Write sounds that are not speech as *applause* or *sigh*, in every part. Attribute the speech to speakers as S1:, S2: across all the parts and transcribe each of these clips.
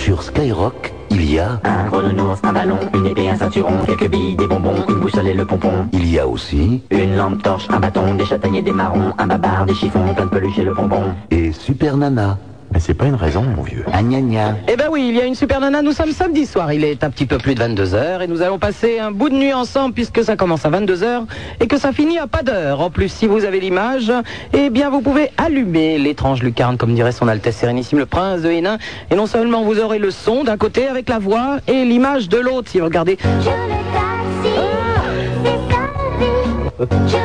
S1: Skyrock, il y a...
S2: Un gros nounours, un ballon, une épée, un ceinturon, quelques billes, des bonbons, une boussole et le pompon.
S1: Il y a aussi...
S2: Une lampe torche, un bâton, des châtaigniers, des marrons, un babar, des chiffons, plein de peluches et le bonbon.
S1: Et Super Nana.
S3: Mais c'est pas une raison, mon vieux.
S1: Ah, gna gna.
S4: Eh ben oui, il y a une super nana, nous sommes samedi soir, il est un petit peu plus de 22h et nous allons passer un bout de nuit ensemble puisque ça commence à 22h et que ça finit à pas d'heure. En plus, si vous avez l'image, eh bien vous pouvez allumer l'étrange lucarne comme dirait son Altesse Sérénissime le Prince de Hénin et non seulement vous aurez le son d'un côté avec la voix et l'image de l'autre si vous regardez.
S5: Je le taxi, c'est ta vie. Je le taxi,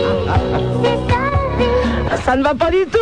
S5: c'est ta vie.
S4: Ça ne va pas du tout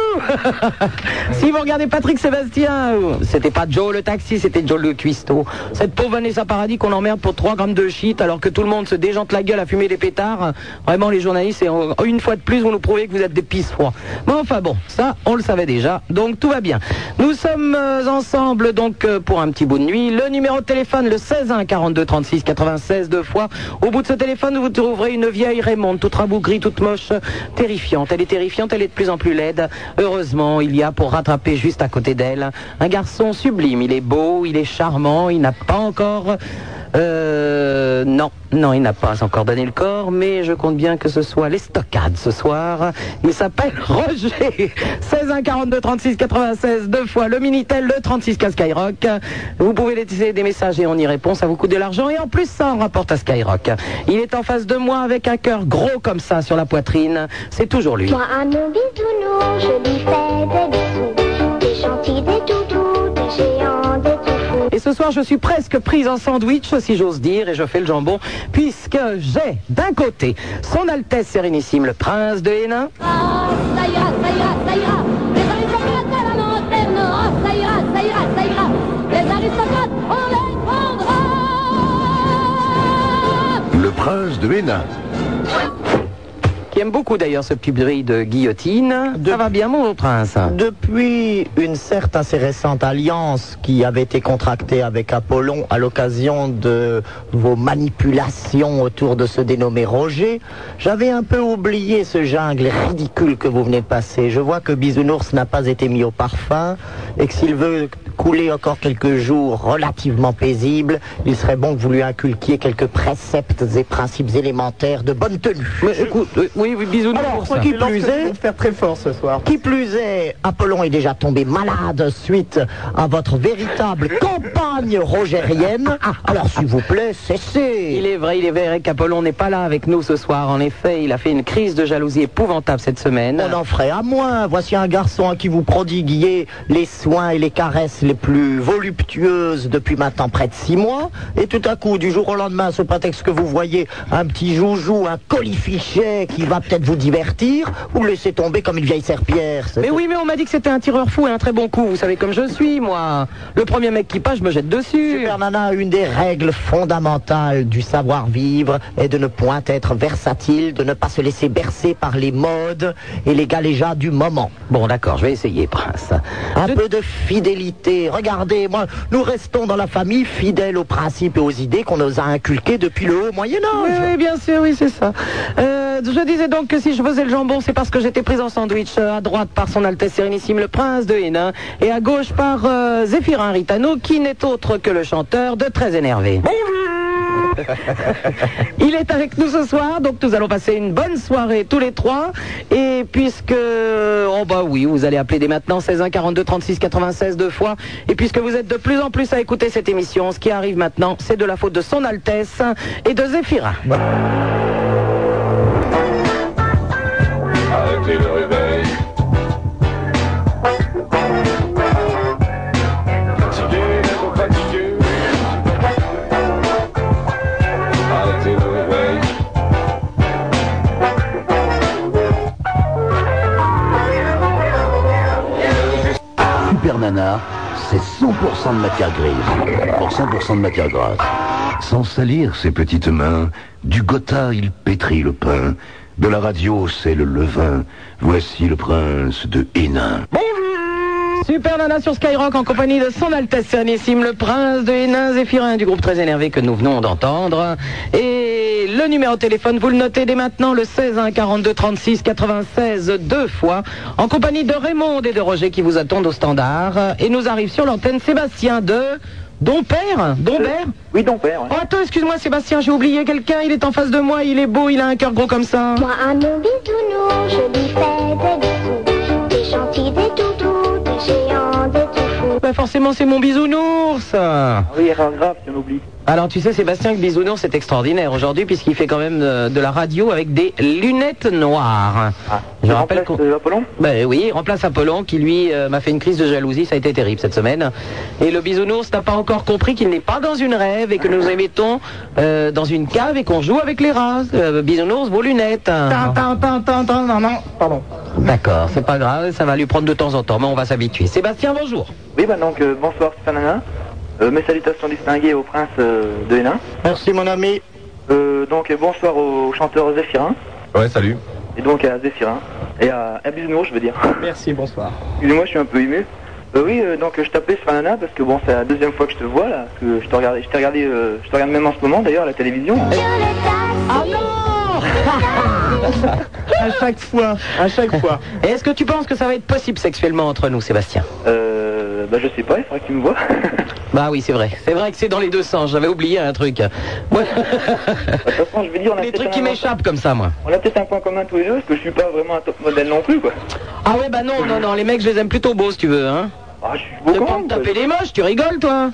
S4: *laughs* Si vous regardez Patrick Sébastien, ou- c'était pas Joe le taxi, c'était Joe le cuistot. Cette pauvre Vanessa Paradis qu'on emmerde pour 3 grammes de shit alors que tout le monde se déjante la gueule à fumer des pétards. Vraiment, les journalistes, et en- une fois de plus, vous nous prouvez que vous êtes des pisse froids. Mais enfin bon, ça, on le savait déjà, donc tout va bien. Nous sommes euh, ensemble donc euh, pour un petit bout de nuit. Le numéro de téléphone, le 16 1 42 36 96 deux fois. Au bout de ce téléphone, vous trouverez une vieille Raymonde, toute rabougrie, toute moche, terrifiante. Elle est terrifiante, elle est de plus en plus laide. Heureusement, il y a pour rattraper juste à côté d'elle un garçon sublime. Il est beau, il est charmant, il n'a pas encore... Euh, non, non, il n'a pas encore donné le corps, mais je compte bien que ce soit l'estocade ce soir. Il s'appelle Roger. *laughs* 16 1 42 36 96 deux fois le minitel le 36 à Skyrock. Vous pouvez laisser des messages et on y répond. Ça vous coûte de l'argent et en plus ça en rapporte à Skyrock. Il est en face de moi avec un cœur gros comme ça sur la poitrine. C'est toujours lui.
S5: Moi, à mon bisounours, je lui fais des bisous. Des gentils, des toutous, des géants, des tout fous.
S4: Et ce soir, je suis presque prise en sandwich, si j'ose dire, et je fais le jambon, puisque j'ai d'un côté son Altesse Sérénissime, le prince de Hénin.
S6: Ah, ça ira, ça ira, ça ira. Les aristocrates à la lanterne. Ah, ça ira, ça ira, ça ira. Les aristocrates, on les prendra.
S3: Le prince de Hénin.
S4: qui aime beaucoup d'ailleurs ce petit bruit de guillotine. Ça va bien, mon prince
S7: Depuis une certes assez récente alliance qui avait été contractée avec Apollon à l'occasion de vos manipulations autour de ce dénommé Roger, j'avais un peu oublié ce jungle ridicule que vous venez de passer. Je vois que Bisounours n'a pas été mis au parfum et que s'il veut couler encore quelques jours relativement paisibles, il serait bon que vous lui inculquiez quelques préceptes et principes élémentaires de bonne tenue.
S4: Mais écoute, euh, oui, oui, bisous pour ça.
S7: Qui plus est, faire très fort ce soir. Qui plus est, Apollon est déjà tombé malade suite à votre véritable campagne rogérienne. Ah, Alors s'il vous plaît,
S4: Il
S7: cessez.
S4: est vrai, il est vrai qu'Apollon n'est pas là avec nous ce soir. En effet, il a fait une crise de jalousie épouvantable cette semaine.
S7: On en ferait à moins. Voici un garçon à qui vous prodiguiez les soins et les caresses les plus voluptueuses depuis maintenant près de six mois. Et tout à coup, du jour au lendemain, sous prétexte que vous voyez un petit joujou, un colifichet qui va peut-être vous divertir, vous le laissez tomber comme une vieille serpillère. C'est-
S4: Mais oui, mais on m'a dit que c'était un tireur fou et un très bon coup. Vous savez comme je suis, moi. Le premier mec qui passe, je me jette dessus.
S7: Super Nana, une des règles fondamentales du savoir-vivre est de ne point être versatile, de ne pas se laisser bercer par les modes et les galéjas du moment.
S4: Bon, d'accord, je vais essayer, prince.
S7: Un
S4: Je-
S7: peu de fidélité. Regardez, moi, nous restons dans la famille fidèles aux principes et aux idées qu'on nous a inculquées depuis le haut
S4: Oui,
S7: Moyen-Âge.
S4: oui, bien sûr, oui, c'est ça. Euh, je disais donc que si je faisais le jambon, c'est parce que j'étais prise en sandwich. euh, À droite par son Altesse Sérénissime, le prince de Hénin, et à gauche par euh, Zéphirin Ritano, qui n'est autre que le chanteur de Très Énervé. Il est avec nous ce soir, donc nous allons passer une bonne soirée tous les trois. Et puisque, oh bah oui, vous allez appeler dès maintenant 16 1 42 36 96 deux fois. Et puisque vous êtes de plus en plus à écouter cette émission, ce qui arrive maintenant, c'est de la faute de son Altesse et de Zéphirin.
S8: Arrêtez le réveil. Fatigué, trop fatigué. Arrêtez le réveil.
S1: Super Nana, c'est 100% de matière grise pour 100% de matière grasse. Sans salir ses petites mains, du gotha il pétrit le pain, de la radio c'est le levain, voici le prince de Hénin.
S4: Super Nana sur Skyrock en compagnie de son Altesse Sérénissime, le prince de Hénin Zéphirin du groupe très énervé que nous venons d'entendre. Et le numéro de téléphone, vous le notez dès maintenant, le 16 1 42 36 96 deux fois, en compagnie de Raymond et de Roger qui vous attendent au standard. Et nous arrive sur l'antenne Sébastien de Dompère Dombert
S9: Oui, donc père. ouais.
S4: Oh attends, excuse-moi Sébastien, j'ai oublié quelqu'un, il est en face de moi, il est beau, il a un cœur gros comme ça.
S10: Moi à mon bisounours, je lui fais des bisous. Des gentils, des toutous, des géants, des tout fous.
S4: Bah forcément c'est mon bisounours
S9: Ah oui, erreur grave si on oublie.
S4: Alors tu sais Sébastien que Bisounours c'est extraordinaire aujourd'hui puisqu'il fait quand même euh, de, la radio avec des lunettes noires. je
S9: Tu
S4: rappelle
S9: remplaces,
S4: qu'on...
S9: Ah, euh, Apollon
S4: Ben oui, il remplace Apollon qui lui euh, m'a fait une crise de jalousie, ça a été terrible cette semaine. Et le Bisounours n'a pas encore compris qu'il n'est pas dans une rêve et que nous émettons euh, dans une cave et qu'on joue avec les rats. Euh, bisounours, vos lunettes.
S9: Pardon.
S4: D'accord, c'est pas grave, ça va lui prendre de temps en temps, mais on va s'habituer. Sébastien, bonjour.
S9: Oui, bah donc euh, bonsoir Stéphane Nana. Euh, mes salutations distinguées au prince euh, de Hénin.
S7: Merci mon ami.
S9: Euh, donc euh, bonsoir au chanteur Zéphirin.
S3: Ouais, salut.
S9: Et donc à Zéphirin. Et à, à Bisounours, je veux dire.
S5: Merci, bonsoir.
S9: Excusez-moi, je suis un peu ému. Euh, oui, euh, donc euh, je t'appelais Stéphane Nana parce que bon, c'est la deuxième fois que je te vois là. Parce que je te regarde, je t'ai regardé, euh, je te regarde même en ce moment d'ailleurs à la télévision.
S10: Je le taxe,
S5: À chaque fois, à chaque fois.
S4: *laughs* Et Est-ce que tu penses que ça va être possible sexuellement entre nous, Sébastien
S9: Euh, bah je sais pas, il faudrait que tu me vois. *laughs*
S4: Bah oui, c'est vrai. C'est vrai que c'est dans les deux sens. J'avais oublié un truc. Moi, *laughs*
S9: De toute façon, je veux dire, on a
S4: les
S9: peut-être
S4: trucs qui
S9: un-
S4: m'échappent comme ça, moi.
S9: On a peut-être un point commun tous les deux, parce que je suis pas vraiment un top modèle non plus, quoi.
S4: Ah ouais, bah non, non, non. Les mecs, je les aime plutôt beaux, si tu veux. Hein.
S9: Ah, je suis beau
S4: Ne
S9: quand
S4: pas
S9: même,
S4: me
S9: quoi.
S4: taper les moches, tu rigoles,
S9: *laughs*
S4: toi hein.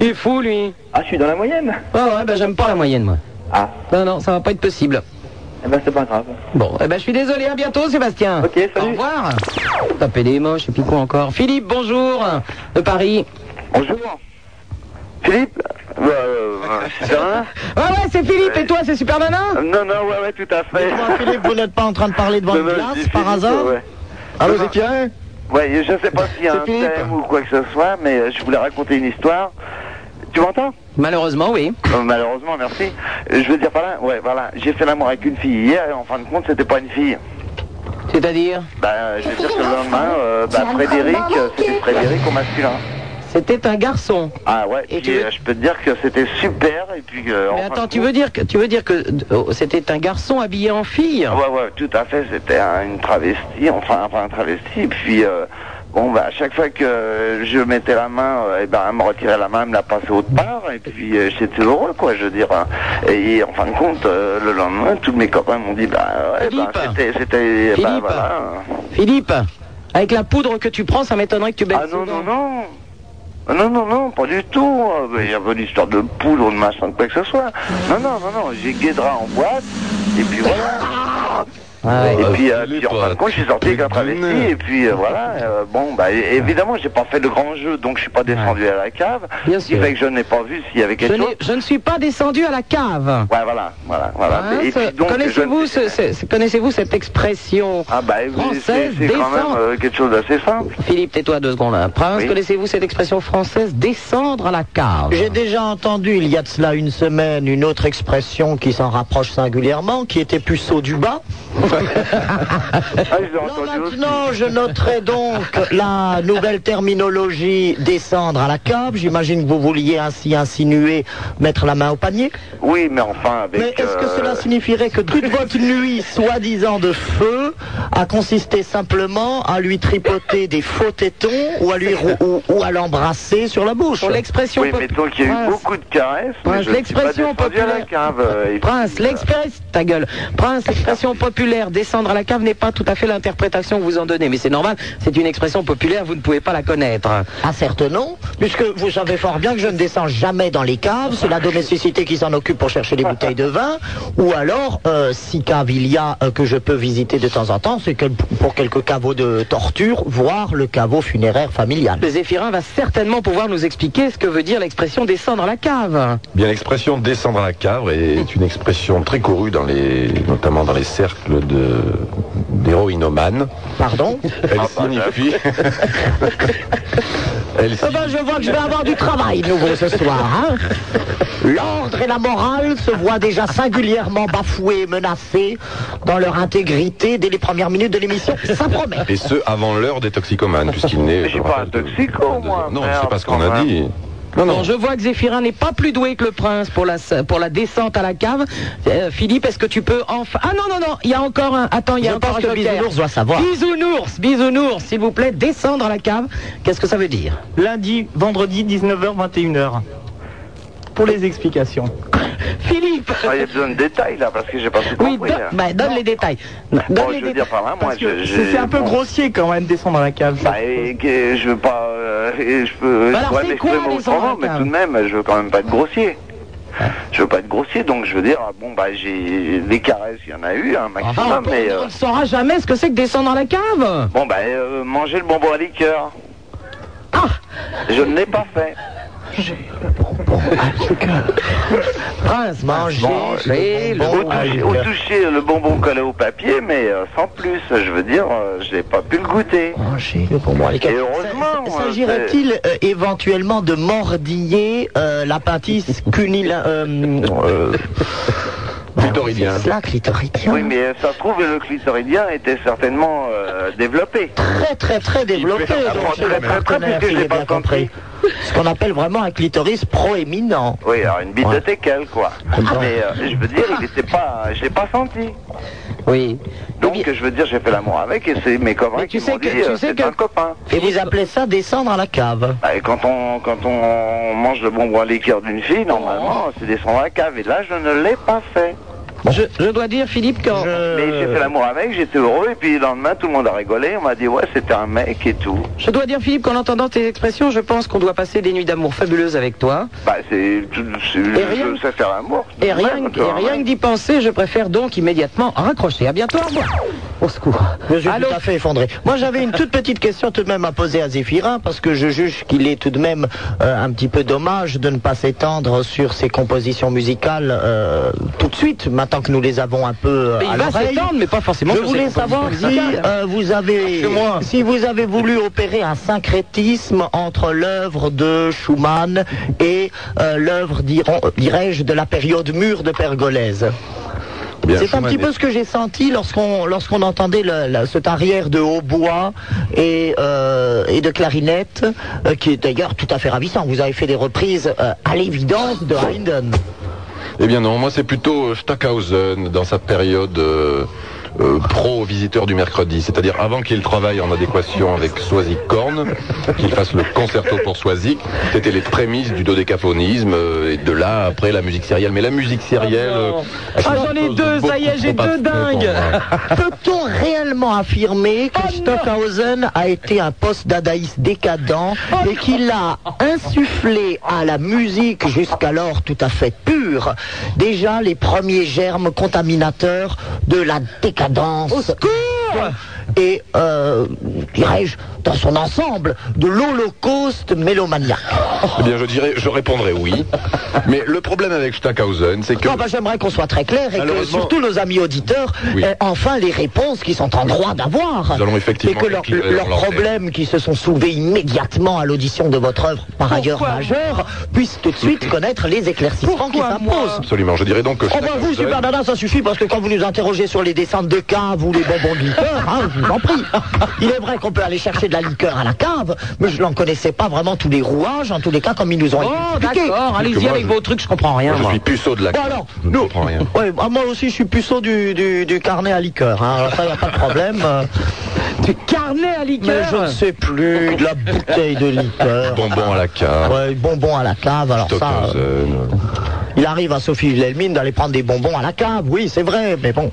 S4: Il est fou, lui.
S9: Ah, je suis dans la moyenne.
S4: Ah ouais, bah j'aime pas la moyenne, moi.
S9: Ah,
S4: Non, non, ça va pas être possible.
S9: eh ben c'est pas grave.
S4: Bon, eh ben je suis désolé, à bientôt, Sébastien.
S9: Ok, salut.
S4: Au revoir. Taper les moches, et puis quoi encore Philippe, bonjour, de Paris.
S9: Bonjour. Philippe Ouais, euh, c'est rien
S4: Ouais, Ah ouais, c'est Philippe, et toi, c'est hein Super Nana
S9: Euh, Non, non, ouais, ouais, tout à fait.
S7: Dites-moi, Philippe,
S9: *laughs*
S7: vous n'êtes pas en train de parler devant une glace par hasard
S9: ouais.
S3: Allô, Zéphirin
S9: ouais, je sais pas s'il y a
S7: hein C'est
S9: un
S7: Philippe.
S9: thème ou quoi que ce soit, mais euh, je voulais raconter une histoire. Tu m'entends
S4: Malheureusement, oui.
S9: Euh, Malheureusement, merci. Euh, Je veux dire par là, ouais, voilà, j'ai fait l'amour avec une fille hier, et en fin de compte, c'était pas une fille.
S4: C'est-à-dire
S9: Bah, je veux dire que le lendemain, euh, bah,
S10: Tu as
S9: Frédéric,
S10: vraiment
S9: euh, c'était Frédéric au masculin.
S4: C'était un garçon.
S9: Ah ouais,
S4: Et
S9: puis,
S4: tu veux-
S9: euh, je peux te dire que c'était super, et puis... euh, en
S4: Mais
S9: fin de
S4: attends, tu
S9: compte-
S4: veux dire que tu veux dire que oh, c'était un garçon habillé en fille
S9: Ah Ouais, ouais, tout à fait, c'était un- une travestie, enfin, enfin un travesti, et puis... euh, Bon, bah, à chaque fois que je mettais la main, euh, eh ben, elle me retirait la main, elle me la passait autre part, et puis euh, j'étais heureux, quoi, je veux dire. hein. Et en fin de compte, euh, le lendemain, tous mes copains m'ont dit, bah, ouais, bah,
S4: Philippe.
S9: c'était, c'était, bah,
S4: Philippe.
S9: voilà.
S4: Philippe, avec la poudre que tu prends, ça m'étonnerait que tu baisses.
S9: Ah non, non, non Ah, non, non, non, pas du tout. Euh, Il y a pas d'histoire de poule ou de machin, de quoi que ce soit. Non, non, non, non, j'ai guédra en boîte, et puis voilà.
S4: Ah ouais.
S9: et puis, euh,
S3: Philippe,
S9: puis, en fin de compte, je suis sorti avec un travesti, et puis euh, voilà. euh, bon, bah, é- évidemment, j'ai pas fait le grand jeu, donc je suis pas descendu à la cave.
S4: Bien
S9: Ce qui
S4: sûr.
S9: fait que je n'ai pas vu s'il y avait
S4: Je,
S9: quelque
S4: n'ai-
S9: chose.
S4: je ne suis pas descendu à la cave.
S9: Ouais, voilà, voilà, voilà.
S4: Hein,
S9: et
S4: ce-
S9: puis donc,
S4: Connaissez-vous
S9: je-
S4: ce- ce- ce- connaissez-vous cette expression
S9: Ah bah, oui, c'est
S4: Française
S9: c'est quand
S4: descend.
S9: même euh, quelque chose d'assez simple.
S4: Philippe, tais-toi deux secondes. hein. Prince,
S9: Oui.
S4: connaissez-vous cette expression française descendre à la cave
S7: J'ai déjà entendu il y a de cela une semaine une autre expression qui s'en rapproche singulièrement, qui était puceau du bas. *laughs*
S9: Ah, je l'ai
S7: Non,
S9: entendu aussi.
S7: maintenant, je
S9: *laughs*
S7: noterai donc la nouvelle terminologie descendre à la cave. J'imagine que vous vouliez ainsi insinuer mettre la main au panier.
S9: Oui, mais enfin, avec...
S7: Mais est-ce que
S9: euh,
S7: cela signifierait que toute votre nuit, soi-disant de feu, a consisté simplement à lui tripoter des faux tétons ou à lui rou- ou, ou à l'embrasser sur la bouche
S4: Sur l'expression
S9: Oui,
S4: pop-
S9: mais donc il y a eu
S4: Prince,
S9: beaucoup de caresses. mais
S4: Prince,
S9: je ne suis pas
S4: l'expression
S9: descendu à la
S4: populaire-
S9: cave, euh, et
S4: Prince,
S9: puis, euh,
S4: l'expression, ta gueule. Prince, l'expression populaire, descendre à la cave n'est pas tout à fait l'interprétation que vous en donnez, mais c'est normal, c'est une expression populaire, vous ne pouvez pas la connaître.
S7: Ah certes non, puisque vous savez fort bien que je ne descends jamais dans les caves, c'est la domesticité qui s'en occupe pour chercher les bouteilles de vin, ou alors, euh, si cave il y a euh, que je peux visiter de temps en temps, c'est quel- pour quelques caveaux de torture, voire le caveau funéraire familial.
S4: Le Zéphirin va certainement pouvoir nous expliquer ce que veut dire l'expression descendre la cave.
S3: Bien, l'expression descendre à la cave est une expression très courue dans les, notamment dans les cercles de d'héroïnomanes.
S7: Pardon
S3: *laughs* Elle signifie,
S7: Eh ben, je vois que je vais avoir du travail de nouveau ce soir. hein. L'ordre et la morale se voient déjà singulièrement bafoués et menacés dans leur intégrité dès les premières minutes de l'émission. Ça promet.
S3: Et ce, avant l'heure des toxicomanes, puisqu'il n'est. Je suis pas un toxico, moi Non, c'est pas ce qu'on a dit. Non, non.
S4: Bon, je vois que Zéphirin n'est pas plus doué que le prince pour la, pour la descente à la cave. Euh, Philippe, est-ce que tu peux enfin... Ah non, non, non, il y a encore un... Attends, il y a
S7: Je
S4: encore
S7: pense
S4: un
S7: que
S4: joker.
S7: Bisounours doit savoir.
S4: Bisounours, bisounours, s'il vous plaît, descendre à la cave. Qu'est-ce que ça veut dire
S11: Lundi, vendredi, 19h, 21h. Pour les explications.
S4: Philippe
S9: Ah, il y a besoin de détails là, parce que j'ai pas tout
S4: Oui,
S9: compris.
S4: don-
S9: hein.
S4: bah, donne les détails.
S9: Bon, je veux dire par là, moi,
S11: Parce
S9: je-
S11: que
S9: je-
S11: c'est c'est un peu
S9: bon.
S11: grossier quand même descendre à la cave. ça.
S9: Bah, et que je veux pas. euh, et je peux.
S4: Bah, alors,
S9: je pourrais
S4: c'est
S9: m'exprimer
S4: quoi, les
S9: autrement,
S4: oracles,
S9: mais
S4: hein
S9: tout de même, je veux quand même pas être grossier. Je veux pas être grossier, donc je veux dire, ah, bon, bah, j'ai. Des caresses, il y en a eu Bah un maximum,
S4: Enfin, Ah, on,
S9: mais.
S4: on
S9: euh,
S4: ne saura jamais ce que c'est que descendre à la cave.
S9: Bon, bah, euh, manger le bonbon à liqueur.
S4: Ah
S9: Je ne l'ai pas fait.
S4: Prince, manger le
S9: Au,
S4: bonbon.
S9: toucher, au toucher, le bonbon collé au papier, mais euh, sans plus, je veux dire, euh, je n'ai pas pu le goûter.
S7: Pour moi, les
S9: Et
S7: quatre-
S9: heureusement.
S3: hein,
S9: euh,
S7: S'agirait-il euh, éventuellement de mordiller euh, la pâtisse cunil... Euh, euh,
S3: Clitoridien.
S7: c'est cela,
S9: c'est-
S7: clitoridien.
S9: Oui, mais euh, ça se trouve, le clitoridien était certainement euh, développé.
S7: Très, très, très développé.
S3: Il peut faire
S7: donc,
S3: très, très,
S7: le
S9: très,
S7: partenaire,
S9: très,
S7: si
S9: très,
S7: j'ai bien
S9: très,
S7: compris. Ce qu'on appelle vraiment un clitoris proéminent.
S9: Oui, alors une bite
S7: Ouais.
S9: de teckel, quoi. Mais euh, je veux dire, il était pas, je l'ai pas senti.
S4: Oui.
S9: Donc je veux dire, j'ai fait l'amour avec et c'est mes copains
S4: Mais tu
S9: qui
S4: sais
S9: m'ont
S4: que-
S9: dit,
S4: tu
S9: euh,
S4: sais
S9: c'est
S4: que-
S9: un copain.
S7: Et vous appelez ça descendre à la cave.
S9: Bah, et quand on quand on mange le bonbon à liqueur d'une fille,
S3: Oh.
S9: normalement, c'est descendre à la cave. Et là, je ne l'ai pas fait.
S4: Je, je dois dire, Philippe, que...
S9: Mais j'ai fait l'amour avec, j'étais heureux, et puis le lendemain, tout le monde a rigolé, on m'a dit, ouais, c'était un mec et tout.
S4: Je dois dire, Philippe, qu'en entendant tes expressions, je pense qu'on doit passer des nuits d'amour fabuleuses avec toi.
S9: Bah, c'est, tout- c'est,
S4: Et rien
S9: je-
S4: que-
S9: ça fait l'amour.
S4: Et rien, que- et rien que d'y penser, je préfère donc immédiatement raccrocher. hein, À bientôt, au revoir. Au secours.
S7: Je suis
S4: Allô
S7: tout à fait effondré. Moi, j'avais une toute petite question tout de même à poser à Zéphirin, parce que je juge qu'il est tout de même euh, un petit peu dommage de ne pas s'étendre sur ses compositions musicales euh, tout de suite, maintenant que nous les avons un peu euh,
S4: Mais
S7: à
S4: il va
S7: l'oreille.
S4: s'étendre, mais pas forcément
S7: Je
S4: sur ses
S7: voulais
S4: compositions
S7: savoir si
S4: musicales.
S7: euh, vous avez
S11: moi.
S7: si vous avez voulu opérer un syncrétisme entre l'œuvre de Schumann et euh, l'œuvre dirons- dirais-je de la période mûre de Pergolèse.
S3: Bien,
S7: C'est un
S3: Schumann
S7: petit peu
S3: est-
S7: ce que j'ai senti lorsqu'on lorsqu'on entendait le, la- cet arrière de hautbois et, euh, et de clarinette, euh, qui est d'ailleurs tout à fait ravissant. Vous avez fait des reprises euh, à l'évidence de Haydn.
S3: Eh bien non, moi c'est plutôt euh, Stockhausen dans sa période euh, euh, pro visiteur du mercredi, c'est-à-dire avant qu'il travaille en adéquation avec Soisic Korn, qu'il fasse le concerto pour Soisic, c'était les prémices du dodécaphonisme euh, et de là après la musique sérielle. Mais la musique sérielle... euh, elle
S4: Ah, j'en ai
S3: propose
S4: deux, ça
S3: beaucoup
S4: y est, j'ai
S3: trop
S4: deux
S3: pas-
S4: dingues. *laughs* Oh,
S7: Peut-on réellement affirmer que Stockhausen a été un post-dadaïste décadent
S4: Oh,
S7: et qu'il a insufflé à la musique jusqu'alors tout à fait pure déjà les premiers germes contaminateurs de la décadence et, euh, dirais-je, dans son ensemble, de l'holocauste mélomaniaque.
S3: Eh bien je dirais, je répondrai oui. Mais le problème avec Stockhausen, c'est que...
S4: Ah,
S7: Non, bah, J'aimerais qu'on soit très clair et que
S3: Malheureusement-
S7: surtout nos amis auditeurs
S3: Oui.
S7: aient enfin les réponses qu'ils sont en droit d'avoir.
S3: Nous allons effectivement
S7: Et que leur-
S3: les
S7: leurs
S3: clés dans leur
S7: problèmes qui se sont soulevés immédiatement à l'audition de votre œuvre, par ailleurs majeure, puissent tout de suite connaître les éclaircissements qui s'imposent.
S3: Absolument, je dirais donc que
S7: Oh bah vous,
S3: Stockhausen-
S7: Super Nana, ça suffit parce que quand vous nous interrogez sur les descentes de cave ou les bonbons de liqueur, hein, je vous en prie. Il est vrai qu'on peut aller chercher de la liqueur à la cave, mais je n'en connaissais pas vraiment tous les rouages, en tous les cas, comme ils nous ont
S4: Oh,
S7: expliqué.
S4: d'accord,
S3: que
S4: allez-y
S3: moi,
S4: avec
S3: je-
S4: vos trucs, je comprends rien.
S3: Moi, je
S4: moi.
S3: suis puceau de la...
S7: Bon alors,
S3: je ne comprends rien.
S7: *laughs* Ouais, bah, moi aussi, je suis puceau du, du, du carnet à liqueur. Hein. Alors ça, y a pas de problème. euh,
S4: *laughs* Du carnet à
S7: mais
S4: liqueur
S7: je ne sais plus de la bouteille de liqueur.
S3: Bonbon à la carte.
S7: Ouais, bonbons à la cave. Alors ça, euh,
S3: Stockhausen.
S7: il arrive à Sophie Wilhelmine d'aller prendre des bonbons à la cave. Oui, c'est vrai, mais bon.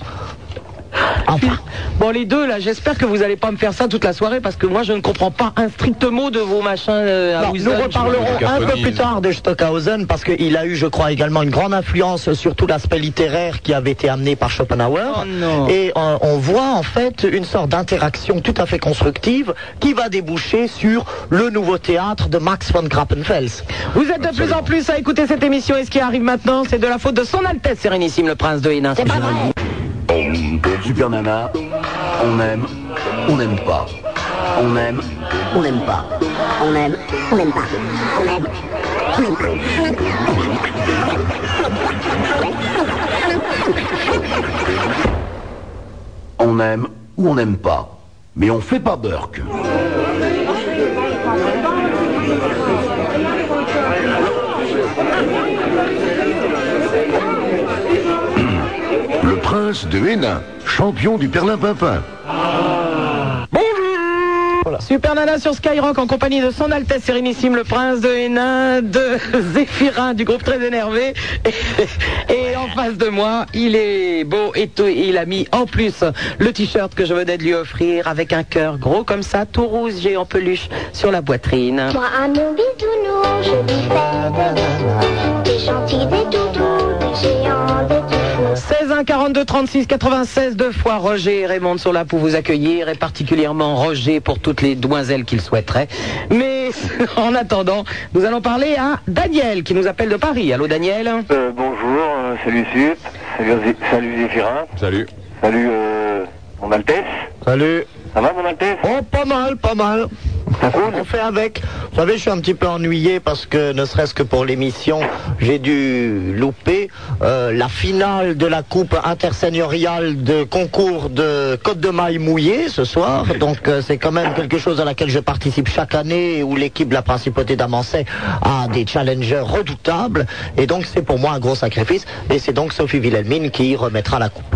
S7: Enfin,
S4: Bon, les deux, là, j'espère que vous n'allez pas me faire ça toute la soirée parce que moi, je ne comprends pas un strict mot de vos machins euh, à
S7: non,
S4: Wilson.
S7: nous reparlerons
S3: je-
S7: un peu
S3: Cafoni.
S7: plus tard de Stockhausen parce qu'il a eu, je crois, également une grande influence sur tout l'aspect littéraire qui avait été amené par Schopenhauer.
S4: Oh non.
S7: Et euh, on voit en fait une sorte d'interaction tout à fait constructive qui va déboucher sur le nouveau théâtre de Max von Grappenfels.
S4: Vous êtes de plus en plus à écouter cette émission et ce qui arrive maintenant, c'est de la faute de son Altesse Sérénissime, le Prince de Hénin. C'est pas vrai
S1: Super Nana, on aime, on n'aime pas. On aime,
S12: on n'aime pas. On aime, on n'aime pas. On aime, on n'aime pas.
S1: On aime ou on n'aime pas. Mais on fait pas Burke. *coughs* Le prince de Hénin, champion du Perlin-Pimpin.
S4: Super Nana sur Skyrock en compagnie de son Altesse Sérénissime le Prince de Hénin, de *laughs* Zéphirin du groupe Très Énervé. Et, et en face de moi, il est beau et tout. Il a mis en plus le t-shirt que je venais de lui offrir avec un cœur gros comme ça, tout rouge, géant peluche sur la poitrine.
S5: Moi, à mon bisounours, je lui fais des bisous. Des gentils, des toutous, des géants, des tout
S4: 16 1 42 36 96 deux fois Roger et Raymond sont là pour vous accueillir et particulièrement Roger pour toutes les demoiselles qu'il souhaiterait. Mais *laughs* en attendant, nous allons parler à Daniel qui nous appelle de Paris. Allô Daniel
S13: Euh, bonjour, euh, salut Sup, salut, Zé- salut Zéphirin,
S3: Salut.
S13: salut euh, mon Altesse.
S7: Salut.
S13: Ça va mon Altesse
S7: Oh, pas mal, pas mal. On fait avec. Vous savez, je suis un petit peu ennuyé parce que, ne serait-ce que pour l'émission, j'ai dû louper euh, la finale de la Coupe interseigneuriale de concours de Côte de Maille mouillée ce soir. Donc, euh, c'est quand même quelque chose à laquelle je participe chaque année et où l'équipe de la Principauté d'Amancet a des challengers redoutables. Et donc, c'est pour moi un gros sacrifice. Et c'est donc Sophie Wilhelmine qui y remettra la Coupe.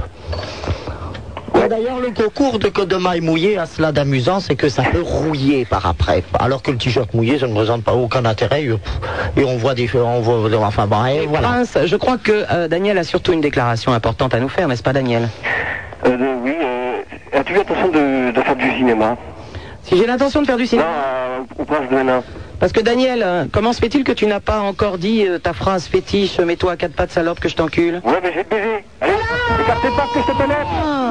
S7: Et D'ailleurs, le concours de Côte de maille mouillé a cela d'amusant, c'est que ça peut rouiller par après. Alors que le t-shirt mouillé, ça ne présente pas aucun intérêt. euh, pff, Et on voit des on voit, enfin bon, et voilà.
S4: Prince, je crois que euh, Daniel a surtout une déclaration importante à nous faire, n'est-ce pas Daniel
S13: Euh, de- oui, euh, as-tu l'intention de, de faire du cinéma euh,
S4: Si j'ai l'intention de faire du cinéma.
S13: au prince de Hénin.
S4: Parce que Daniel, euh, comment se fait-il que tu n'as pas encore dit euh, ta phrase fétiche euh, Mets-toi à quatre pattes salope que je t'encule Ah
S13: Ouais, mais j'ai baiser. Allez, écartez pas que je te connais.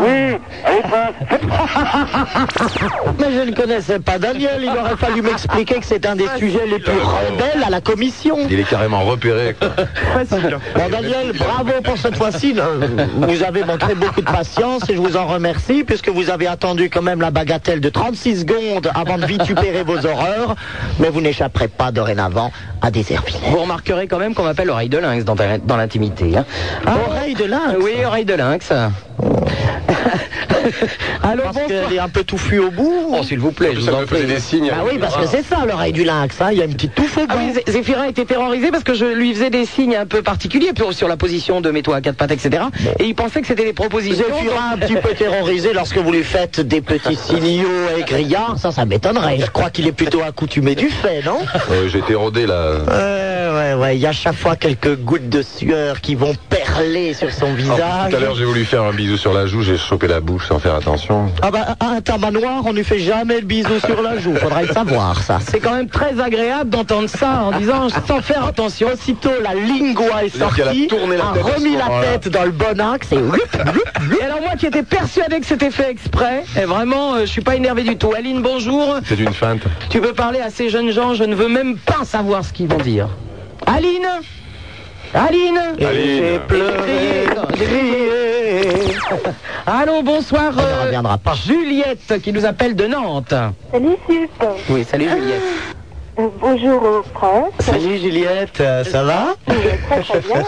S13: Oui, allez prince.
S7: *laughs* Mais je ne connaissais pas Daniel, il aurait fallu m'expliquer que c'est un des sujets les plus rebelles à la commission.
S3: Il est carrément repéré. quoi.
S7: Bon, Daniel, bravo pour cette fois-ci. Euh, Vous avez montré beaucoup de patience et je vous en remercie puisque vous avez attendu quand même la bagatelle de 36 secondes avant de vitupérer vos horreurs. Mais vous n'échapperez pas dorénavant à des services.
S4: Vous remarquerez quand même qu'on m'appelle oreille de lynx dans, ta- dans l'intimité. hein. Ah,
S7: Oreille de lynx
S4: Oui, oreille
S7: *laughs*
S4: de lynx. Allô,
S7: Parce qu'elle est un peu touffue au bout.
S4: Oh, s'il vous plaît, je
S3: Ça
S4: vous en
S3: me faisait
S4: prie.
S3: des signes.
S7: Bah oui, parce que c'est ça l'oreille du lynx. hein. Il y a une petite touffe au
S4: Ah oui,
S7: bout.
S4: Zé- Zéphirin était terrorisé parce que je lui faisais des signes un peu particuliers pour- sur la position de mets-toi à quatre pattes, etc. Et il pensait que c'était des propositions.
S7: Zéphirin un petit peu terrorisé lorsque vous lui faites des petits signaux et grillard, ça, ça m'étonnerait. Je crois qu'il est plutôt accoutumé du fait, non
S3: Euh, J'ai été rodé là.
S7: Ouais, ouais, ouais. Il y a chaque fois quelques gouttes de sueur qui vont perler sur son
S3: En plus,
S4: Ah,
S7: visage.
S3: Oh, Tout à l'heure, j'ai voulu faire un bisou sur la joue, j'ai chopé la bouche sans faire attention.
S7: Ah bah, à un tabac noir, on ne fait jamais le bisou sur la joue. Faudra le savoir, ça.
S4: C'est quand même très agréable d'entendre ça en
S3: *laughs*
S4: disant sans faire attention.
S7: Aussitôt, la lingua est
S3: C'est-à-dire qu'elle a
S7: sortie,
S3: tourné la
S7: a
S3: tête à ce
S7: remis la
S3: moment-là.
S7: tête dans le bon
S3: *laughs*
S7: axe et loup, loup,
S4: Et alors moi qui étais persuadé que c'était fait exprès, et vraiment, euh, je suis pas énervé du tout. Aline, bonjour.
S3: C'est une feinte.
S4: Tu peux parler à ces jeunes gens, je ne veux même pas savoir ce qu'ils vont dire. Aline Aline
S7: et
S3: Aline.
S7: j'ai pleuré, crié.
S4: Allô, bonsoir. euh,
S7: On ne reviendra pas.
S4: Juliette qui nous appelle de Nantes.
S6: Salut Sup
S4: Oui, salut
S6: Ah,
S4: Juliette.
S6: Euh, Bonjour au prince.
S7: Salut Juliette, euh, ça va
S6: Il est très très
S5: *laughs*
S6: bien.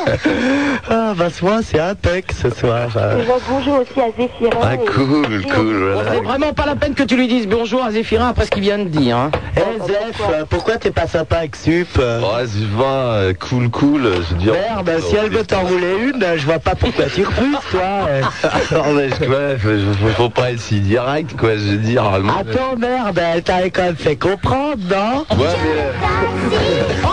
S7: Ah bah moi c'est impec ce soir. euh.
S6: Et donc, bonjour aussi à Zéphirin.
S1: Ah,
S6: et-
S1: cool,
S6: et-
S1: cool, voilà.
S4: C'est vraiment pas la peine que tu lui dises bonjour à Zéphirin après ce qu'il vient de dire. hein.
S7: Eh Zef, euh, pourquoi t'es pas sympa avec Sup euh
S3: Ouais, ça va, euh, cool, cool. Je veux dire,
S7: Merde, si elle veut t'en rouler une, euh, je vois pas pourquoi tu refuses, toi. euh.
S3: *laughs* Non, mais je- ouais, je- faut- faut pas être si direct, quoi. Je veux dire, euh, moi,
S7: Attends, merde, elle t'avait quand même fait comprendre, non
S3: Ouais, mais,
S4: Oh,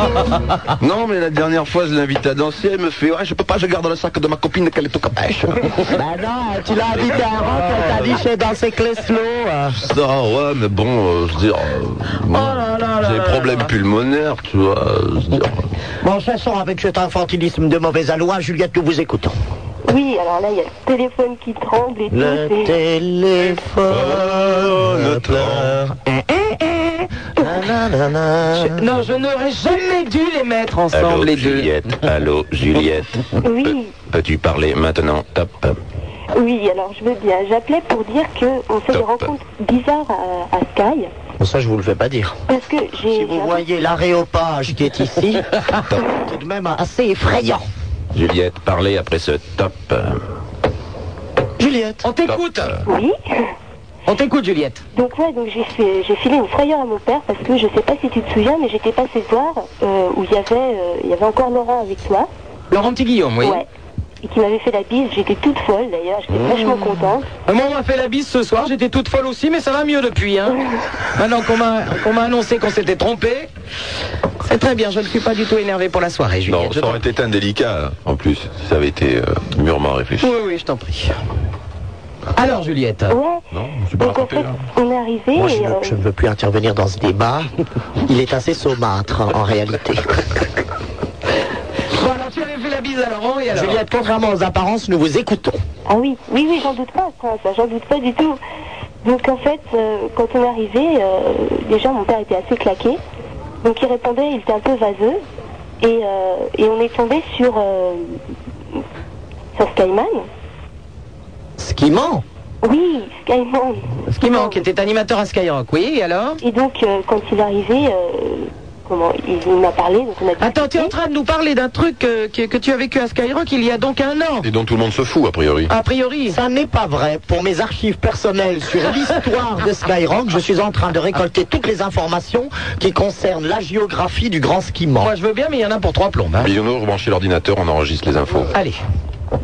S3: euh, *laughs* non, mais la dernière fois, je l'invite à danser, elle me fait Ouais, je peux pas, je garde le sac de ma copine qu'elle est tout
S4: *laughs*
S3: capache.
S7: Bah
S5: Ah,
S7: non, tu l'as invité à rentrer, elle t'a dit chez danser Cleslo. euh.
S3: Ah, Ça, ouais, mais bon, euh, je veux dire, euh, moi,
S4: Oh là là là
S3: j'ai des
S4: là
S3: problèmes pulmonaires, tu vois. euh, je veux dire,
S7: Bon, chassons avec cet infantilisme de mauvais aloi, Juliette, nous vous écoutons.
S6: Oui, alors là, il y a le téléphone qui tremble et tout.
S7: Le
S6: c'est-
S7: téléphone pleure.
S5: Eh,
S7: Nanana.
S4: Non, je n'aurais jamais dû les mettre ensemble les deux.
S1: Juliette, allô, Juliette.
S6: Oui,
S1: Peux-tu parler maintenant Top.
S6: oui,
S14: Oui, alors je veux bien. J'appelais pour dire qu'on fait des rencontres bizarres à, à Sky.
S7: Bon, ça, je vous le fais pas dire.
S14: Parce que j'ai.
S7: Si vous voyez l'aréopage qui
S3: *laughs*
S7: est ici, c'est tout de même assez effrayant.
S3: Juliette, parlez après ce top.
S7: Juliette.
S4: On t'écoute.
S14: Oui.
S4: On t'écoute, Juliette.
S14: Donc ouais, donc j'ai fait- j'ai filé une frayeur à mon père parce que je sais pas si tu te souviens, mais j'étais passé voir euh, où il y avait euh, il y avait encore Laurent avec toi
S4: Laurent Petit Guillaume, oui.
S14: Ouais. et qui m'avait fait la bise. J'étais toute folle d'ailleurs,
S4: Mmh.
S14: j'étais vachement contente.
S4: Euh, Moi, on m'a fait la bise ce soir, j'étais toute folle aussi, mais ça va mieux
S6: *laughs*
S4: depuis. Hein. Maintenant qu'on m'a qu'on m'a annoncé qu'on s'était trompé, c'est très bien, je ne suis pas du tout énervé pour la soirée, Juliette.
S3: Non, ça aurait été indélicat, en plus, si ça avait été euh, mûrement réfléchi.
S4: Oui, oui, je t'en prie. Alors, Juliette
S3: Non, je suis pas rattrapé, là.
S14: On est arrivé
S7: Moi, je
S14: et
S7: ne,
S14: euh,
S7: je ne veux plus intervenir dans ce débat. Il est assez saumâtre, en réalité.
S4: Bon, alors, tu avais fait la bise à Laurent et alors
S7: Juliette, contrairement aux apparences, nous vous écoutons.
S14: ah oui, oui oui, j'en doute pas, ça, ça, j'en doute pas du tout. Donc en fait, euh, quand on est arrivé, euh, déjà mon père était assez claqué, donc il répondait, il était un peu vaseux et, euh, et on est tombé sur euh, sur Skyman.
S7: Ce qui ment
S14: Oui, Skyman.
S4: Ce qui manque, était animateur à Skyrock, oui, et alors
S14: Et donc, euh, quand il est arrivé, euh, comment, il, il m'a parlé, donc on a dit.
S4: Attends, tu es en train de nous parler d'un truc euh, que, que tu as vécu à Skyrock il y a donc un an,
S3: Et dont tout le monde se fout, a priori.
S4: a priori.
S7: Ça n'est pas vrai. Pour mes archives personnelles sur l'histoire de Skyrock, je suis en train de récolter toutes les informations qui concernent la géographie du grand ski
S4: Moi, je veux bien, mais il y en a pour trois plombes. hein.
S3: Bisounours, rebranchez l'ordinateur, on enregistre les infos.
S4: Allez.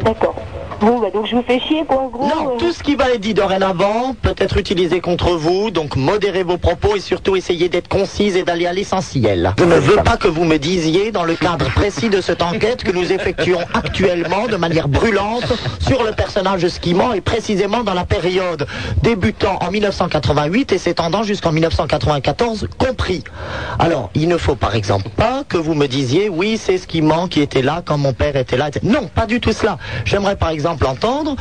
S14: D'accord. Bon, bah, donc je vous fais chier, quoi, en gros.
S7: Non,
S14: euh,
S7: tout ce qui va être dit dorénavant peut être utilisé contre vous, donc modérez vos propos et surtout essayez d'être concise et d'aller à l'essentiel. Je ne veux pas que vous me disiez, dans le cadre précis de cette enquête que nous effectuons actuellement de manière brûlante sur le personnage de Skiman et précisément dans la période débutant en 1988 et s'étendant jusqu'en 1994 compris. Alors, il ne faut par exemple pas que vous me disiez oui, c'est Skiman qui était là quand mon père était là. etc. Non, pas du tout cela. J'aimerais par exemple entendre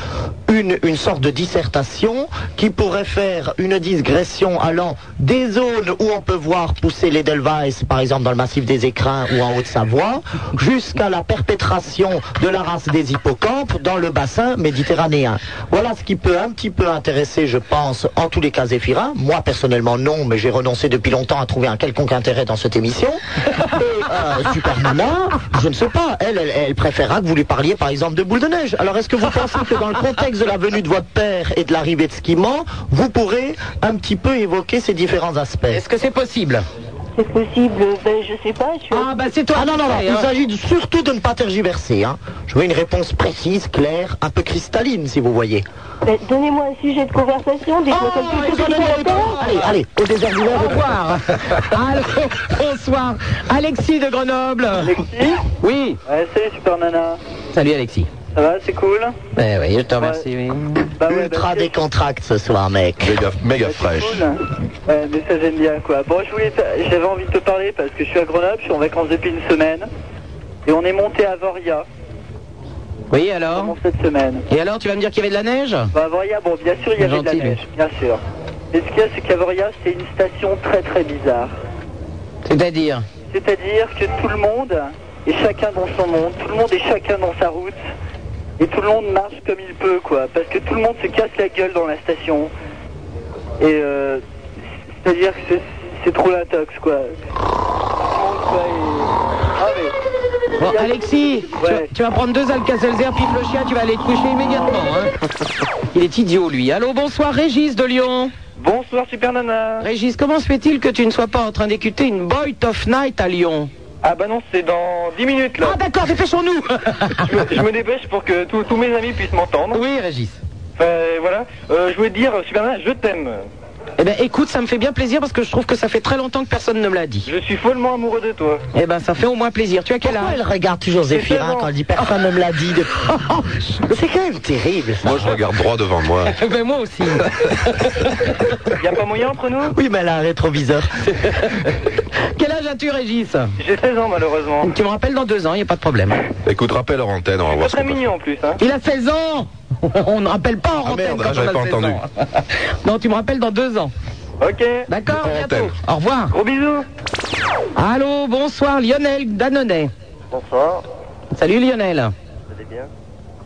S7: une, une sorte de dissertation qui pourrait faire une digression allant des zones où on peut voir pousser les Delvaes, par exemple dans le massif des Écrins ou en Haute-Savoie, jusqu'à la perpétration de la race des hippocampes dans le bassin méditerranéen. Voilà ce qui peut un petit peu intéresser, je pense, en tous les cas Zéphirin. Moi personnellement non, mais j'ai renoncé depuis longtemps à trouver un quelconque intérêt dans cette émission. Euh, Super Nana, je ne sais pas, elle, elle, elle préférera que vous lui parliez par exemple de boule de neige. Alors est-ce que vous pensez que dans le contexte de la venue de votre père et de l'arrivée de Skiman, vous pourrez un petit peu évoquer ces différents aspects
S4: Est-ce que c'est possible
S14: C'est possible, euh, ben, je sais pas, je suis.
S4: Ah, bah, c'est toi.
S7: Ah non, non, non,
S4: qui sais,
S7: il
S4: hein.
S7: s'agit de- surtout de ne pas tergiverser. Hein. Je veux une réponse précise, claire, un peu cristalline si vous voyez.
S14: Ben, Donnez-moi un sujet de conversation, dites-moi quelque chose qui m'intéresse.
S7: Allez, allez, au désert du Verre,
S4: Oh, Au revoir. *laughs* Allô, bonsoir. Alexis de Grenoble.
S9: Alexis
S4: Oui.
S9: Ouais, c'est Super Nana.
S4: Salut, Alexis.
S9: Ça va, c'est cool
S4: Eh oui, je te remercie, oui.
S9: Bah ouais, bah,
S7: ultra
S9: c'est- Bah,
S7: décontracte ce soir, mec.
S3: Méga, méga
S9: c'est
S3: fraîche.
S9: cool. hein. Ouais, mais ça j'aime bien quoi. Bon, je voulais, te- j'avais envie de te parler parce que je suis à Grenoble, je suis en vacances depuis une semaine. Et on est monté à Voria,
S4: Oui, alors
S9: pendant cette semaine.
S4: Et alors, tu vas me dire qu'il y avait de la neige
S9: Bah, à Voria, bon, bien sûr, il y avait de
S4: Gentil,
S9: la
S4: lui.
S9: neige, bien sûr. Mais ce qu'il y a, c'est qu'à Voria, c'est une station très très bizarre.
S4: C'est-à-dire
S9: C'est-à-dire que tout le monde est chacun dans son monde, tout le monde est chacun dans sa route, et tout le monde marche comme il peut, quoi. Parce que tout le monde se casse la gueule dans la station. Et euh, c'est-à-dire que c'est- c'est trop l'intox, quoi. Ah, mais-
S4: Bon, Alexis, tu-
S9: Ouais.
S4: tu, vas prendre deux Alka-Seltzer, puis le chien, tu vas aller te coucher immédiatement. hein. Il est idiot, lui. Allô, bonsoir, Régis de Lyon.
S9: Bonsoir Super Nana
S4: Régis, comment se fait-il que tu ne sois pas en train d'écouter une Boy of Night à Lyon
S9: Ah bah non, c'est dans 10 minutes là.
S4: Ah, d'accord, dépêchons-nous
S9: Je me- je me dépêche pour que tous tous mes amis puissent m'entendre.
S4: Oui, Régis.
S9: Enfin, voilà, Euh, je voulais te dire, Super Nana, je t'aime.
S4: Eh ben, écoute, ça me fait bien plaisir parce que je trouve que ça fait très longtemps que personne ne me l'a dit.
S9: Je suis follement amoureux de toi.
S4: Eh ben, ça fait au moins plaisir. Tu as quel
S7: Pourquoi
S4: âge
S7: elle regarde toujours Zéphirin
S9: bon.
S7: quand elle dit personne ne me l'a dit depuis
S9: *laughs*
S7: C'est quand même terrible ça.
S3: Moi, je regarde droit devant moi.
S4: Eh *laughs* ben, moi aussi.
S13: *laughs*
S9: Y a pas moyen entre nous
S7: Oui, mais elle a un rétroviseur.
S4: quel âge as-tu, Régis
S9: J'ai 16 ans malheureusement.
S4: Tu me rappelles dans deux ans, il n'y a pas de problème.
S3: Écoute, rappelle leur antenne, on va voir ce
S9: C'est
S3: qu'on
S9: très
S3: peut
S9: mignon en plus, hein.
S4: Il a 16 ans *laughs* On ne rappelle pas en
S3: Ah,
S4: antenne
S3: merde,
S4: quand
S3: ah, j'avais
S4: on a
S3: pas
S4: 16
S3: entendu.
S4: ans. *laughs* non, tu me rappelles dans deux ans.
S9: Ok.
S4: D'accord,
S3: Pas en
S4: à bientôt.
S3: antenne.
S4: Au revoir.
S9: Gros bisous.
S4: Allô, bonsoir, Lionel Danonnet.
S9: Bonsoir.
S4: Salut Lionel.
S9: Vous allez bien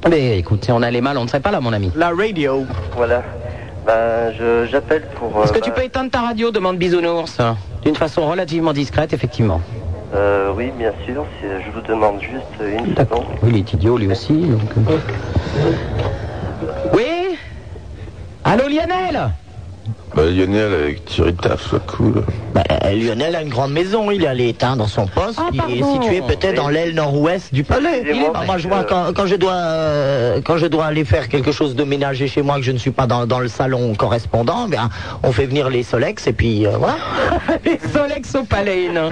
S4: Mais écoute, si on allait mal, on ne serait pas là, mon ami.
S15: La radio.
S13: Voilà. Bah, je- ben j'appelle pour. euh,
S4: Est-ce que tu peux éteindre ta radio demande Bisounours. D'une façon relativement discrète, effectivement.
S13: Euh, oui, bien sûr. si- Je vous demande juste
S4: *laughs*
S13: une seconde.
S4: Oui, il est idiot lui aussi, donc. euh. Oui Allô Lionel
S3: Bah, Lionel avec Thierry Taf, soit cool.
S7: Bah, euh, Lionel a une grande maison, il est allé éteindre son poste, il est
S4: pardon.
S7: situé peut-être dans l'aile nord-ouest du palais.
S4: Excusez-moi,
S7: Ah, moi, je vois
S4: euh,
S7: quand, quand je dois, euh, quand je dois aller faire quelque chose de ménager chez moi, que je ne suis pas dans, dans le salon correspondant, ben, on fait venir les Solex et puis euh, voilà.
S4: les Solex au palais, non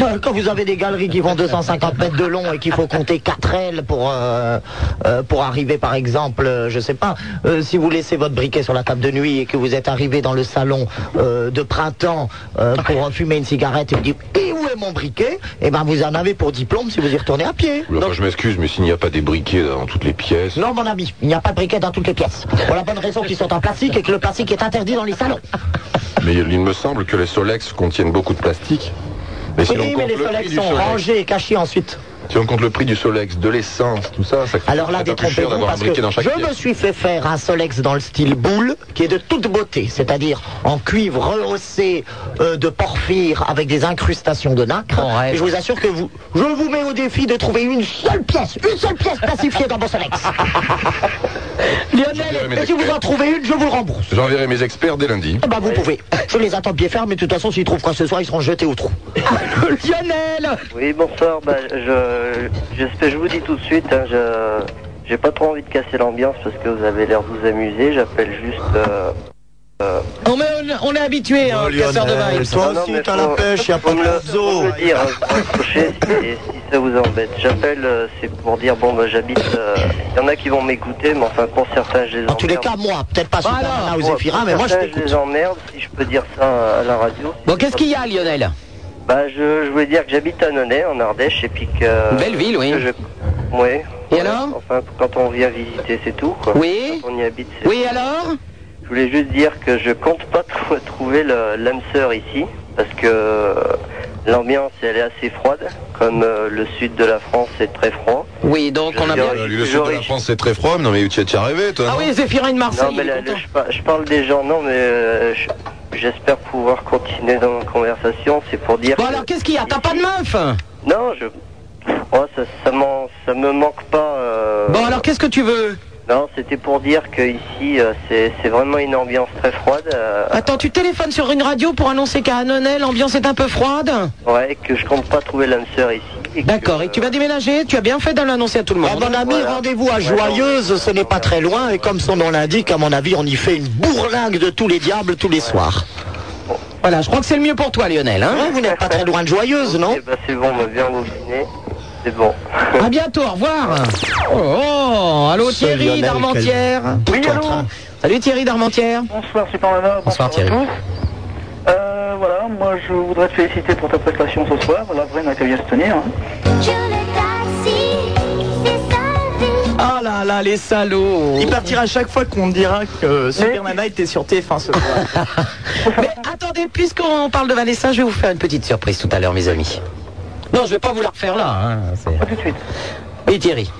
S7: Euh, Quand vous avez des galeries qui font 250 mètres de long et qu'il faut compter 4 ailes pour, euh, euh, pour arriver par exemple, euh, je sais pas, euh, si vous laissez votre briquet sur la table de nuit et que vous êtes arrivé dans le salon euh, de printemps euh, pour fumer une cigarette et vous dites « Et où est mon briquet ?» Eh ben vous en avez pour diplôme si vous y retournez à pied.
S3: Enfin, je m'excuse, mais s'il n'y a pas des briquets dans toutes les pièces.
S7: Non, mon ami, il n'y a pas de briquet dans toutes les pièces. Pour la bonne raison qu'ils sont en plastique et que le plastique est interdit dans les salons.
S3: Mais il me semble que les Solex contiennent beaucoup de plastique. Mais si,
S7: oui,
S3: on
S7: mais
S3: compte
S7: les
S3: le
S7: soleils
S3: prix du
S7: sont
S3: Solex,
S7: rangés et cachés ensuite.
S3: si on compte le prix du Solex, de l'essence, tout ça, ça coûte
S7: Alors là,
S3: pas plus cher
S7: détrompez-vous
S3: d'avoir un
S7: Ah, parce que
S3: briquet dans chaque
S7: je me
S3: pièce.
S7: suis fait faire un Solex dans le style boule, qui est de toute beauté, c'est-à-dire en cuivre rehaussé euh, de porphyre avec des incrustations de nacre. Et je vous assure que vous, je vous mets au défi de trouver une seule pièce, une seule pièce plastifiée dans
S3: *laughs*
S7: mon Solex.
S3: Ah, mes
S7: Lionel, si vous en
S3: experts.
S7: trouvez une, je vous le rembourse.
S3: J'enverrai mes experts dès lundi.
S7: Eh ben, vous pouvez. Je les attends pied ferme, mais de toute façon, s'ils trouvent quoi que ce soit, ils seront jetés au trou.
S4: Lionel
S13: Oui, bonsoir. Bah, je, je, ce que je vous dis tout de suite, hein, je, j'ai pas trop envie de casser l'ambiance parce que vous avez l'air de vous amuser. J'appelle juste. euh, euh,
S4: Non, mais on, on est habitué,
S7: Oh,
S13: Oh,
S4: hein, casseur de vibes.
S13: Non, non, mais faut- faut me le- faut me le dire, hein, faut me coucher si, si ça vous embête. J'appelle, euh, c'est pour dire, bon, bah, j'habite. euh, Il y en a qui vont m'écouter, mais enfin, pour certains, je les
S7: En tous les cas, moi, peut-être pas Super Nana ou Zéphira, mais moi, je
S13: je les emmerde, si je peux dire ça à la radio.
S4: Bon, qu'est-ce qu'il y a, Lionel
S13: Bah, je, je voulais dire que j'habite à Nonay, en Ardèche, et puis que.
S4: Belle ville, oui.
S13: que je- Oui.
S4: Et alors
S13: Enfin, quand on vient visiter, c'est tout, quoi.
S4: Oui.
S13: Quand on y habite, c'est
S4: Oui, alors
S13: je voulais juste dire que je compte pas tr- trouver le- l'âme sœur ici, parce que euh, l'ambiance elle est assez froide, comme euh, le sud de la France est très froid.
S4: Oui, donc on a bien.
S3: Euh, Le sud de la France, c'est très froid. mais Non, mais hein. tu as tu as rêvé, toi.
S7: Ah
S3: non
S4: Zéphirin de Marseille,
S13: Non, mais là, je, par- je parle des gens, non, mais euh, je- j'espère pouvoir continuer dans la conversation. C'est pour dire.
S4: Bon,
S13: que-
S4: alors qu'est-ce qu'il y a T'as pas de meuf
S13: Euh. Non, je. Oh, ça, ça, m'en- ça me manque pas. euh,
S4: Bon, alors qu'est-ce que tu veux
S13: Non, c'était pour dire que ici euh, c'est c'est vraiment une ambiance très froide. euh,
S4: Attends, tu téléphones sur une radio pour annoncer qu'à Annonay, l'ambiance est un peu froide
S13: Ouais, que je compte pas trouver l'âme sœur ici.
S4: D'accord, et tu vas déménager, tu as bien fait de l'annoncer à tout le
S13: Ah,
S4: monde.
S7: mon
S13: bah,
S7: ami, rendez-vous à Joyeuse, ce n'est pas très loin, et comme son nom l'indique, à mon avis, on y fait une bourlingue de tous les diables tous les soirs.
S4: Voilà, je crois que c'est le mieux pour toi, Lionel. Hein
S7: Ouais, vous n'êtes pas très loin de Joyeuse, non
S13: Eh ben, c'est bon, on va bien dîner. C'est bon.
S4: À bientôt, au revoir. Oh, allô
S13: Ce
S4: Thierry
S13: Lionel,
S4: d'Armentière.
S13: quel- Oui, allô
S4: Salut Thierry d'Armentière.
S13: Bonsoir Supermana,
S4: Bonsoir Thierry.
S13: Euh, voilà, moi je voudrais te féliciter pour ta prestation ce soir. La vraie n'a qu'à bien se hein. tenir.
S15: Ah là là, les salauds Il partira chaque fois qu'on dira que Super Nana était sur TF1 ce soir.
S4: *laughs* Mais attendez, puisqu'on parle de Vanessa, je vais vous faire une petite surprise tout à l'heure, mes amis. Non, je vais pas vous la refaire là. Hein. Pas
S13: tout de suite.
S4: Oui Thierry.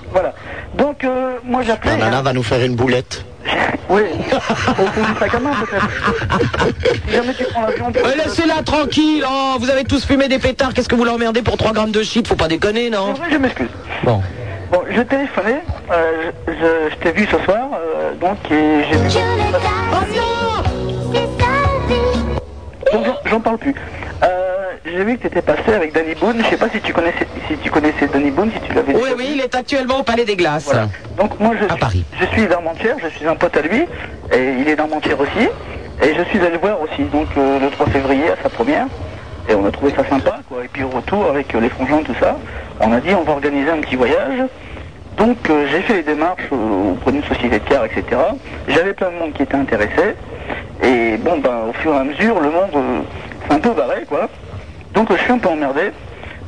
S13: Donc, euh, moi j'appelais.
S7: Nana va nous faire une boulette. *laughs*
S13: Oui, au fond du sac à
S4: *laughs*
S13: main peut-être. si jamais tu prends l'avion. pour-
S4: Euh, Laissez-la tranquille. Oh, vous avez tous fumé des pétards. Qu'est-ce que vous l'emmerdez pour 3 grammes de shit Faut pas déconner, non
S13: C'est vrai, je m'excuse.
S4: Bon.
S13: Bon, je téléphonais, euh, je, je- je t'ai vu ce soir, euh, donc et j'ai vu. Donc j'en- j'en parle plus. Euh, j'ai vu que t'étais passé avec Danny Boone, je sais pas si tu connaissais si tu connaissais Danny Boone, si tu l'avais
S4: Oui, oui, il est actuellement au Palais des Glaces.
S13: Donc moi je suis, je suis d'Armentière, je suis un pote à lui, et il est d'Armentière aussi, et je suis allé le voir aussi, donc euh, le 3 février à sa première, et on a trouvé ça sympa, quoi. Et puis au retour avec euh, les frangins, tout ça, on a dit on va organiser un petit voyage. Donc euh, j'ai fait les démarches euh, auprès d'une société de car, etc. J'avais plein de monde qui était intéressé, et bon ben au fur et à mesure le monde euh, s'est un peu barré quoi. Donc euh, je suis un peu emmerdé.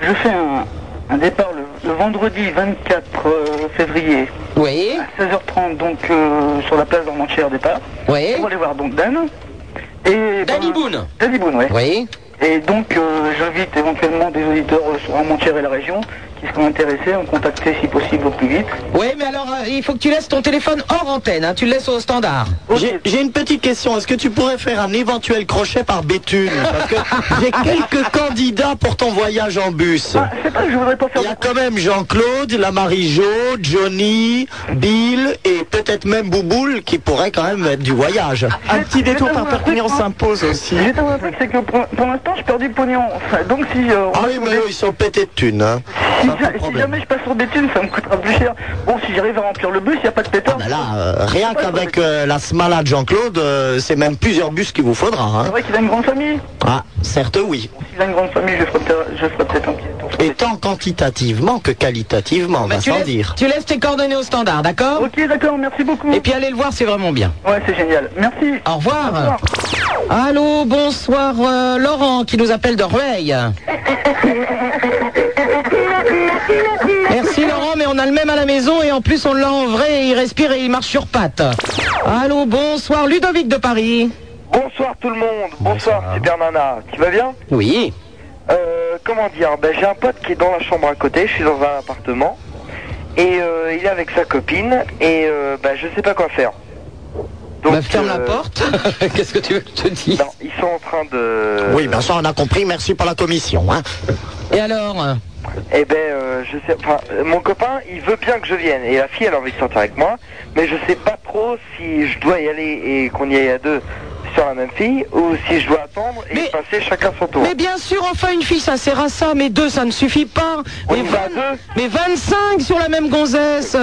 S13: Je fais un, un départ le, le vendredi 24 euh, février.
S4: Oui.
S13: À 16h30 donc euh, sur la place d'Armentière départ.
S4: Oui.
S13: Pour aller voir donc Dan. Et ben, Danny
S4: Boone.
S13: Danny Boone, ouais.
S4: Oui.
S13: Et donc euh, j'invite éventuellement des auditeurs euh, sur Armentière et la région qui sont intéressés ont contacté si possible au plus vite.
S4: Oui, mais alors euh, il faut que tu laisses ton téléphone hors antenne, hein, tu le laisses au standard.
S7: J'ai j'ai une petite question. Est-ce que tu pourrais faire un éventuel crochet par Béthune Parce que j'ai quelques candidats pour ton voyage en bus.
S13: Ah,
S7: Il y a quand même Jean-Claude, la Marie-Jo, Johnny, Bill et peut-être même Bouboule qui pourraient quand même être du voyage.
S15: Un petit détour par Perpignan s'impose aussi.
S13: Je vais t'avouer un truc, c'est que pour, pour l'instant, je perds du pognon. Enfin, donc si, euh,
S7: Ah oui, mais eux, ils sont pétés de thunes. hein.
S13: si, ja- si jamais je passe sur des thunes, ça me coûtera plus cher. Bon, si j'arrive à remplir le bus, il n'y a pas de pétard.
S7: Euh, rien qu'avec euh, la smala de Jean-Claude, euh, c'est même plusieurs bus qu'il vous faudra.
S13: C'est
S7: hein.
S13: vrai qu'il a une grande famille.
S7: Ah, certes, oui.
S13: S'il a une grande famille, je ferai peut-être je ferai peut-être un petit.
S7: Et tant quantitativement que qualitativement,
S13: Bah,
S7: on va
S4: tu,
S7: sans
S4: laisses,
S7: dire.
S4: tu laisses tes coordonnées au standard, d'accord
S13: Ok, d'accord, merci beaucoup.
S4: Et puis allez le voir, c'est vraiment bien.
S13: Ouais, c'est génial. Merci.
S4: Au revoir. Allô, bonsoir euh, Laurent qui nous appelle de Rueil. Merci Laurent, mais on a le même à la maison et en plus on l'a en vrai, et il respire et il marche sur pattes. Allô, bonsoir Ludovic de Paris.
S9: Bonsoir tout le monde, bonsoir Super Nana, tu vas bien
S4: Oui.
S9: Euh, comment dire ben, J'ai un pote qui est dans la chambre à côté, je suis dans un appartement, et euh, il est avec sa copine, et euh, ben, je sais pas quoi faire. Donc, ferme la porte
S4: *laughs* Qu'est-ce que tu veux que je te dise
S9: Non, ils sont en train de...
S7: Oui, ben ça on a compris, merci pour la commission. hein.
S4: Et alors
S9: Eh ben, euh, je sais. Enfin, euh, mon copain, il veut bien que je vienne. Et la fille, elle a envie de sortir avec moi. Mais je sais pas trop si je dois y aller et qu'on y aille à deux sur la même fille ou si je dois attendre et passer chacun son tour.
S4: Mais bien sûr, enfin une fille, ça sert à ça, mais deux, ça ne suffit pas. Mais, vingt- mais 25 sur la même gonzesse.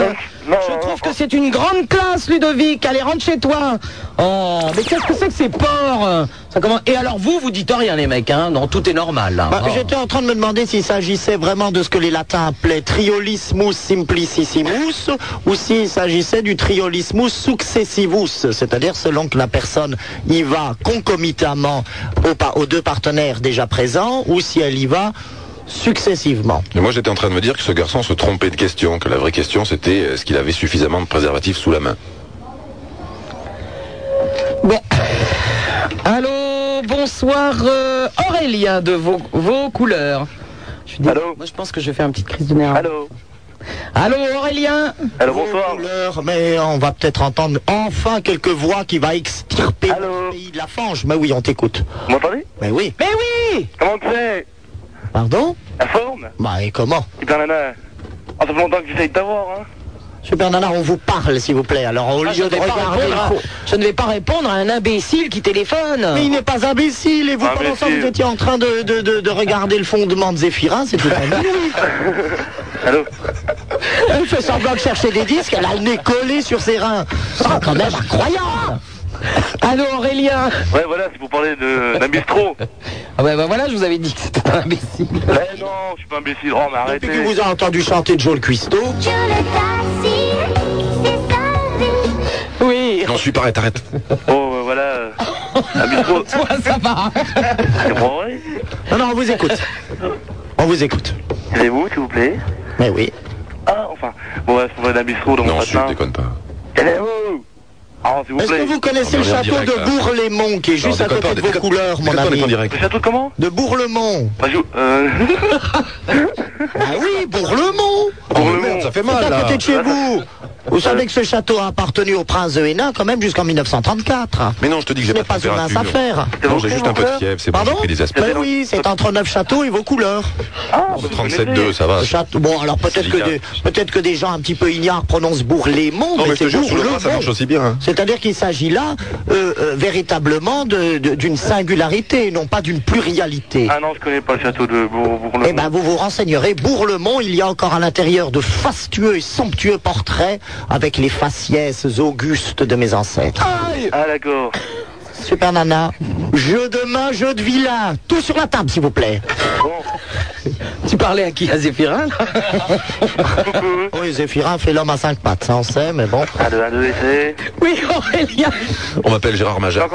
S4: Je trouve que c'est une grande classe, Ludovic. Allez, rentre chez toi. Oh, mais qu'est-ce que c'est que ces porcs euh ça commence... Et alors vous, vous dites rien, les mecs. Hein non, tout est normal. Là.
S7: Bah,
S4: Oh.
S7: J'étais en train de me demander s'il s'agissait vraiment de ce que les latins appelaient triolismus simplicissimus ou s'il s'agissait du triolismus successivus, c'est-à-dire selon que la personne y va concomitamment aux, pa- aux deux partenaires déjà présents ou si elle y va successivement.
S3: Et moi, j'étais en train de me dire que ce garçon se trompait de question, que la vraie question, c'était euh, est-ce qu'il avait suffisamment de préservatifs sous la main
S4: Bon. Allô, bonsoir euh, Aurélien de vos, vos couleurs. Je suis désolé. Moi, je pense que je vais faire une petite crise de nerfs.
S9: Allô
S4: Allô Aurélien
S9: Allô,
S7: bonsoir. mais on va peut-être entendre enfin quelques voix qui va extirper le pays de la fange. Mais oui, on t'écoute.
S9: Vous m'entendez
S7: Mais oui.
S4: Mais oui
S9: Comment que c'est
S7: Pardon
S9: La forme
S7: Bah et comment
S9: Super Nana Ah, ça fait longtemps que j'essaye de t'avoir, hein
S7: Super Nana, on vous parle s'il vous plaît. Alors au
S4: Ah,
S7: lieu
S4: je, ne
S7: de
S4: vais pas
S7: regarder...
S4: répondre Ah. à-
S7: faut-
S4: je ne vais pas répondre à un imbécile qui téléphone.
S7: Mais il n'est pas imbécile et vous
S9: Ah,
S7: pendant ça vous étiez en train de, de- de- de regarder le fondement de Zéphirin, c'est tout
S9: *laughs*
S7: à fait
S9: Allô
S7: Elle fait semblant de chercher des disques, elle a le nez collé sur ses reins. Ah, C'est quand même incroyable
S4: Allô Aurélien
S9: Ouais, voilà, c'est pour parler de-
S4: *laughs*
S9: d'un bistrot.
S4: Ah ouais, bah voilà, je vous avais dit que c'était un imbécile.
S9: Eh non, je suis pas imbécile, oh, mais arrêtez.
S7: Tu vous as entendu chanter Joe le Cuistot
S4: Oui.
S3: Non, je suis pas, arrête, arrête.
S9: Oh, voilà. euh, un bistrot.
S4: ça va.
S9: C'est pour vrai
S7: Non, non, on vous écoute. On vous écoute.
S9: C'est vous, s'il vous plaît
S7: Mais oui.
S9: Ah, enfin. Bon, ouais, c'est pour parler d'un bistrot, donc. Non, je déconne
S3: pas.
S9: Allez, vous Ah, oh, s'il vous plaît.
S7: Est-ce que vous connaissez le château de Bourlémont qui est juste à côté de vos couleurs, mon ami
S9: Le château de comment
S7: De Bourlemont.
S9: Bah, je- euh,
S7: Ah oui, Bourlemont
S3: Bourlemont, ça fait mal
S7: C'est à
S3: là.
S7: côté de chez vous. Vous savez que ce château a appartenu au prince de Hénin quand même jusqu'en 1934.
S3: Ah. Mais non, je te dis que
S7: Ce
S3: j'ai
S7: n'est
S3: pas
S7: pas
S3: de
S7: une mince
S3: température.
S7: affaire.
S3: Non, j'ai juste un peu de fièvre, c'est bon,
S7: Pardon
S3: j'ai pris des aspirines.
S7: Ben oui, c'est entre 9 châteaux et vos couleurs. Ah,
S3: 37,2, ça va.
S7: Château... Bon, alors peut-être
S3: C'est
S7: que,
S3: délicat.
S7: des... peut-être que des gens un petit peu ignares prononcent Bourlémont,
S3: Non, mais
S7: mais
S3: je te
S7: c'est
S3: jure, sous le bras,
S7: Bourlemont.
S3: ça marche aussi bien. hein.
S7: C'est-à-dire qu'il s'agit là euh, euh, véritablement de- de- d'une singularité, et non pas d'une pluralité.
S9: Ah non, je connais pas le château de Bour- Bourlemont.
S7: Eh ben, vous vous renseignerez. Bourlemont, il y a encore à l'intérieur de fastueux et somptueux portraits avec les faciès augustes de mes ancêtres.
S9: Ah, d'accord.
S7: Super Nana, jeu de main, jeu de vilain, tout sur la table, s'il vous plaît.
S4: Tu parlais à qui À Zéphirin
S3: *laughs*
S7: Oui, Zéphirin fait l'homme à cinq pattes, ça on sait, mais bon.
S9: À deux, à deux, essayez.
S4: *laughs* Oui, Aurélien.
S3: On m'appelle Gérard Major.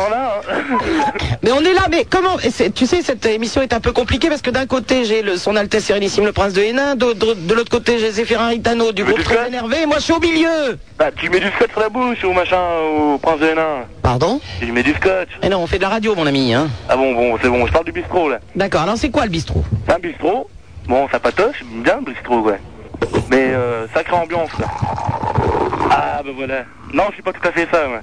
S4: Mais on est là, mais comment et c'est- Tu sais, cette émission est un peu compliquée parce que d'un côté, j'ai le- son Altesse Sérénissime, le Prince de Hénin, de, de- de l'autre côté, j'ai Zéphirin Ritano du groupe Très Énervé, et moi je suis au milieu
S9: Bah, tu mets du scotch sur la bouche ou machin, au prince de Hénin.
S7: Pardon
S9: Tu mets du scotch.
S7: Eh
S4: Et non, on fait de la radio, mon ami, hein
S9: Ah bon, bon, c'est bon, je parle du bistrot, là.
S4: D'accord, alors c'est quoi le bistrot
S9: C'est un bistrot Bon, ça patoche, bien, bistrot, ouais. Mais euh, sacrée ambiance, là. Ah, bah voilà. Non, je suis pas tout à fait ça, moi.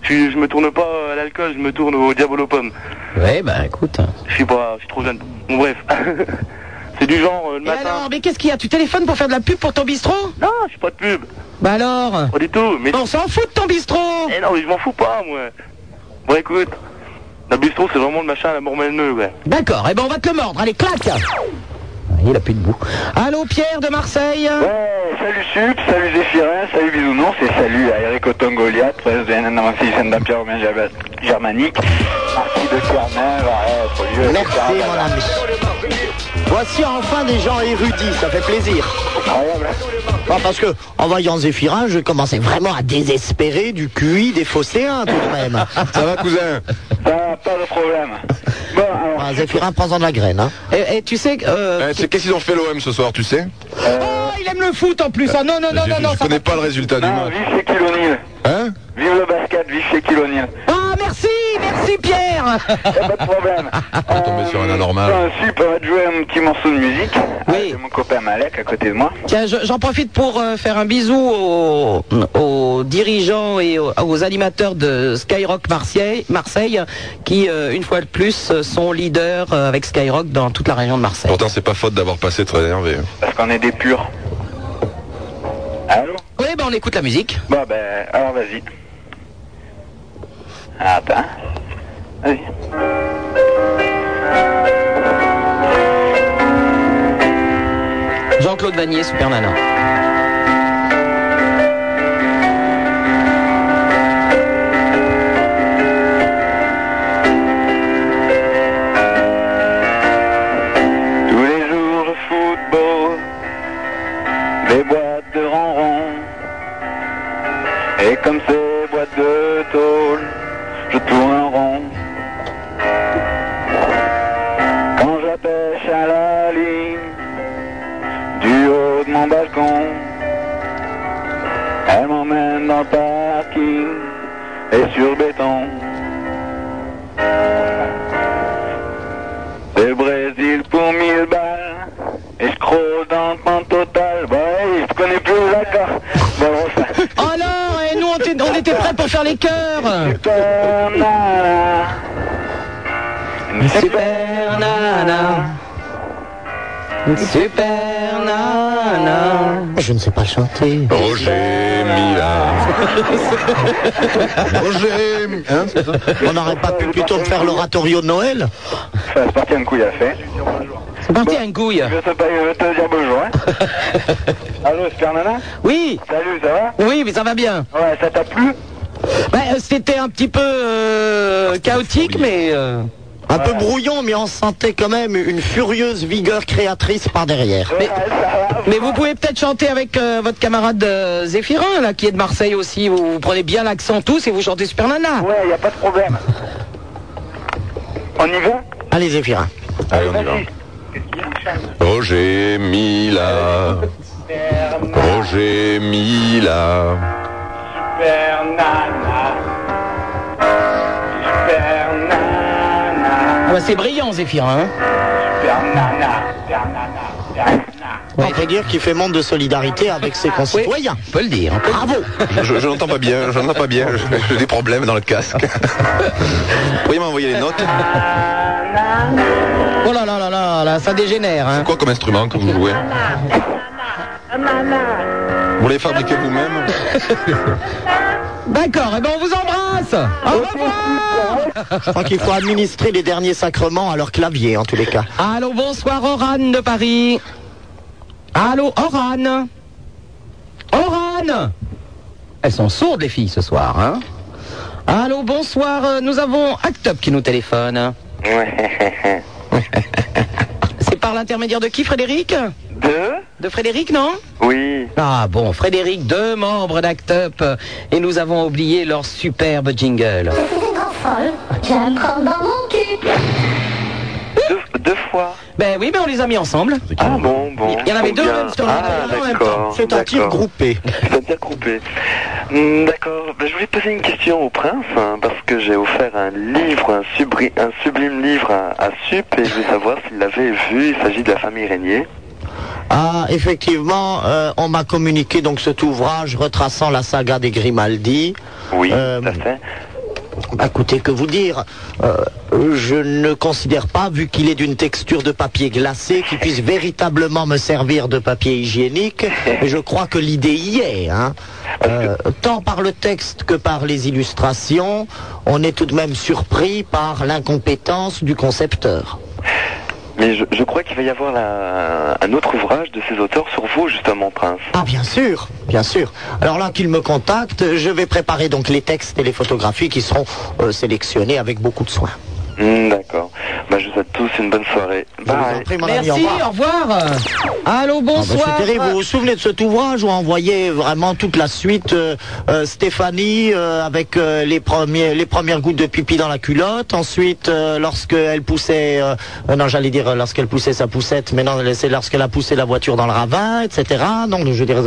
S9: Je, suis- je me tourne pas à l'alcool, je me tourne au diabolo pomme.
S4: Ouais, bah écoute.
S9: Je suis pas, je suis trop jeune. Bon, bref. *laughs* C'est du genre, euh, le matin,
S4: Alors, mais qu'est-ce qu'il y a Tu téléphones pour faire de la pub pour ton bistrot
S9: Non, je suis pas de pub.
S4: Bah alors
S9: Pas du tout, mais...
S4: On s'en fout de ton bistrot
S9: Eh non, mais je m'en fous pas, moi. Bon, écoute. La bistrot, c'est vraiment le machin à la mormelle-neu, ouais.
S4: D'accord, et ben on va te le mordre, allez, claque Ah, Il a plus de bout. Allô, Pierre de Marseille
S16: Salut Sup, salut Zéphirin, salut Bisounours et salut à Eric Oton Goliath, président de Nancy Saint-Pierre Romain Jabet, Germanique, Marquis de Carmen, Varès, Olivier,
S7: Merci,
S16: etc.
S7: mon ami. Voici enfin des gens érudits, ça fait plaisir. Ah, parce que, en voyant Zéphirin, je commençais vraiment à désespérer du QI des phocéens, tout de même.
S16: Ça va, cousin Bah,
S7: Ça pas de problème. Bon, alors... Bah, Zéphirin, prends-en de la graine, hein.
S4: Et, tu sais que...
S7: Euh,
S3: Eh, c'est qu'est-ce qu'ils ont fait l'OM ce soir, tu sais
S4: Oh, il aime le foot en plus ah, Non, non, non,
S3: Je-
S4: non, non
S3: Je connais pas le résultat
S16: Ah,
S3: du match. Hein
S16: Vive le basket, vive chez Kilonil.
S4: Ah, merci, merci Pierre
S16: Pas de problème.
S3: On est tombé sur un anormal.
S16: Enfin, Sup, on va te jouer un petit morceau de musique. Oui. J'ai Ah, mon copain Malek à côté de moi.
S4: Tiens, je- j'en profite pour euh, faire un bisou aux, aux dirigeants et aux, aux animateurs de Skyrock Marseille, Marseille qui, euh, une fois de plus, euh, sont leaders euh, avec Skyrock dans toute la région de Marseille.
S3: Pourtant, c'est pas faute d'avoir passé très énervé. hein.
S16: Parce qu'on est des purs. Allô
S4: Oui, ben on écoute la musique.
S16: Bah, ben, alors vas-y. Attends. Vas-y.
S4: Jean-Claude Vanier, Super Nana.
S16: Tous les jours de football, des boîtes de ronron. Et comme ces boîtes de tôle, je tourne en rond. Quand j'appêche à la ligne, du haut de mon balcon, elle m'emmène dans le parking et sur le béton. Le Brésil pour 1000 balles. Et je crois dans le pan total. Bah ouais, je connais plus l'accord. Bon, ça.
S4: Alors, Ah, et nous on, était- on était prêts pour faire les cœurs
S16: Super nana.
S4: Une super nana. Une super nana.
S7: Je ne sais pas chanter.
S3: Roger
S16: *laughs*
S3: Mila. Roger
S7: On n'aurait pas pu plutôt faire l'oratorio de Noël
S16: Ça, c'est parti un couille à faire.
S4: C'est parti un couille.
S16: Je vais te, je vais te dire bonjour.
S4: *laughs*
S16: Hein. Allô, super nana
S4: Oui
S16: Salut, ça va
S4: Oui, mais ça va bien.
S16: Ouais, ça t'a plu
S4: bah, euh, C'était un petit peu
S16: Ah,
S4: euh, chaotique, mais... euh,
S7: Un peu brouillon, mais on sentait quand même une furieuse vigueur créatrice par derrière.
S4: Mais, mais vous pouvez peut-être chanter avec euh, votre camarade euh, Zéphirin, là, qui est de Marseille aussi. Vous, vous prenez bien l'accent tous et vous chantez Super Nana.
S16: Ouais, il n'y a pas de problème. On y va
S7: Allez, Zéphirin.
S3: Allez, on y va. Roger Mila. Roger Mila.
S16: Super nana. Super nana.
S4: Ah bah, c'est brillant, Zéphirin. hein.
S16: Super nana. Super nana. Super nana.
S7: On peut dire qu'il fait montre de solidarité avec
S4: *laughs*
S7: ses concitoyens.
S4: On peut le dire.
S7: Bravo
S3: Je, je n'entends pas bien, je n'entends pas bien, Je- j'ai des problèmes dans le casque. Vous pourriez m'envoyer les notes
S16: Ah,
S4: Oh là là là là, là ça dégénère. Hein.
S3: C'est quoi comme instrument que vous jouez Vous les fabriquez vous-même
S4: D'accord, et ben on vous embrasse. Au revoir.
S7: Je crois qu'il faut administrer les derniers sacrements à leur clavier, en tous les cas.
S4: Allô, bonsoir, Orane de Paris. Allô, Orane. Orane. Elles sont sourdes, les filles, ce soir. Hein Allô, bonsoir. euh, Nous avons Act Up qui nous téléphone.
S9: Ouais.
S4: C'est par l'intermédiaire de qui, Frédéric
S9: Deux
S4: De Frédéric, non
S9: Oui.
S4: Ah bon, Frédéric, deux membres d'Act Up. Et nous avons oublié leur superbe jingle.
S5: J'ai un cran dans mon cul.
S9: Deux fois.
S4: Ben oui, mais on les a mis ensemble.
S9: Ah bon, bon.
S4: Il y en avait deux
S9: Combien
S4: même, je te le
S9: Ah,
S4: rappelle, en même temps.
S9: d'accord.
S4: C'est un tir
S5: *laughs*
S9: d'accord.
S7: groupé.
S9: C'est un tir groupé. Hmm, D'accord. Ben, je voulais poser une question au prince, hein, parce que j'ai offert un livre, un, subri- un sublime livre à, à Sup, et je voulais savoir s'il l'avait vu. Il s'agit de la famille Régnier.
S7: Ah, effectivement, euh, on m'a communiqué donc cet ouvrage retraçant la saga des Grimaldi. Euh,
S5: Oui,
S7: Bah, écoutez, que vous dire Euh, Je ne considère pas, vu qu'il est d'une texture de papier glacé, qu'il puisse véritablement me servir de papier hygiénique. Mais je crois que l'idée y est. hein. Euh, tant par le texte que par les illustrations, on est tout de même surpris par l'incompétence du concepteur.
S5: Mais je, je crois qu'il va y avoir la- un autre ouvrage de ces auteurs sur vous, justement, Prince.
S7: Ah, bien sûr, bien sûr. Alors là qu'il me contacte, je vais préparer donc les textes et les photographies qui seront euh, sélectionnés avec beaucoup de soin.
S5: Hmm, D'accord. Bah, je vous souhaite tous une bonne soirée. Bye. *laughs*
S4: Merci, au revoir. Allô,
S7: Ah bah,
S4: bonsoir.
S7: c'est terrible. Vous vous souvenez de cet ouvrage où on voyait vraiment toute la suite euh, euh, Stéphanie euh, avec euh, les, premiers, les premières gouttes de pipi dans la culotte. Ensuite, euh, lorsqu'elle poussait, euh, euh, non, j'allais dire euh, lorsqu'elle poussait sa poussette, mais non, c'est lorsqu'elle a poussé la voiture dans le ravin, etc. Donc, je veux dire,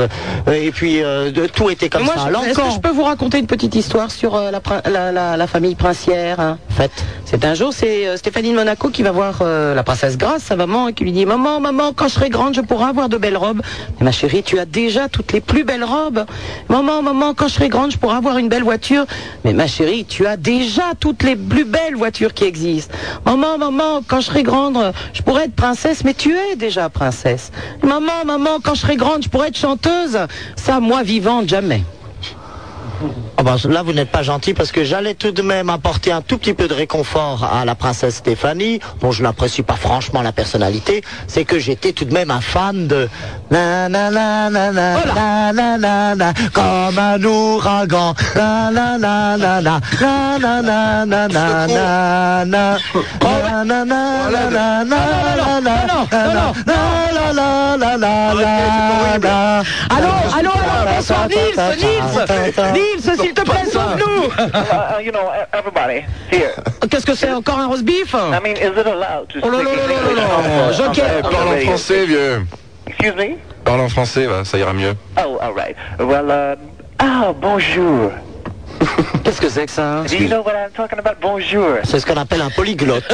S7: euh, et puis euh, de, tout était comme
S4: Moi,
S7: ça.
S4: je-
S7: Alors,
S4: est-ce que je peux vous raconter une petite histoire sur euh, la, prin- la- la- la famille princière hein C'est un jour, c'est euh, Stéphanie de Monaco qui va voir euh, la princesse Grace, sa maman, et qui lui dit Maman, maman, quand je serai grande, je pourrai avoir de belles robes. Mais ma chérie, tu as déjà toutes les plus belles robes. Maman, maman, quand je serai grande, je pourrai avoir une belle voiture. Mais ma chérie, tu as déjà toutes les plus belles voitures qui existent. Maman, maman, quand je serai grande, euh, je pourrai être princesse, mais tu es déjà princesse. Maman, maman, quand je serai grande, je pourrai être chanteuse. Ça, moi vivante, jamais.
S7: Ah bah, là, vous n'êtes pas gentil parce que j'allais tout de même apporter un tout petit peu de réconfort à la princesse Stéphanie, dont je n'apprécie pas franchement la personnalité. C'est que j'étais tout de même un fan de. Na, na, na, na, na, na, na, na, na, comme un ouragan. Na, na, na, na, na, na, na, na, na, na, na, na. Na, na, na, na, na, na, na, na, na, na, na, na, na, na, na.
S4: Allô, allô, allô, bonsoir Nils, Nils, Nils, s'il te plaît, sauve-nous Qu'est-ce que c'est encore un roast beef Oh là là là là là là,
S3: Eh,
S4: Joker
S3: parle en français, vieux.
S5: Excuse me?
S3: Parle en français, va, ça ira mieux.
S5: Oh, all right. Well, uh, ah, bonjour.
S4: *laughs* Qu'est-ce que c'est que ça
S5: Do you know what I'm talking about? Bonjour.
S7: C'est ce qu'on appelle un polyglotte.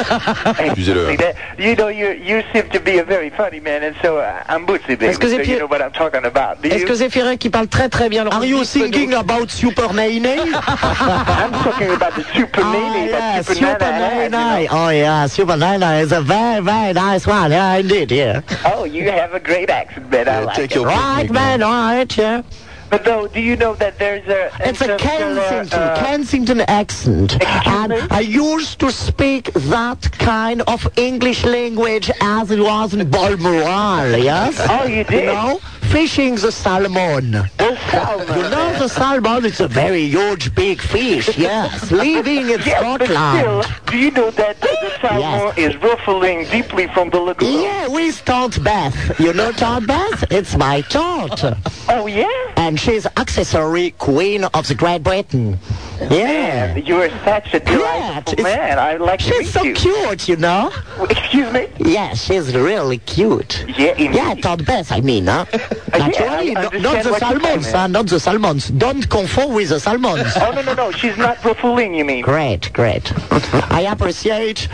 S5: Excuse me, that- You know, you, you seem to be a very funny man, and so uh, I'm Bootsy, baby.
S4: Est-ce que
S5: so
S4: Zéphi-
S5: you know what I'm talking about.
S4: *laughs*
S5: Do
S4: Est-ce
S5: you?
S4: que Zéphirin qui parle très très bien le Are you thinking
S7: about Super Nay
S4: *laughs*
S7: Nay
S5: I'm talking about the super lady,
S7: Yeah,
S5: that super,
S7: Super
S5: nana
S7: Nine
S5: had, you
S7: Nine. Oh yeah, Super Nine Nine is a very very nice one. Yeah, indeed. Yeah.
S5: Oh, you have a great accent, man. I like
S7: take
S5: it.
S7: your pick, Right, Nick. man, all right, yeah.
S5: But though, do you know that there's a...
S7: It's a Kensington,
S5: uh,
S7: Kensington accent, and I used to speak that kind of English language as it was in Balmoral. *laughs* Yes.
S5: Oh, you did?
S7: You know, fishing the salmon. The
S5: salmon.
S7: You know the salmon? It's a very huge, big fish.
S5: *laughs*
S7: Yes, living in
S5: Yes, but
S7: Scotland.
S5: still, do you know
S7: *gasps*
S5: that the salmon is ruffling deeply from the lagoon?
S7: Yeah, we start Beth. You know Tart Beth? It's my tart.
S5: Oh yeah?
S7: And she's accessory queen of the Great Britain. Yeah.
S5: Man, you are such a delightful Oh, man. I'd like to meet
S7: She's so
S5: you.
S7: cute, you know?
S5: Excuse me?
S7: Yeah, she's really cute.
S5: Yeah, indeed.
S7: yeah, Tart Beth, I mean,
S5: *laughs*
S7: huh? Naturally,
S5: I
S7: no-
S5: understand
S7: not the
S5: what you mean,
S7: salmons,
S5: man.
S7: huh? Not the salmons. Don't conform with the salmons.
S5: oh no no no, she's not ruffling you mean.
S7: Great, great. I appreciate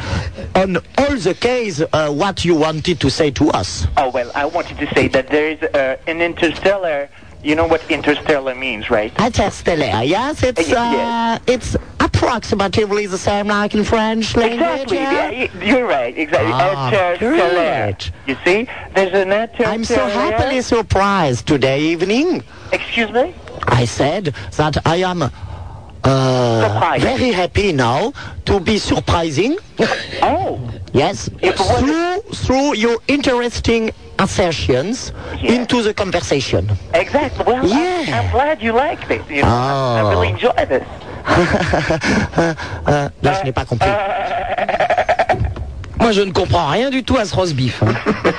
S7: on all the case uh, what you wanted to say to us.
S5: Oh well, I wanted to say that there is uh, an interstellar. You know what interstellar means, right?
S7: Interstellar, Ah, yes, it's uh, it's approximately the same like in French language.
S5: Exactly.
S7: yeah?
S5: yeah, y- you're right. Exactly.
S7: Ah,
S5: interstellar. You see, there's an interstellar.
S7: I'm so happily surprised today evening.
S5: Excuse me.
S7: I said that I am uh,
S5: Surprised.
S7: very happy now to be surprising.
S5: oh.
S7: Yes. Through through your interesting assertions into the conversation. *laughs*
S5: Exactly. Well, I'm- I'm, glad you like this. You know, I-
S7: Oh.
S5: I really enjoy this.
S7: Euh, là, je n'ai pas compris.
S4: Moi, je ne comprends rien du tout à ce roast beef. hein.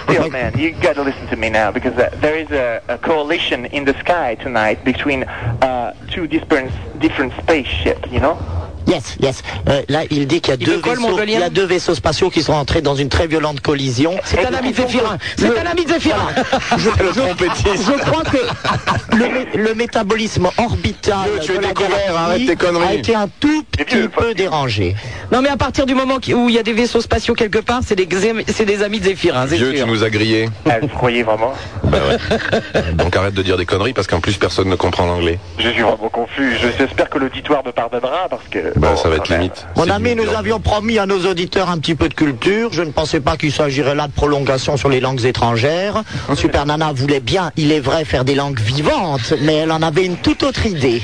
S7: *laughs*
S5: Still, man, you got to listen to me now because uh, there is a, a coalition in the sky tonight between uh, two different different spaceship. You know.
S7: Yes, yes. Euh, là, il dit qu'il y, a
S4: Il
S7: deux
S4: veut quoi, le
S7: vaisseaux-
S4: mongolien
S7: il y a deux vaisseaux spatiaux qui sont entrés dans une très violente collision.
S4: C'est un ami de Zéphirin. C'est un ami de Zéphirin.
S7: *laughs* Je, je crois que *laughs* le, mé- le métabolisme orbital
S4: Dieu, tu
S7: de
S4: es
S7: la
S4: découvert,
S7: galaxie
S4: arrête tes conneries.
S7: a été un tout petit peu dérangé.
S4: Non, mais à partir du moment qui- où il y a des vaisseaux spatiaux quelque part, c'est des, xé- c'est des amis de Zéphirin. c'est
S3: Dieu,
S4: sûr.
S3: tu nous as grillés.
S9: Ah, vous croyez vraiment
S3: Bah ouais. Donc arrête de dire des conneries parce qu'en plus personne ne comprend l'anglais.
S9: Je suis vraiment confus. Je- J'espère que l'auditoire me pardonnera parce que.
S3: Bah ça va être limite.
S7: Mon ami, nous avions promis à nos auditeurs un petit peu de culture. Je ne pensais pas qu'il s'agirait là de prolongation sur les langues étrangères. Super Nana voulait bien, il est vrai, faire des langues vivantes, mais elle en avait une toute autre
S9: *laughs*
S7: idée.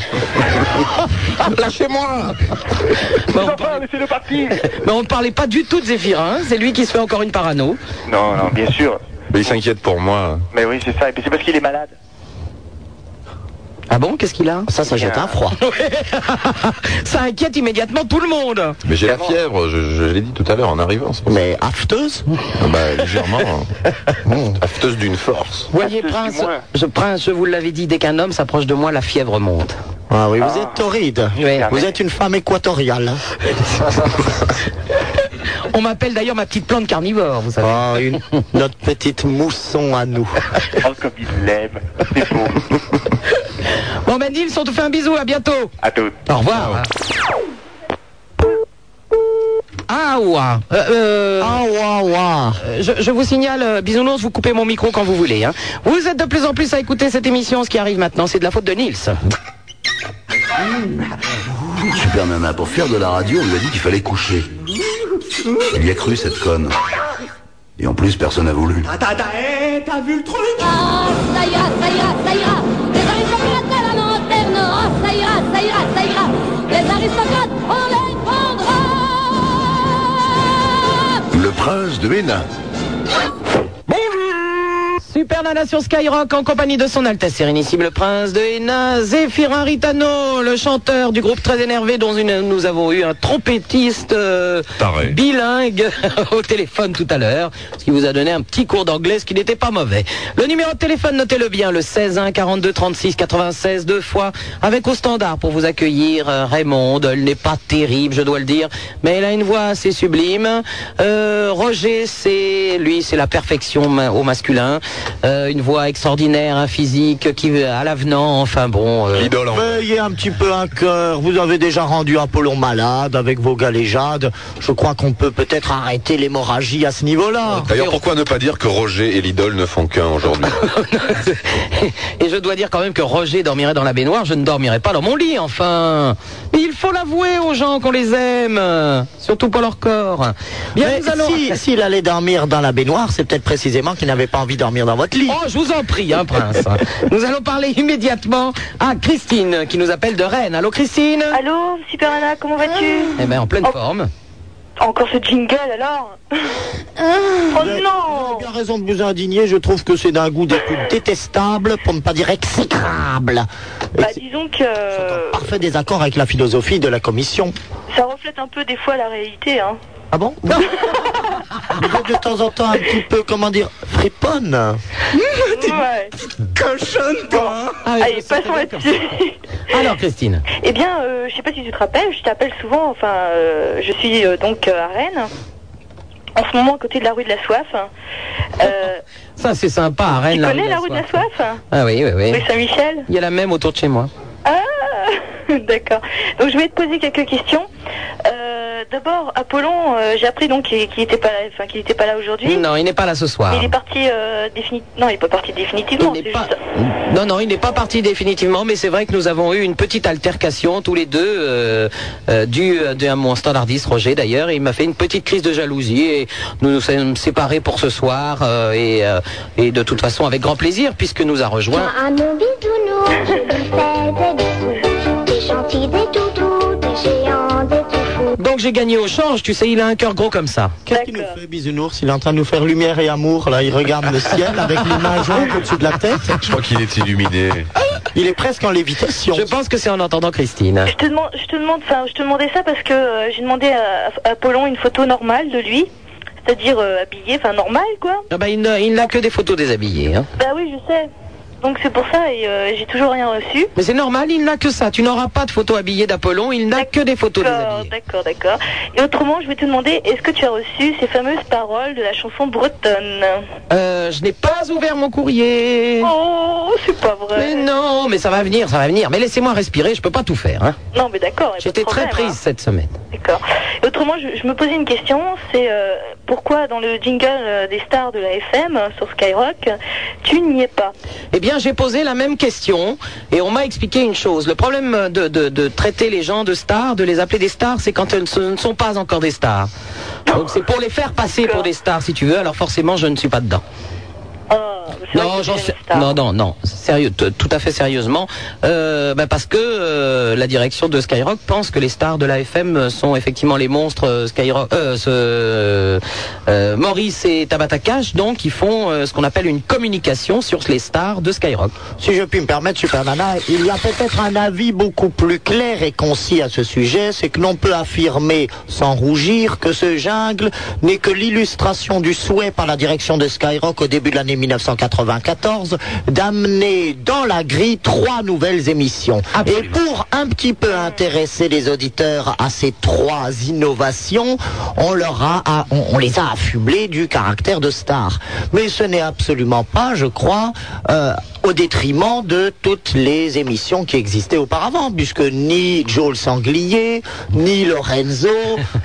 S9: Ah,
S3: Lâchez-moi
S9: laissez-le partir
S4: Mais on ne parlait *laughs* pas du tout de Zéphirin. hein. C'est lui qui se fait encore une parano.
S9: Non, non, bien sûr.
S3: Mais il s'inquiète pour moi.
S9: Mais oui, c'est ça. Et puis c'est parce qu'il est malade.
S4: Ah bon, qu'est-ce qu'il a
S7: Ça, ça jette un froid.
S4: *laughs* ça inquiète immédiatement tout le monde.
S3: Mais j'ai la fièvre, je, je l'ai dit tout à l'heure en arrivant.
S7: Mais afteuse
S3: Bah légèrement.
S7: *laughs*
S3: afteuse d'une force.
S4: Voyez, prince, je, prince, je vous l'avais dit, dès qu'un homme s'approche de moi, la fièvre monte.
S7: Ah oui, vous êtes torride.
S4: Ouais.
S7: Vous êtes une hein. femme équatoriale.
S4: On m'appelle d'ailleurs ma petite plante carnivore, vous savez.
S7: Ah, une- notre petite mousson à nous.
S9: Oh, comme il l'aime. C'est beau.
S4: *laughs* Bon, ben, Nils, on te fait un bisou, à bientôt.
S9: À toutes.
S4: Au revoir. Ah ouah. Euh, euh,
S7: Ah,
S4: Euh, Je, je vous signale, euh, bisounours, vous coupez mon micro quand vous voulez. hein. Vous êtes de plus en plus à écouter cette émission. Ce qui arrive maintenant, c'est de la faute de Nils.
S1: Super Nana, pour faire de la radio, on lui a dit qu'il fallait coucher. Il y a cru, cette conne. Et en plus, personne n'a voulu.
S6: Attends, attends,
S7: eh,
S5: *laughs*
S6: t'as vu le truc Ah, ça ira, ça ira, ça ira Les aristocrates à la lanterne Ah, ça ira, ça ira, ça ira Les aristocrates, on les prendra
S1: Le prince de Hénin.
S4: Super Nana sur Skyrock en compagnie de son Altesse Sérénissime le Prince de Hénin, Zéphirin Ritano, le chanteur du groupe très énervé dont une- nous avons eu un trompettiste euh, bilingue *laughs* au téléphone tout à l'heure, ce qui vous a donné un petit cours d'anglais, ce qui n'était pas mauvais. Le numéro de téléphone, notez-le bien, le 16 1 42 36 96 deux fois, avec au standard pour vous accueillir euh, Raymond. Elle n'est pas terrible, je dois le dire, mais elle a une voix assez sublime. Euh, Roger, c'est lui, c'est la perfection ma- au masculin. Euh, une voix extraordinaire, un physique qui veut- à l'avenant, enfin bon. euh,
S7: Veuillez un petit peu un cœur. Vous avez déjà rendu Apollon malade avec vos galéjades. Je crois qu'on peut peut-être arrêter l'hémorragie à ce niveau-là.
S3: D'ailleurs, pourquoi ne pas dire que Roger et l'idole ne font qu'un aujourd'hui
S4: Et je dois dire quand même que Roger dormirait dans la baignoire, je ne dormirai pas dans mon lit, enfin. Mais il faut l'avouer aux gens qu'on les aime, euh, surtout pour leur corps. Bien,
S7: Mais
S4: nous allons.
S7: si- s'il allait dormir dans la baignoire, c'est peut-être précisément qu'il n'avait pas envie de dormir dans votre lit.
S4: Oh, je vous en prie, hein, prince. *laughs* nous allons parler immédiatement à Christine, qui nous appelle de Rennes. Allô, Christine
S10: Allô, Super Anna, comment vas-tu
S4: Eh bien, en pleine forme.
S10: Encore ce jingle alors Oh
S7: Vous
S10: non
S7: avez bien raison de vous indigner, je trouve que c'est d'un goût des plus détestable, pour ne pas dire exécrable.
S10: Bah disons que euh,
S7: Parfait désaccord avec la philosophie de la commission.
S10: ça reflète un peu des fois la réalité, hein.
S7: Ah
S10: *laughs*
S7: bon Vous êtes de temps en temps un petit peu, comment dire, friponne.
S10: Ouais.
S7: Cochonne, toi
S4: Ah
S10: Allez, passons là-dessus.
S4: Alors, Christine
S10: Eh bien, euh, je sais pas si tu te rappelles, je t'appelle souvent, enfin, euh, je suis euh, donc euh, à Rennes, en ce moment à côté de la rue de la Soif. Euh,
S4: Ça, c'est sympa, à Rennes.
S10: tu
S4: la
S10: connais
S4: rue de
S10: la rue de la Soif
S4: Ah oui, oui, oui.
S10: Rue Saint-Michel *laughs*
S4: Il y a la même autour de chez moi.
S10: Ah D'accord. Donc je vais te poser quelques questions. Euh, D'abord, Apollon, euh, j'ai appris donc qu'il n'était pas, là- enfin, qu'il était pas là aujourd'hui.
S4: Non, il n'est pas là ce soir.
S10: Il est parti euh, défini- Non, il n'est pas parti définitivement. c'est juste-
S4: Non, non, il n'est pas parti définitivement, mais c'est vrai que nous avons eu une petite altercation tous les deux, euh, euh, due à due à mon standardiste Roger d'ailleurs. Il m'a fait une petite crise de jalousie et nous nous sommes séparés pour ce soir euh, et, euh, et de toute façon avec grand plaisir puisque nous a rejoint.
S5: Tiens, à nos bisounours, il fait des bisous. Des gentils, des toutous, des géants, des tout fous.
S4: Donc j'ai gagné au change, tu sais, il a un cœur gros comme ça.
S7: Qu'est-ce qu'il nous fait, bisounours Il est en train de nous faire lumière et amour, là. Il regarde le ciel avec les mains jointes au-dessus de la tête.
S3: Je crois qu'il est illuminé.
S7: Il est presque en lévitation.
S4: Je pense que c'est en entendant Christine.
S10: Je te demande, je te demande, enfin, je te demandais ça parce que euh, j'ai demandé à, à Apollon une photo normale de lui, c'est-à-dire euh, habillé, enfin normal quoi.
S4: ben, Ah bah, il n'a il n'a que des photos déshabillées. hein.
S10: Bah oui, je sais. Donc c'est pour ça et euh, j'ai toujours rien reçu.
S4: Mais c'est normal, il n'a que ça. Tu n'auras pas de photos habillées d'Apollon, il n'a que des photos des
S10: D'accord, d'accord, d'accord. Et autrement, je vais te demander, est-ce que tu as reçu ces fameuses paroles de la chanson bretonne
S4: Euh, je n'ai pas ouvert mon courrier.
S10: Oh, c'est pas vrai.
S4: Mais non, mais ça va venir, ça va venir. Mais laissez-moi respirer, je peux pas tout faire. hein.
S10: Non, mais d'accord. y a pas de
S4: J'étais très
S10: problème,
S4: prise
S10: hein.
S4: cette semaine.
S10: D'accord. Et Autrement, je, je me posais une question, c'est euh, pourquoi dans le jingle euh, des stars de la FM euh, sur Skyrock, tu n'y es pas
S4: Eh bien, j'ai posé la même question et on m'a expliqué une chose. Le problème de, de- de traiter les gens de stars, de les appeler des stars, c'est quand elles ne- ce ne sont pas encore des stars. Donc c'est pour les faire passer pour des stars, si tu veux. Alors forcément, je ne suis pas dedans. Non, j'en sais- non, non, non, sérieux, t- tout à fait sérieusement, Euh, ben parce que euh, la direction de Skyrock pense que les stars de la FM sont effectivement les monstres euh, Skyrock, euh, ce- euh, Maurice et Tabata Cash, donc ils font euh, ce qu'on appelle une communication sur les stars de Skyrock.
S7: Si je puis me permettre, Super Nana, il y a peut-être un avis beaucoup plus clair et concis à ce sujet, c'est que l'on peut affirmer sans rougir que ce jungle n'est que l'illustration du souhait par la direction de Skyrock au début de l'année 1994 d'amener dans la grille trois nouvelles émissions. Et pour un petit peu intéresser les auditeurs à ces trois innovations, on, leur a, on, on les a affublés du caractère de star. Mais ce n'est absolument pas, je crois, euh, au détriment de toutes les émissions qui existaient auparavant, puisque ni Joe le Sanglier, ni Lorenzo,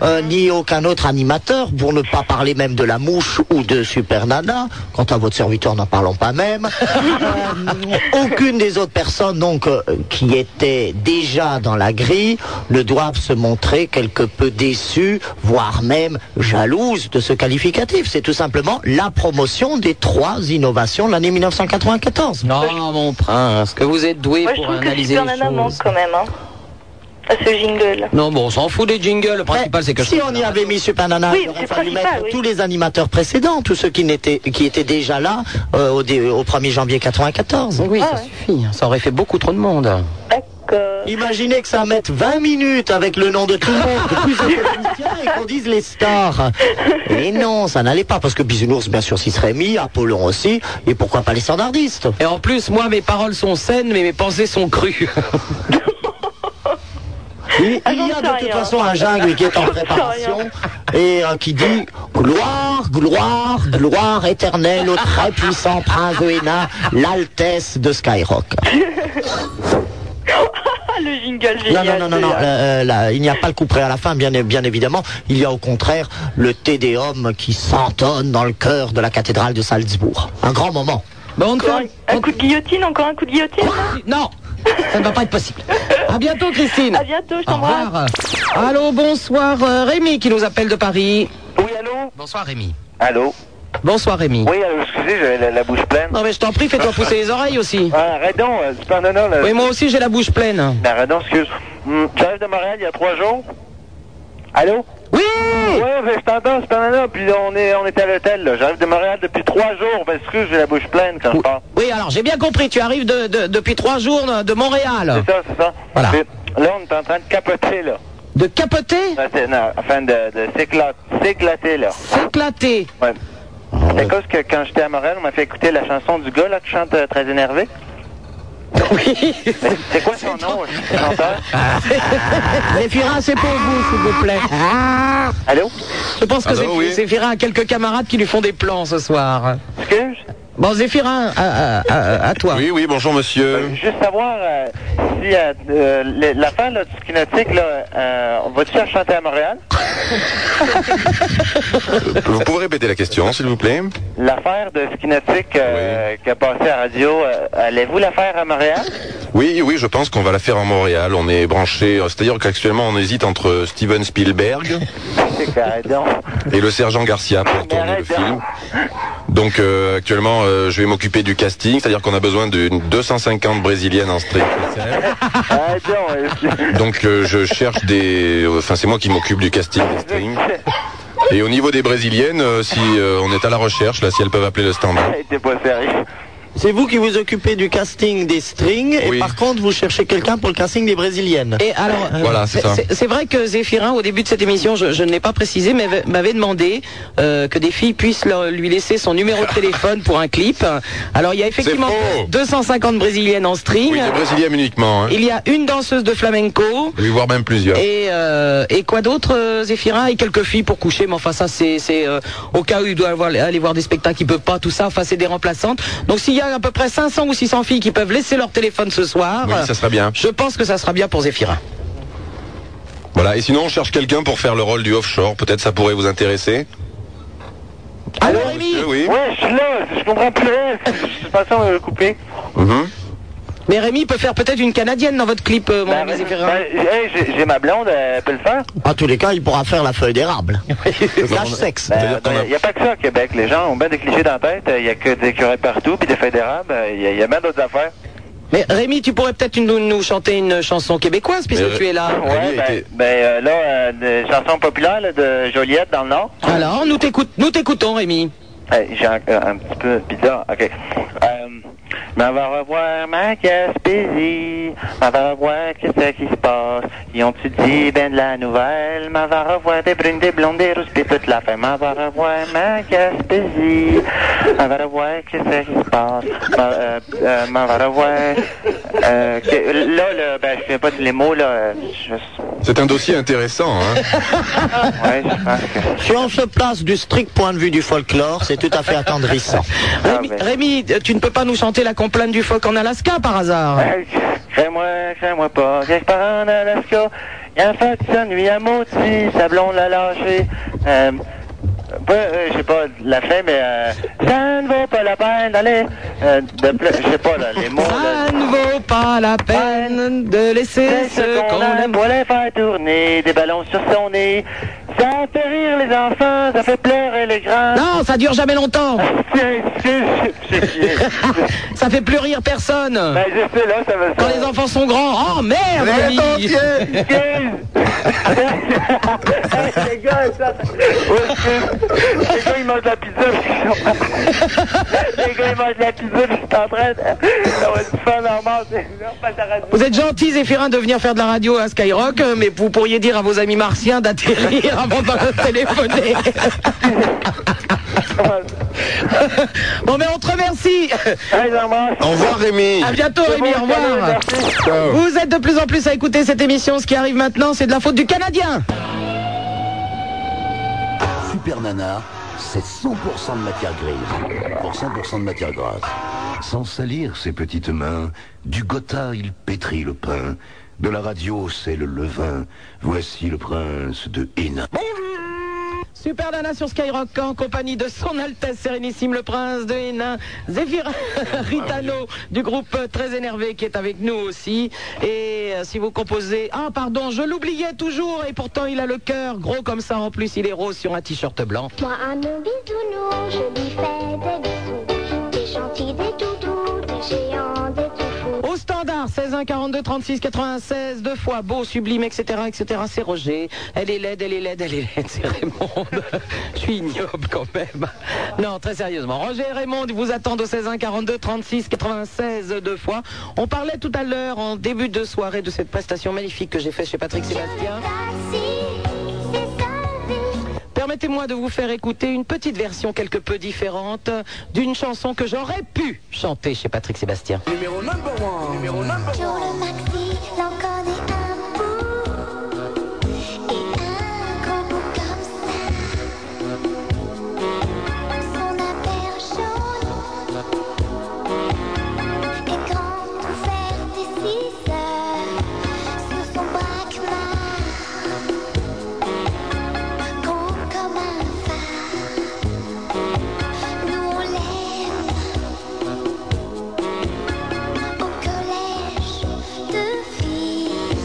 S7: euh, ni aucun autre animateur, pour ne pas parler même de La Mouche ou de Super Nana, quant à votre serviteur, n'en parlons pas même, euh, aucune des autres personnes donc, euh, qui étaient déjà dans la grille ne doivent se montrer quelque peu déçues, voire même jalouses de ce qualificatif. C'est tout simplement la promotion des trois innovations de l'année 1994.
S4: Non, Ah, mon prince, que vous êtes doué
S10: Moi, je
S4: pour
S10: trouve que
S4: analyser
S10: Super
S4: les
S10: Nana manque
S4: choses.
S10: quand même, hein, à ce jingle.
S4: Non, bon, on s'en fout des jingles, le principal c'est que
S7: si
S4: je...
S7: on y avait mis Super Nana,
S10: Oui,
S7: il aurait
S10: c'est
S7: fallu
S10: principal,
S7: mettre
S10: oui.
S7: tous les animateurs précédents, tous ceux qui, n'étaient- qui étaient déjà là euh, au, dé- au 1er janvier 94.
S4: Oui, ça suffit, Ah
S10: hein.
S4: ça aurait fait beaucoup trop de monde.
S10: Euh.
S7: Imaginez que ça mette 20 minutes avec le nom de tout le monde, plus un comédien, et qu'on dise les stars. Et non, ça n'allait pas, parce que Bisounours, bien sûr, s'y serait mis, Apollon aussi, et pourquoi pas les standardistes
S4: Et en plus, moi, mes paroles sont saines, mais mes pensées sont crues. *laughs*
S7: Il, il y a de toute façon un jungle qui est
S10: *laughs*
S7: en préparation et euh, qui dit gloire, gloire, gloire éternelle au très puissant prince de Hénin, l'altesse de Skyrock.
S10: *laughs* le jingle
S7: Non,
S10: génial.
S7: non, non, non, non, euh, euh, là, il n'y a pas le coup près à la fin, bien, bien évidemment. Il y a au contraire le Tédéum qui s'entonne dans le cœur de la cathédrale de Salzbourg. Un grand moment.
S10: Encore un, un coup de guillotine, encore un coup de guillotine
S4: *laughs* Non Ça ne va pas être
S10: *laughs*
S4: possible. À bientôt, Christine. À
S10: bientôt, je
S4: t'embrasse. Allô, bonsoir, euh, Rémi qui nous appelle de Paris.
S9: Oui, allô
S4: Bonsoir, Rémi.
S9: Allô
S4: Bonsoir, Rémi.
S9: Oui, allô, excusez, j'avais la, la bouche pleine.
S4: Non, mais je t'en prie, fais-toi pousser les oreilles aussi.
S9: Ah, arrête donc, euh, c'est pas non, non, là.
S4: Oui, moi aussi, j'ai la bouche pleine.
S9: Ben, arrête donc, excuse. Hmm, J'arrive de Montréal il y a trois jours. Allô
S4: Oui
S9: Ouais, ben, je t'entends, c'est pas non, non, puis on est, on est à l'hôtel, là. J'arrive de Montréal depuis trois jours, ben, excuse, j'ai la bouche pleine quand je parle.
S4: Oui, alors, j'ai bien compris, tu arrives de- de- depuis trois jours de de Montréal.
S9: C'est ça, c'est ça.
S4: Voilà.
S9: Puis, là, on est en train de capoter, là.
S4: De capoter
S9: Ah, c'est- Non, enfin, de, de s'éclater, s'éclater, là.
S4: S'éclater
S9: Ah Ouais. C'est à cause que quand j'étais à Montréal, on m'a fait écouter la chanson du gars, là, qui chante euh, très énervé. *laughs*
S4: Oui.
S9: C'est quoi son nom, le chanteur *laughs*
S4: Zéphira, c'est pour vous, s'il vous plaît.
S9: Allô
S4: Je pense que
S9: Allô,
S4: Zéph-
S9: oui.
S4: Zéphirin a quelques camarades qui lui font des plans ce soir.
S9: Excuse
S4: Bon, Zéphirin, euh, à, à- à- à toi.
S3: Oui, oui, bonjour monsieur.
S9: Juste savoir euh, si euh, euh, le- l'affaire là, du kinotique, là, euh, on va-tu la chanter à Montréal
S3: Vous pouvez répéter la question, s'il vous plaît
S9: L'affaire de Skinatic euh, qui a passé à radio, euh, allez-vous la faire à Montréal
S3: Oui, oui, je pense qu'on va la faire en Montréal. On est branché, euh, c'est-à-dire qu'actuellement on hésite entre euh, Steven Spielberg
S9: C'est carré, donc.
S3: et le sergent Garcia pour tourner le film. Donc euh, actuellement, euh, je vais m'occuper du casting, c'est-à-dire qu'on a besoin d'une 250 brésiliennes en strip.
S9: Arrête donc, euh,
S3: Donc euh, je cherche des, euh, enfin c'est moi qui m'occupe du casting. des strings. Et au niveau des brésiliennes, euh, si euh, on est à la recherche, là, si elles peuvent appeler le standard.
S9: T'es pas sérieux.
S7: C'est vous qui vous occupez du casting des strings et par contre vous cherchez quelqu'un pour le casting des brésiliennes.
S4: Et alors, euh,
S7: Voilà, c'est ça.
S4: C'est vrai que Zéphirin, au début de cette émission, je, je ne l'ai pas précisé, mais m'avait- m'avait demandé euh, que des filles puissent leur- lui laisser son numéro de téléphone pour un clip. Alors, il y a effectivement 250 brésiliennes en string.
S3: Oui, des brésiliennes uniquement. hein.
S4: Il y a une danseuse de flamenco.
S3: Oui, voire même plusieurs.
S4: Et, euh, et quoi d'autre, euh, Zéphirin Et quelques filles pour coucher, mais enfin ça c'est c'est, euh, au cas où il doit avoir- aller voir des spectacles qui peuvent pas, tout ça, enfin c'est des remplaçantes. Donc s'il y a à peu près 500 ou 600 filles qui peuvent laisser leur téléphone ce soir,
S3: Oui, ça sera bien.
S4: je pense que ça sera bien pour Zéphirin.
S3: Voilà, et sinon on cherche quelqu'un pour faire le rôle du offshore, peut-être ça pourrait vous intéresser.
S4: Allô,
S3: Rémi Oui.
S9: Ouais, je suis là, je comprends plus rien. Je sais pas ça, on va couper.
S3: Mhm.
S4: Mais Rémi peut faire peut-être une Canadienne dans votre clip, euh, mon
S9: Bah,
S4: ami Zéphirin.
S9: Ben, J'ai ma blonde, euh, elle appelle ça.
S7: En tous les cas, il pourra faire la feuille *laughs* d'érable. Slash sexe.
S9: Il n'y ben, a pas que ça au Québec. Les gens ont bien des clichés dans la tête. Il n'y a que des curés partout, puis des feuilles d'érable. Il y, a bien d'autres affaires.
S4: Mais Rémi, tu pourrais peut-être nous, nous chanter une chanson québécoise puisque tu es là.
S9: Ouais, ben, ben, euh, là, euh, des chansons populaires là, de Joliette dans le Nord.
S4: Alors, nous t'écoute- nous t'écoutons, Rémi.
S9: Euh, J'ai un, un petit peu bizarre. OK. Euh, m'en va revoir ma Gaspésie. M'en va revoir qu'est-ce qui se passe. Ils ont-tu dit ben de la nouvelle? M'en va revoir des brunes, des blondes, des rousses, pis toute la fin. M'en va revoir ma Gaspésie. M'en va revoir qu'est-ce qui se passe. M'en euh, euh, m'en va revoir... Euh, que- là, là, ben, je sais pas tous les mots, là. euh, je-
S3: C'est un dossier intéressant.
S4: *laughs*
S3: Hein.
S9: ouais, je pense que...
S7: Si on se place du strict point de vue du folklore, c'est tout à fait attendrissant.
S4: Rémi, Rémi, euh, tu ne peux pas nous chanter la complainte du phoque en Alaska par hasard
S9: Crée-moi, crée-moi Eh, pas, viens que je pars en Alaska. Y'a un fait sa nuit à maudit, sa blonde l'a lâché. Euh, ouais, euh, je sais pas la fin, mais euh, ça ne vaut pas la peine d'aller. euh, de pleu- je sais pas là, les mots. là.
S4: Ça ne vaut pas la peine de laisser
S9: C'est ce qu'on aime pour les faire tourner, des ballons sur son nez. Ça fait rire les enfants, ça fait pleurer les grands.
S4: Non, ça dure jamais longtemps. *laughs* ça fait plus rire personne.
S9: Ben,
S4: Quand les enfants sont grands, oh merde
S5: Mais
S4: Rémi.
S5: mon Dieu,
S9: Les gars, ça. Les gars, ils mangent la pizza. Les gars, ils mangent la pizza, puis ils sont en train de faire normal.
S4: Vous êtes gentil, Zéphirin, de venir faire de la radio à Skyrock, euh, mais vous pourriez dire à vos amis martiens d'atterrir *laughs* avant de
S3: *laughs*
S4: téléphoner. bon, mais on te remercie.
S3: Au revoir, Rémi.
S4: À bientôt, Rémi. Au revoir.
S3: Ciao.
S4: Vous êtes de plus en plus à écouter cette émission. Ce qui arrive maintenant, c'est de la faute du Canadien.
S1: Super Nana, c'est 100% de matière grise pour 100% de matière grasse. Sans salir ses petites mains, du gotha il pétrit le pain, de la radio c'est le levain. Voici le prince de Hénin.
S4: Super Nana sur Skyrock en compagnie de son Altesse Sérénissime le Prince de Hénin, Zéphirin Ritano du groupe Très Énervé qui est avec nous aussi. Et euh, si vous composez... Ah pardon, je l'oubliais toujours et pourtant il a le cœur gros comme ça en plus, il est rose sur un t-shirt blanc.
S5: Moi un bisounours, je lui fais des bisous, des gentils, des toutous, des géants, des tout fous.
S4: Au standard, 16 1 42 36 96, deux fois beau, sublime, etc. etc. C'est Roger. Elle est laide, elle est laide, elle est laide, c'est Raymond. Je suis ignoble quand même. Non, très sérieusement. Roger et Raymond vous attendent au 16 1 42 36 96, deux fois. On parlait tout à l'heure, en début de soirée, de cette prestation magnifique que j'ai faite chez Patrick Sébastien. Permettez-moi de vous faire écouter une petite version quelque peu différente d'une chanson que j'aurais pu chanter chez Patrick Sébastien.
S5: Numéro number one, numéro number one. Joe le maxi, il en connaît un bout. Et un gros bout comme ça. Son affaire jaune est grande ouverte et ciseaux sur son braquement. Gros comme un phare. Nous on l'aime. Au collège de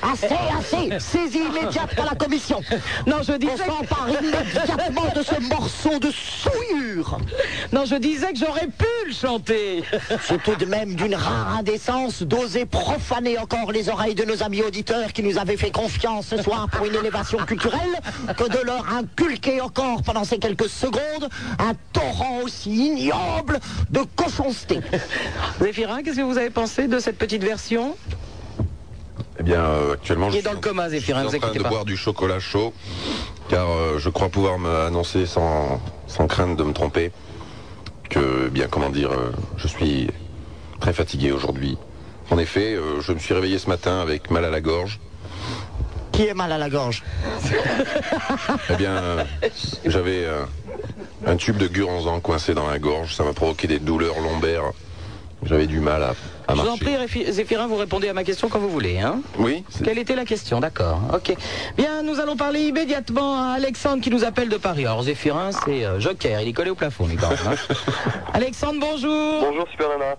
S12: Assez, assez Saisie immédiate par la commission
S4: Non, je disais...
S12: On s'empare immédiatement de ce morceau de souillure
S4: Non, je disais que j'aurais pu le chanter
S7: C'est tout de même d'une rare indécence d'oser profaner encore les oreilles de nos amis auditeurs qui nous avaient fait confiance ce soir pour une élévation culturelle que de leur inculquer encore pendant ces quelques secondes un torrent aussi ignoble de cochonceté.
S4: Zéphirin, qu'est-ce que vous avez pensé de cette petite version
S3: Eh bien, euh, actuellement,
S4: Il
S3: je
S4: est dans
S3: suis
S4: le coma,
S3: en-
S4: Zéphirin,
S3: je
S4: vous
S3: suis en train
S4: inquiétez
S3: de
S4: pas.
S3: boire du chocolat chaud, car euh, je crois pouvoir me annoncer sans, sans crainte de me tromper que, eh bien, comment dire, euh, je suis très fatigué aujourd'hui. En effet, euh, je me suis réveillé ce matin avec mal à la gorge.
S7: Qui est mal à la *laughs* gorge
S3: Eh bien,
S4: *laughs*
S3: euh, j'avais euh, un tube de guranzan coincé dans la gorge. Ça m'a provoqué des douleurs lombaires. J'avais du mal à, à
S4: Je vous en
S3: marcher.
S4: prie, Réfi- Zéphirin, vous répondez à ma question quand vous voulez. Hein
S3: Oui
S4: Quelle était la question D'accord, ok. Bien, nous allons parler immédiatement à Alexandre qui nous appelle de Paris. Alors, Zéphirin, c'est euh, Joker, il est collé au plafond, lui, quand même, hein. Alexandre, bonjour
S17: Bonjour Super Nana.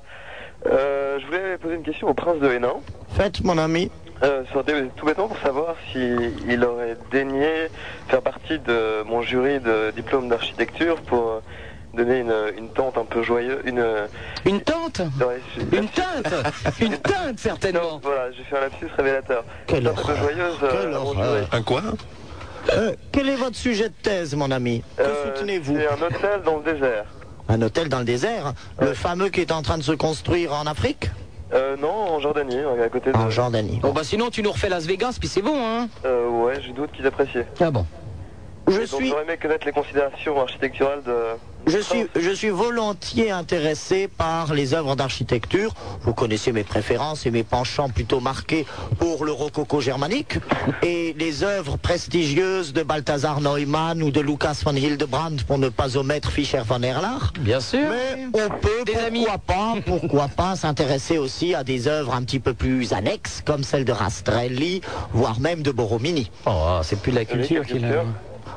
S17: Euh, je voulais poser une question au prince de Hénin.
S7: Faites, mon ami.
S17: Euh, sur des- tout bêtement pour savoir s'il aurait daigné faire partie de mon jury de diplôme d'architecture pour euh, donner une, une tente un peu joyeuse. Une,
S4: une tente
S17: Une
S4: teinte Une teinte certainement
S17: Voilà, j'ai fait un lapsus révélateur.
S7: Quelle
S17: une teinte un peu joyeuse. euh, à mon jury.
S3: Un quoi
S7: Euh, Quel est votre sujet de thèse, mon ami Que
S17: Euh,
S7: soutenez-vous
S17: C'est un hôtel dans le désert.
S7: Un hôtel dans le désert Le fameux qui est en train de se construire en Afrique
S17: Euh, non, en Jordanie, à côté de.
S7: En Jordanie.
S4: Bon, bah sinon, tu nous refais Las Vegas, puis c'est bon, hein
S17: Euh, ouais, je doute qu'ils appréciaient.
S4: Ah bon
S7: Je
S17: suis. J'aurais aimé connaître les considérations architecturales de.
S7: Je suis, je suis volontiers intéressé par les œuvres d'architecture. Vous connaissez mes préférences et mes penchants plutôt marqués pour le rococo germanique et les œuvres prestigieuses de Balthasar Neumann ou de Lucas von Hildebrand pour ne pas omettre Fischer von Erlach.
S4: Bien sûr.
S7: Mais on peut, pourquoi pas, pourquoi pas s'intéresser aussi à des œuvres un petit peu plus annexes comme celle de Rastrelli, voire même de Borromini.
S4: Oh, c'est plus de la culture qu'il a. hein.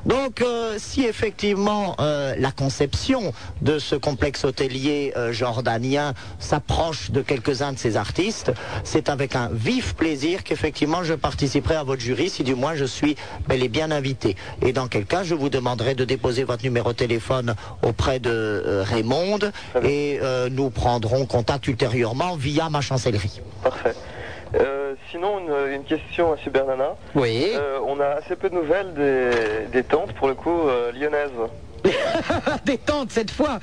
S7: Donc, euh, si effectivement euh, la conception de ce complexe hôtelier euh, jordanien s'approche de quelques-uns de ses artistes, c'est avec un vif plaisir qu'effectivement je participerai à votre jury, si du moins je suis bel et bien invité. Et dans quel cas, je vous demanderai de déposer votre numéro de téléphone auprès de euh, Raymond et euh, nous prendrons contact ultérieurement via ma chancellerie.
S17: Parfait. Euh, sinon, une, une question à Super Nana.
S4: Oui.
S17: Euh, on a assez peu de nouvelles des, des tentes, pour le coup, euh, lyonnaises.
S4: *laughs* Des tentes cette fois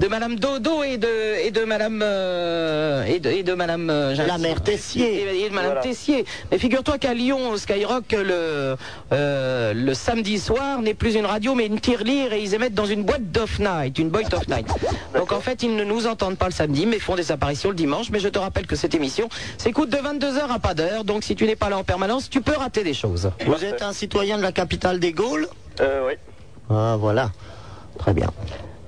S4: De Madame Dodo et de, et de Madame... euh, et, de, et de Madame... euh, j'ai-
S7: La mère Tessier.
S4: Et, et de Madame
S7: Voilà.
S4: Tessier. Mais figure-toi qu'à Lyon, au Skyrock, le, euh, le samedi soir n'est plus une radio mais une tirelire et ils émettent dans une boîte d'off night, une boîte off night. Donc en fait, ils ne nous entendent pas le samedi mais font des apparitions le dimanche. Mais je te rappelle que cette émission s'écoute de 22h à pas d'heure. Donc si tu n'es pas là en permanence, tu peux rater des choses.
S7: Vous êtes un citoyen de la capitale des Gaules
S17: Euh, oui.
S7: Ah, voilà. Très bien.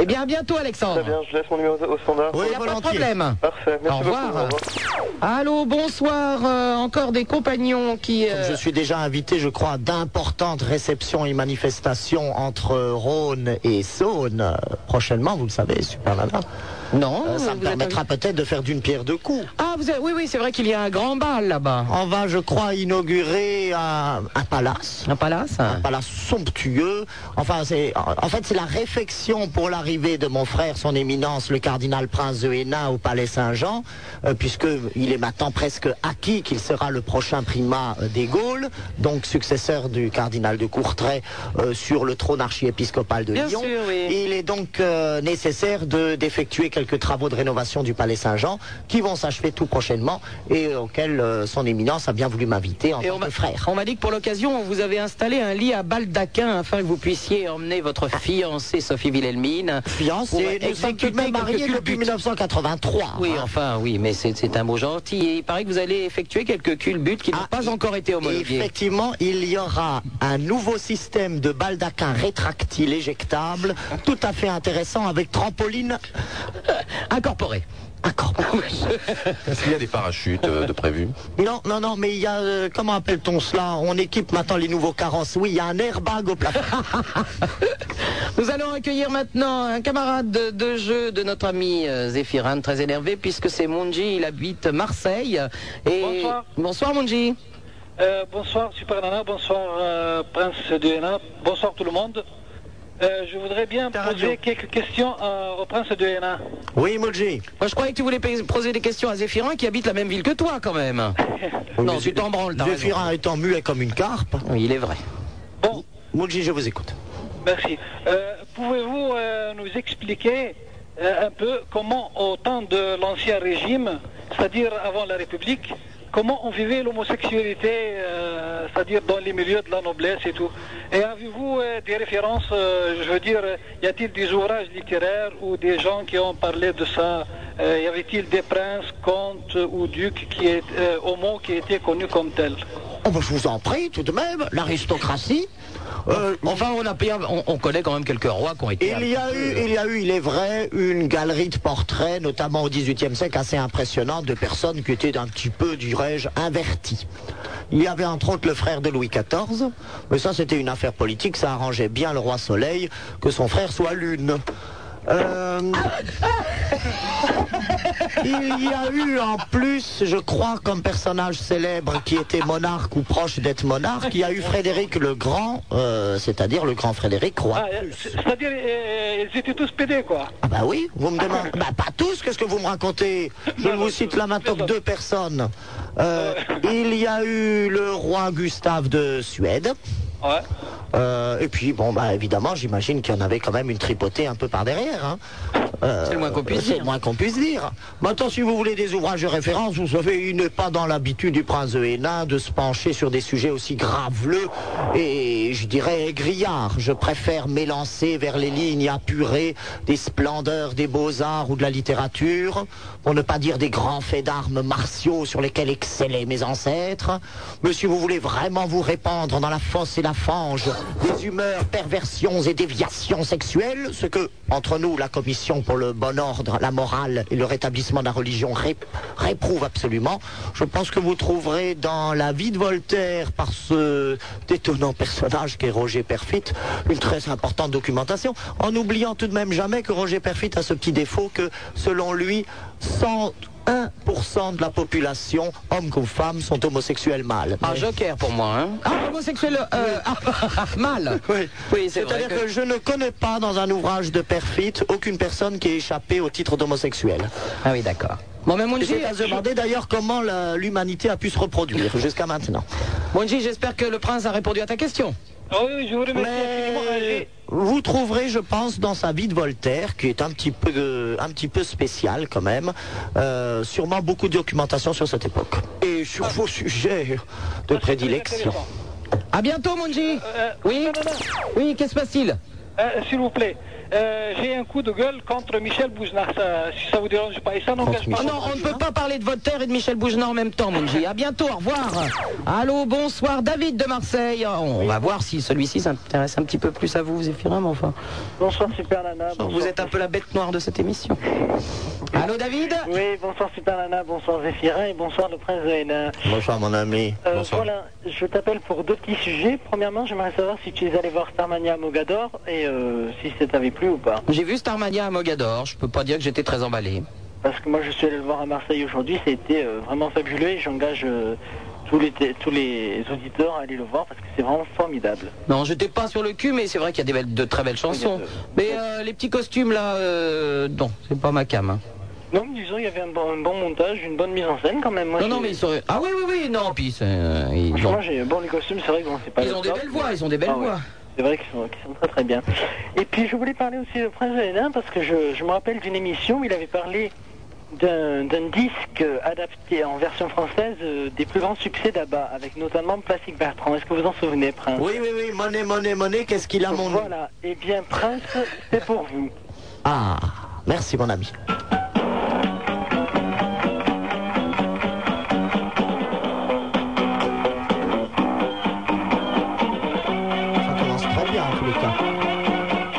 S4: Eh bien, à bientôt, Alexandre.
S17: Très bien, je laisse mon numéro au standard.
S4: Oui,
S17: Il y a pas de
S4: volontiers. problème.
S17: Parfait, merci
S4: Au revoir.
S17: beaucoup. Au revoir.
S4: Allô, bonsoir. euh, encore des compagnons qui... euh,
S7: Je suis déjà invité, je crois, à d'importantes réceptions et manifestations entre euh, Rhône et Saône. Euh, Prochainement, vous le savez, super nana.
S4: Non.
S7: ça me permettra peut-être de faire d'une pierre deux coups.
S4: Ah, vous avez- oui, oui, c'est vrai qu'il y a un grand bal là-bas.
S7: On va, je crois, inaugurer un, un palace.
S4: Un palace hein.
S7: Un palace somptueux. Enfin, c'est, en en fait, c'est la réfection pour l'arrivée de mon frère, son éminence, le cardinal prince de Hénin, au palais Saint-Jean, puisqu'il est maintenant presque acquis qu'il sera le prochain primat euh, des Gaules, donc successeur du cardinal de Courtrai euh, sur le trône archiépiscopal de
S4: Bien
S7: Lyon.
S4: sûr, oui.
S7: Il est donc euh, nécessaire de- d'effectuer quelques travaux de rénovation du palais Saint-Jean qui vont s'achever tout prochainement et auxquels euh, son éminence a bien voulu m'inviter en
S4: Et on
S7: tant
S4: m'a-
S7: que frère.
S4: on m'a dit que pour l'occasion, on vous avez installé un lit à baldaquin afin que vous puissiez emmener votre fiancée Sophie Wilhelmine. pour
S7: Fiancé, Ah, nous sommes tout
S4: exécuter
S7: de même
S4: quelques
S7: mariés depuis
S4: culbutes.
S7: 1983.
S4: Oui, enfin, oui, mais c'est c'est un mot gentil. Et il paraît que vous allez effectuer quelques culbutes qui n'ont pas encore été homologués.
S7: Ah, Effectivement, il y aura un nouveau système de baldaquin rétractile éjectable, tout à fait intéressant, avec trampoline *laughs*
S4: incorporée.
S3: Est-ce qu'il y a des parachutes euh, de prévus
S7: Non, non, non, mais il y a, euh, comment appelle-t-on cela On équipe maintenant les nouveaux carrosses. Oui, il y a un airbag au *laughs* plafond.
S4: Nous allons accueillir maintenant un camarade de, de jeu de notre ami euh, Zéphirin, très énervé, puisque c'est Monji, il habite Marseille. Et... Bonsoir. Bonsoir Monji.
S9: Euh, bonsoir Super Nana, bonsoir euh, Prince de Hénin, bonsoir tout le monde. Euh, je voudrais bien poser quelques questions euh, au Prince de Hénin.
S4: Oui, Molgi. Moi, je croyais que tu voulais pé- poser des questions à Zéphirin qui habite la même ville que toi, quand
S9: *laughs*
S4: même. non, tu t'en branles, t'as raison.
S7: Zéphirin étant muet comme une carpe.
S4: Oui, il est vrai.
S9: Bon.
S7: Moulji, je vous écoute.
S9: Merci. Euh, Pouvez-vous euh, nous expliquer euh, un peu comment, au temps de l'ancien régime, c'est-à-dire avant la République, comment on vivait l'homosexualité, euh, c'est-à-dire dans les milieux de la noblesse et tout Et avez-vous euh, des références euh, Je veux dire, euh, y a-t-il des ouvrages littéraires ou des gens qui ont parlé de ça Euh, Y avait-il des princes, comtes ou ducs qui est, euh, homo qui étaient connus comme tels
S7: Oh, bah, je vous en prie, tout de même, l'aristocratie. euh,
S4: Oh, Enfin, on, a pris un- on, on connaît quand même quelques rois qui ont été. euh,
S7: Il y a eu, il y a eu, il est vrai, une galerie de portraits, notamment au XVIIIe siècle, assez impressionnante, de personnes qui étaient un petit peu, dirais-je, inverties. Il y avait entre autres le frère de Louis XIV, mais ça c'était une affaire politique, ça arrangeait bien le roi Soleil que son frère soit Lune. Euh, il y a eu en plus, je crois, comme personnage célèbre qui était monarque ou proche d'être monarque, il y a eu Frédéric le Grand, euh, c'est-à-dire le grand Frédéric roi.
S9: Ah, euh, c'est- C'est-à-dire, euh, ils étaient tous pédés, quoi.
S7: Ah bah oui, vous me demandez. Bah pas tous, qu'est-ce que vous me racontez Je ne vous cite là maintenant que deux personnes. Euh, il y a eu le roi Gustave de Suède.
S9: Ouais.
S7: Euh, et puis bon bah évidemment j'imagine qu'il y en avait quand même une tripotée un peu par derrière. hein. Euh,
S4: C'est le moins qu'on puisse
S7: c'est le
S4: dire.
S7: moins qu'on puisse dire. Maintenant si vous voulez des ouvrages de référence, vous savez, il n'est pas dans l'habitude du prince de Hénin de se pencher sur des sujets aussi graveleux et je dirais grillards. Je préfère m'élancer vers les lignes apurées des splendeurs des beaux-arts ou de la littérature, pour ne pas dire des grands faits d'armes martiaux sur lesquels excellaient mes ancêtres. Mais si vous voulez vraiment vous répandre dans la fosse et la fange des humeurs, perversions et déviations sexuelles, ce que, entre nous, la Commission pour le bon ordre, la morale et le rétablissement de la religion ré- réprouve absolument, je pense que vous trouverez dans la vie de Voltaire, par ce détonnant personnage qu'est Roger Perfit, une très importante documentation, en n'oubliant tout de même jamais que Roger Perfit a ce petit défaut que, selon lui, 101% de la population, hommes comme femmes, sont homosexuels mâles.
S4: Un Ah, joker pour moi, hein. Ah, homosexuel, euh, *laughs* ah, mal.
S7: Oui,
S4: oui c'est vrai.
S7: C'est-à-dire que... je ne connais pas dans un ouvrage de Perfit aucune personne qui ait échappé au titre d'homosexuel.
S4: Ah oui, d'accord. Bon, mais Monji,
S7: C'est à se demander d'ailleurs comment la- l'humanité a pu se reproduire jusqu'à maintenant.
S4: Monji, j'espère que le prince a répondu à ta question.
S9: Ah oui, oui, je vous remercie. infiniment, hein, j'ai-
S7: Vous trouverez, je pense, dans sa vie de Voltaire, qui est un petit peu, euh, un petit peu spécial quand même, euh, sûrement beaucoup de documentation sur cette époque. Et sur
S9: Ah.
S7: vos sujets de prédilection.
S4: À bientôt, Monji.
S5: Euh,
S4: oui. Oui, qu'est-ce qui se passe-t-il
S9: Euh, S'il vous plaît, euh, j'ai un coup de gueule contre Michel Boujnard, ça- si ça vous dérange pas. Et ça n'engage pas.
S4: Oh non, on ne peut pas parler de Voltaire et de Michel Bougenat en même temps, Monji. À bientôt, au revoir. Allô, bonsoir, David de Marseille. Oh, On va voir si celui-ci s'intéresse un petit peu plus à vous, Zéphirin, mais enfin.
S5: Bonsoir Super Nana.
S4: Vous êtes un peu la bête noire de cette émission. Allô David
S5: Oui, bonsoir Super Nana, bonsoir Zéphirin et bonsoir le prince de Hénin.
S7: Bonsoir mon ami.
S5: Euh, voilà, je t'appelle pour deux petits sujets. Premièrement, j'aimerais savoir si tu es allé voir Starmania à Mogador et euh, si ça t'avait plu ou pas.
S4: J'ai vu Starmania à Mogador, je peux pas dire que j'étais très emballé.
S5: Parce que moi, je suis allé le voir à Marseille aujourd'hui, c'était euh, vraiment fabuleux et j'engage euh, tous, les, tous les auditeurs à aller le voir parce que c'est vraiment formidable.
S4: Non, j'étais pas sur le cul, mais c'est vrai qu'il y a des belles- de très belles chansons. Mais euh, les petits costumes là, euh, non, c'est pas ma cam. hein.
S5: Non, mais disons, il y avait un bon, un bon montage, une bonne mise en scène quand même. Moi,
S4: Non, non,
S5: j'ai-
S4: mais ils sont. Ah oui, oui, oui, non, puis c'est, euh, ils ont-
S5: Franchement, j'ai- bon, les costumes, c'est vrai que bon, c'est pas
S4: Ils
S5: le
S4: ont des
S5: top,
S4: belles voix,
S5: mais-
S4: ils ont des belles
S5: Ah ouais.
S4: voix.
S5: C'est vrai qu'ils sont, qu'ils sont très très bien. Et puis je voulais parler aussi de Prince Hénin parce que je, je me rappelle d'une émission où il avait parlé d'un d'un disque adapté en version française euh, des plus grands succès d'Abba, avec notamment Plastic Bertrand. Est-ce que vous en souvenez, Prince
S7: Oui, oui, oui, monnaie, monnaie, monnaie, qu'est-ce qu'il a mon
S5: Voilà, et bien Prince, c'est pour vous.
S7: Ah, merci mon ami. Ça commence très bien en tous les cas.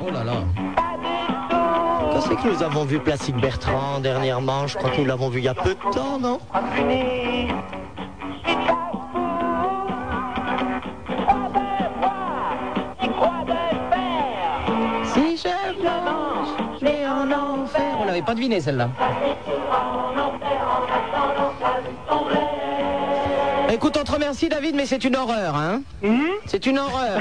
S4: Oh là là.
S7: Quand c'est que nous avons vu Plastique Bertrand dernièrement Je crois que nous l'avons vu il y a peu de temps, non
S4: pas deviné celle-là. Écoute, on te remercie David, mais c'est une horreur, hein
S9: Hmm
S4: C'est une
S9: *laughs*
S4: horreur.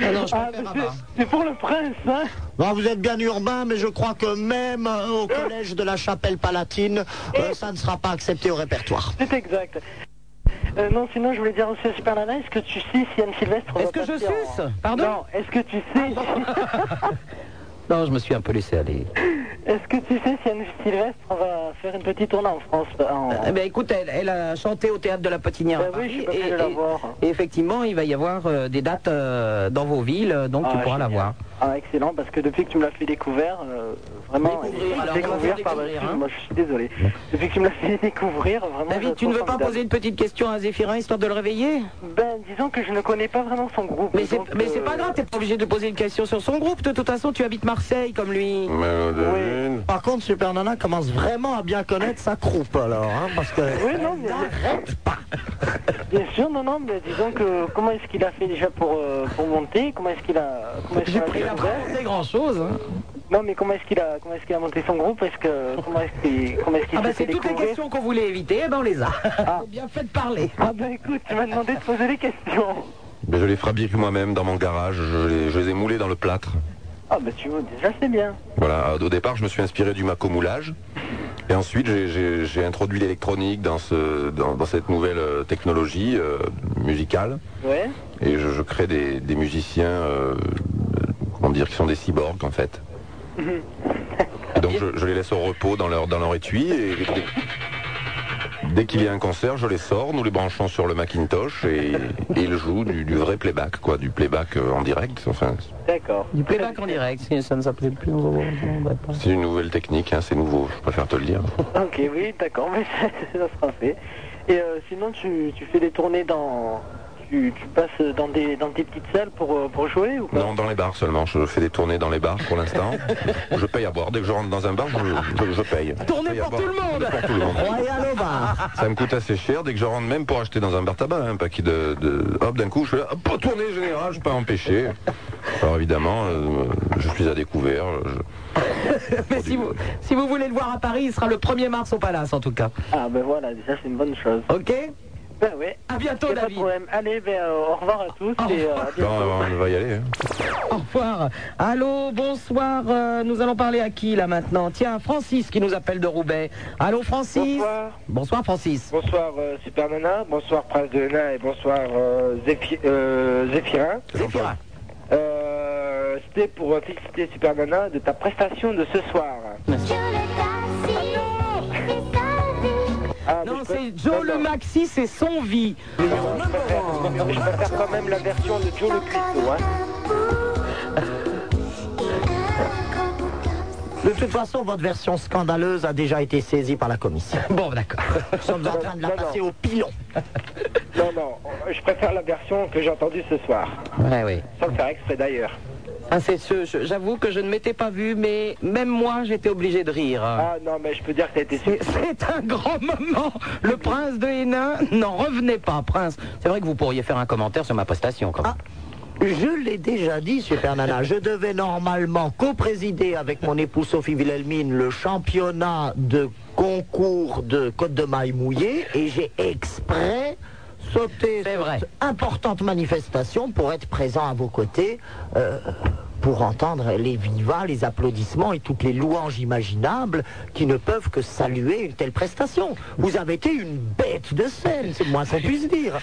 S4: non, non, je préfère avoir.
S7: C'est pour le prince, hein Bon, vous êtes bien urbain, mais je crois que même euh, au collège de la Chapelle Palatine, euh, ça ne sera pas accepté au répertoire.
S9: C'est exact. Euh, non, sinon, je voulais dire aussi à Super Nana, est-ce que tu sais si Anne Sylvestre Est-ce que je suce
S4: Pardon Ah,
S9: Non, est-ce que tu sais
S4: Non, je me suis un peu laissé aller.
S9: *laughs* Est-ce que tu sais si Anne Sylvestre va faire une petite tournée en France euh, en-
S4: Eh ben, écoute, elle, elle a chanté au théâtre de la Potinière. à
S9: Bah oui, je suis
S4: Paris,
S9: pas
S4: et,
S9: allé la
S4: et-
S9: voir.
S4: et effectivement, il va y avoir euh, des dates euh, dans vos villes, euh, donc tu
S9: Ah,
S4: pourras la
S9: génial.
S4: voir.
S9: Ah, excellent, parce que depuis que tu me l'as fait découvrir, euh, vraiment.
S4: Découvrir, alors, on va
S9: découvrir,
S4: faire
S9: pardon,
S4: découvrir, hein.
S9: excuse-moi, je suis désolé. Depuis que tu me l'as fait découvrir, vraiment.
S4: David,
S9: je
S4: tu ne
S9: trouve
S4: veux pas
S9: formidable.
S4: poser une petite question à Zéphirin histoire de le réveiller
S9: Ben, disons que je ne connais pas vraiment son groupe. euh,
S4: Mais c'est mais c'est pas grave, t'es pas obligé de poser une question sur son groupe. De toute façon, tu habites Marseille comme lui.
S7: Par contre, Super Nana commence vraiment à bien connaître sa croupe, alors, hein, parce que...
S9: Oui, non, mais. *laughs* Bien sûr, non, non, mais disons que comment est-ce qu'il a fait déjà pour, euh, pour monter Comment est-ce qu'il a. Comment est-ce qu'il a
S4: Il a pas hein.
S9: découvert
S4: fait grand chose.
S9: Non, mais comment est-ce qu'il a, comment est-ce qu'il a monté son groupe Est-ce que. Comment est-ce qu'il comment est-ce qu'il
S4: Ah bah
S9: s'est fait
S4: c'est toutes les
S9: découvrir
S4: questions qu'on voulait éviter, eh ben on les a. *laughs* Bien fait de parler.
S9: Ah bah écoute, tu m'as demandé de poser
S3: *laughs*
S9: des questions.
S3: Mais Ben, je les fabrique moi-même dans mon garage, je les, je les ai moulés dans le plâtre.
S9: Ah bah tu vois, déjà c'est bien.
S3: Voilà, au départ, je me suis inspiré du macomoulage. Et ensuite, j'ai- j'ai j'ai introduit l'électronique dans, ce- dans- dans cette nouvelle euh, technologie euh, musicale.
S9: Ouais.
S3: Et je, je crée des, des musiciens, euh, euh, comment dire, qui sont des cyborgs en fait. Et donc je, je les laisse au repos dans leur, dans leur étui et dès, dès qu'il y a un concert, je les sors, nous les branchons sur le Macintosh et, et ils jouent du, du vrai playback, quoi, du playback euh, en direct. Enfin,
S9: D'accord.
S4: Du playback en direct, si ça ne s'appelait plus, on va voir.
S3: c'est une nouvelle technique, hein, c'est nouveau, je préfère te le dire.
S9: Ok, oui, d'accord, mais ça, *laughs* ça sera fait. Et euh, sinon, tu, tu fais des tournées dans. Tu, tu passes dans, des, dans tes petites salles pour, euh, pour jouer ou pas
S3: Non, dans les bars seulement, je fais des tournées dans les bars pour l'instant. Je paye à boire, dès que je rentre dans un bar, je, je- je paye.
S4: Tournez pour tout le monde
S3: Pour tout le monde.
S7: Royal au bar.
S3: Ça me coûte assez cher dès que je rentre même pour acheter dans un bar tabac hein, un paquet de, de- hop d'un coup je suis là hop, pas tourner général je peux pas empêcher. Alors évidemment euh, je suis à découvert. je-
S4: *laughs* Mais si vous, si vous voulez le voir à Paris, il sera le 1er mars au Palace en tout cas.
S9: Ah ben voilà, déjà c'est une bonne chose.
S4: Ok
S9: Ben ouais.
S4: À bientôt,
S9: David. Pas de problème. Allez, ben euh, au revoir à tous et euh, à bientôt.
S3: Non, on va y aller. hein.
S4: Au revoir. Allô, bonsoir. euh, nous allons parler à qui là maintenant Tiens, Francis qui nous appelle de Roubaix. Allô Francis
S18: Bonsoir.
S4: Bonsoir Francis.
S18: Bonsoir euh, Super Nana, bonsoir Prince de Hénin et bonsoir euh, Zéphi- euh, Zéphirin. Euh, C'était pour féliciter Super Nana de ta prestation de ce soir. Ah,
S4: non, c'est Joe le Maxi, c'est son vie.
S18: Je préfère quand même la version de Joe le Cuistot. Hein.
S7: De toute façon, votre version scandaleuse a déjà été saisie par la commission.
S4: Bon, d'accord.
S7: Nous sommes en train de la
S18: Non, non.
S7: passer au pilon.
S18: *laughs* Non, non, je préfère la version que j'ai entendue ce soir.
S4: Ouais, oui.
S18: Sans le faire exprès d'ailleurs.
S4: Ah, c'est ce, je- j'avoue que je ne m'étais pas vu, mais même moi, j'étais obligé de rire.
S18: Ah non, mais je peux dire que t'as été
S4: C'est c'est un grand moment. Le prince de Hénin n'en revenait pas, prince. C'est vrai que vous pourriez faire un commentaire sur ma prestation, quand même.
S7: Ah, Je l'ai déjà dit, Super Nana, je devais normalement co-présider avec mon épouse Sophie Wilhelmine le championnat de concours de Côte de Maille mouillée et j'ai exprès sauté cette importante manifestation pour être présent à vos côtés. euh, pour entendre les vivas, les applaudissements et toutes les louanges imaginables qui ne peuvent que saluer une telle prestation. Vous avez été une bête de scène, c'est le moins qu'on puisse dire.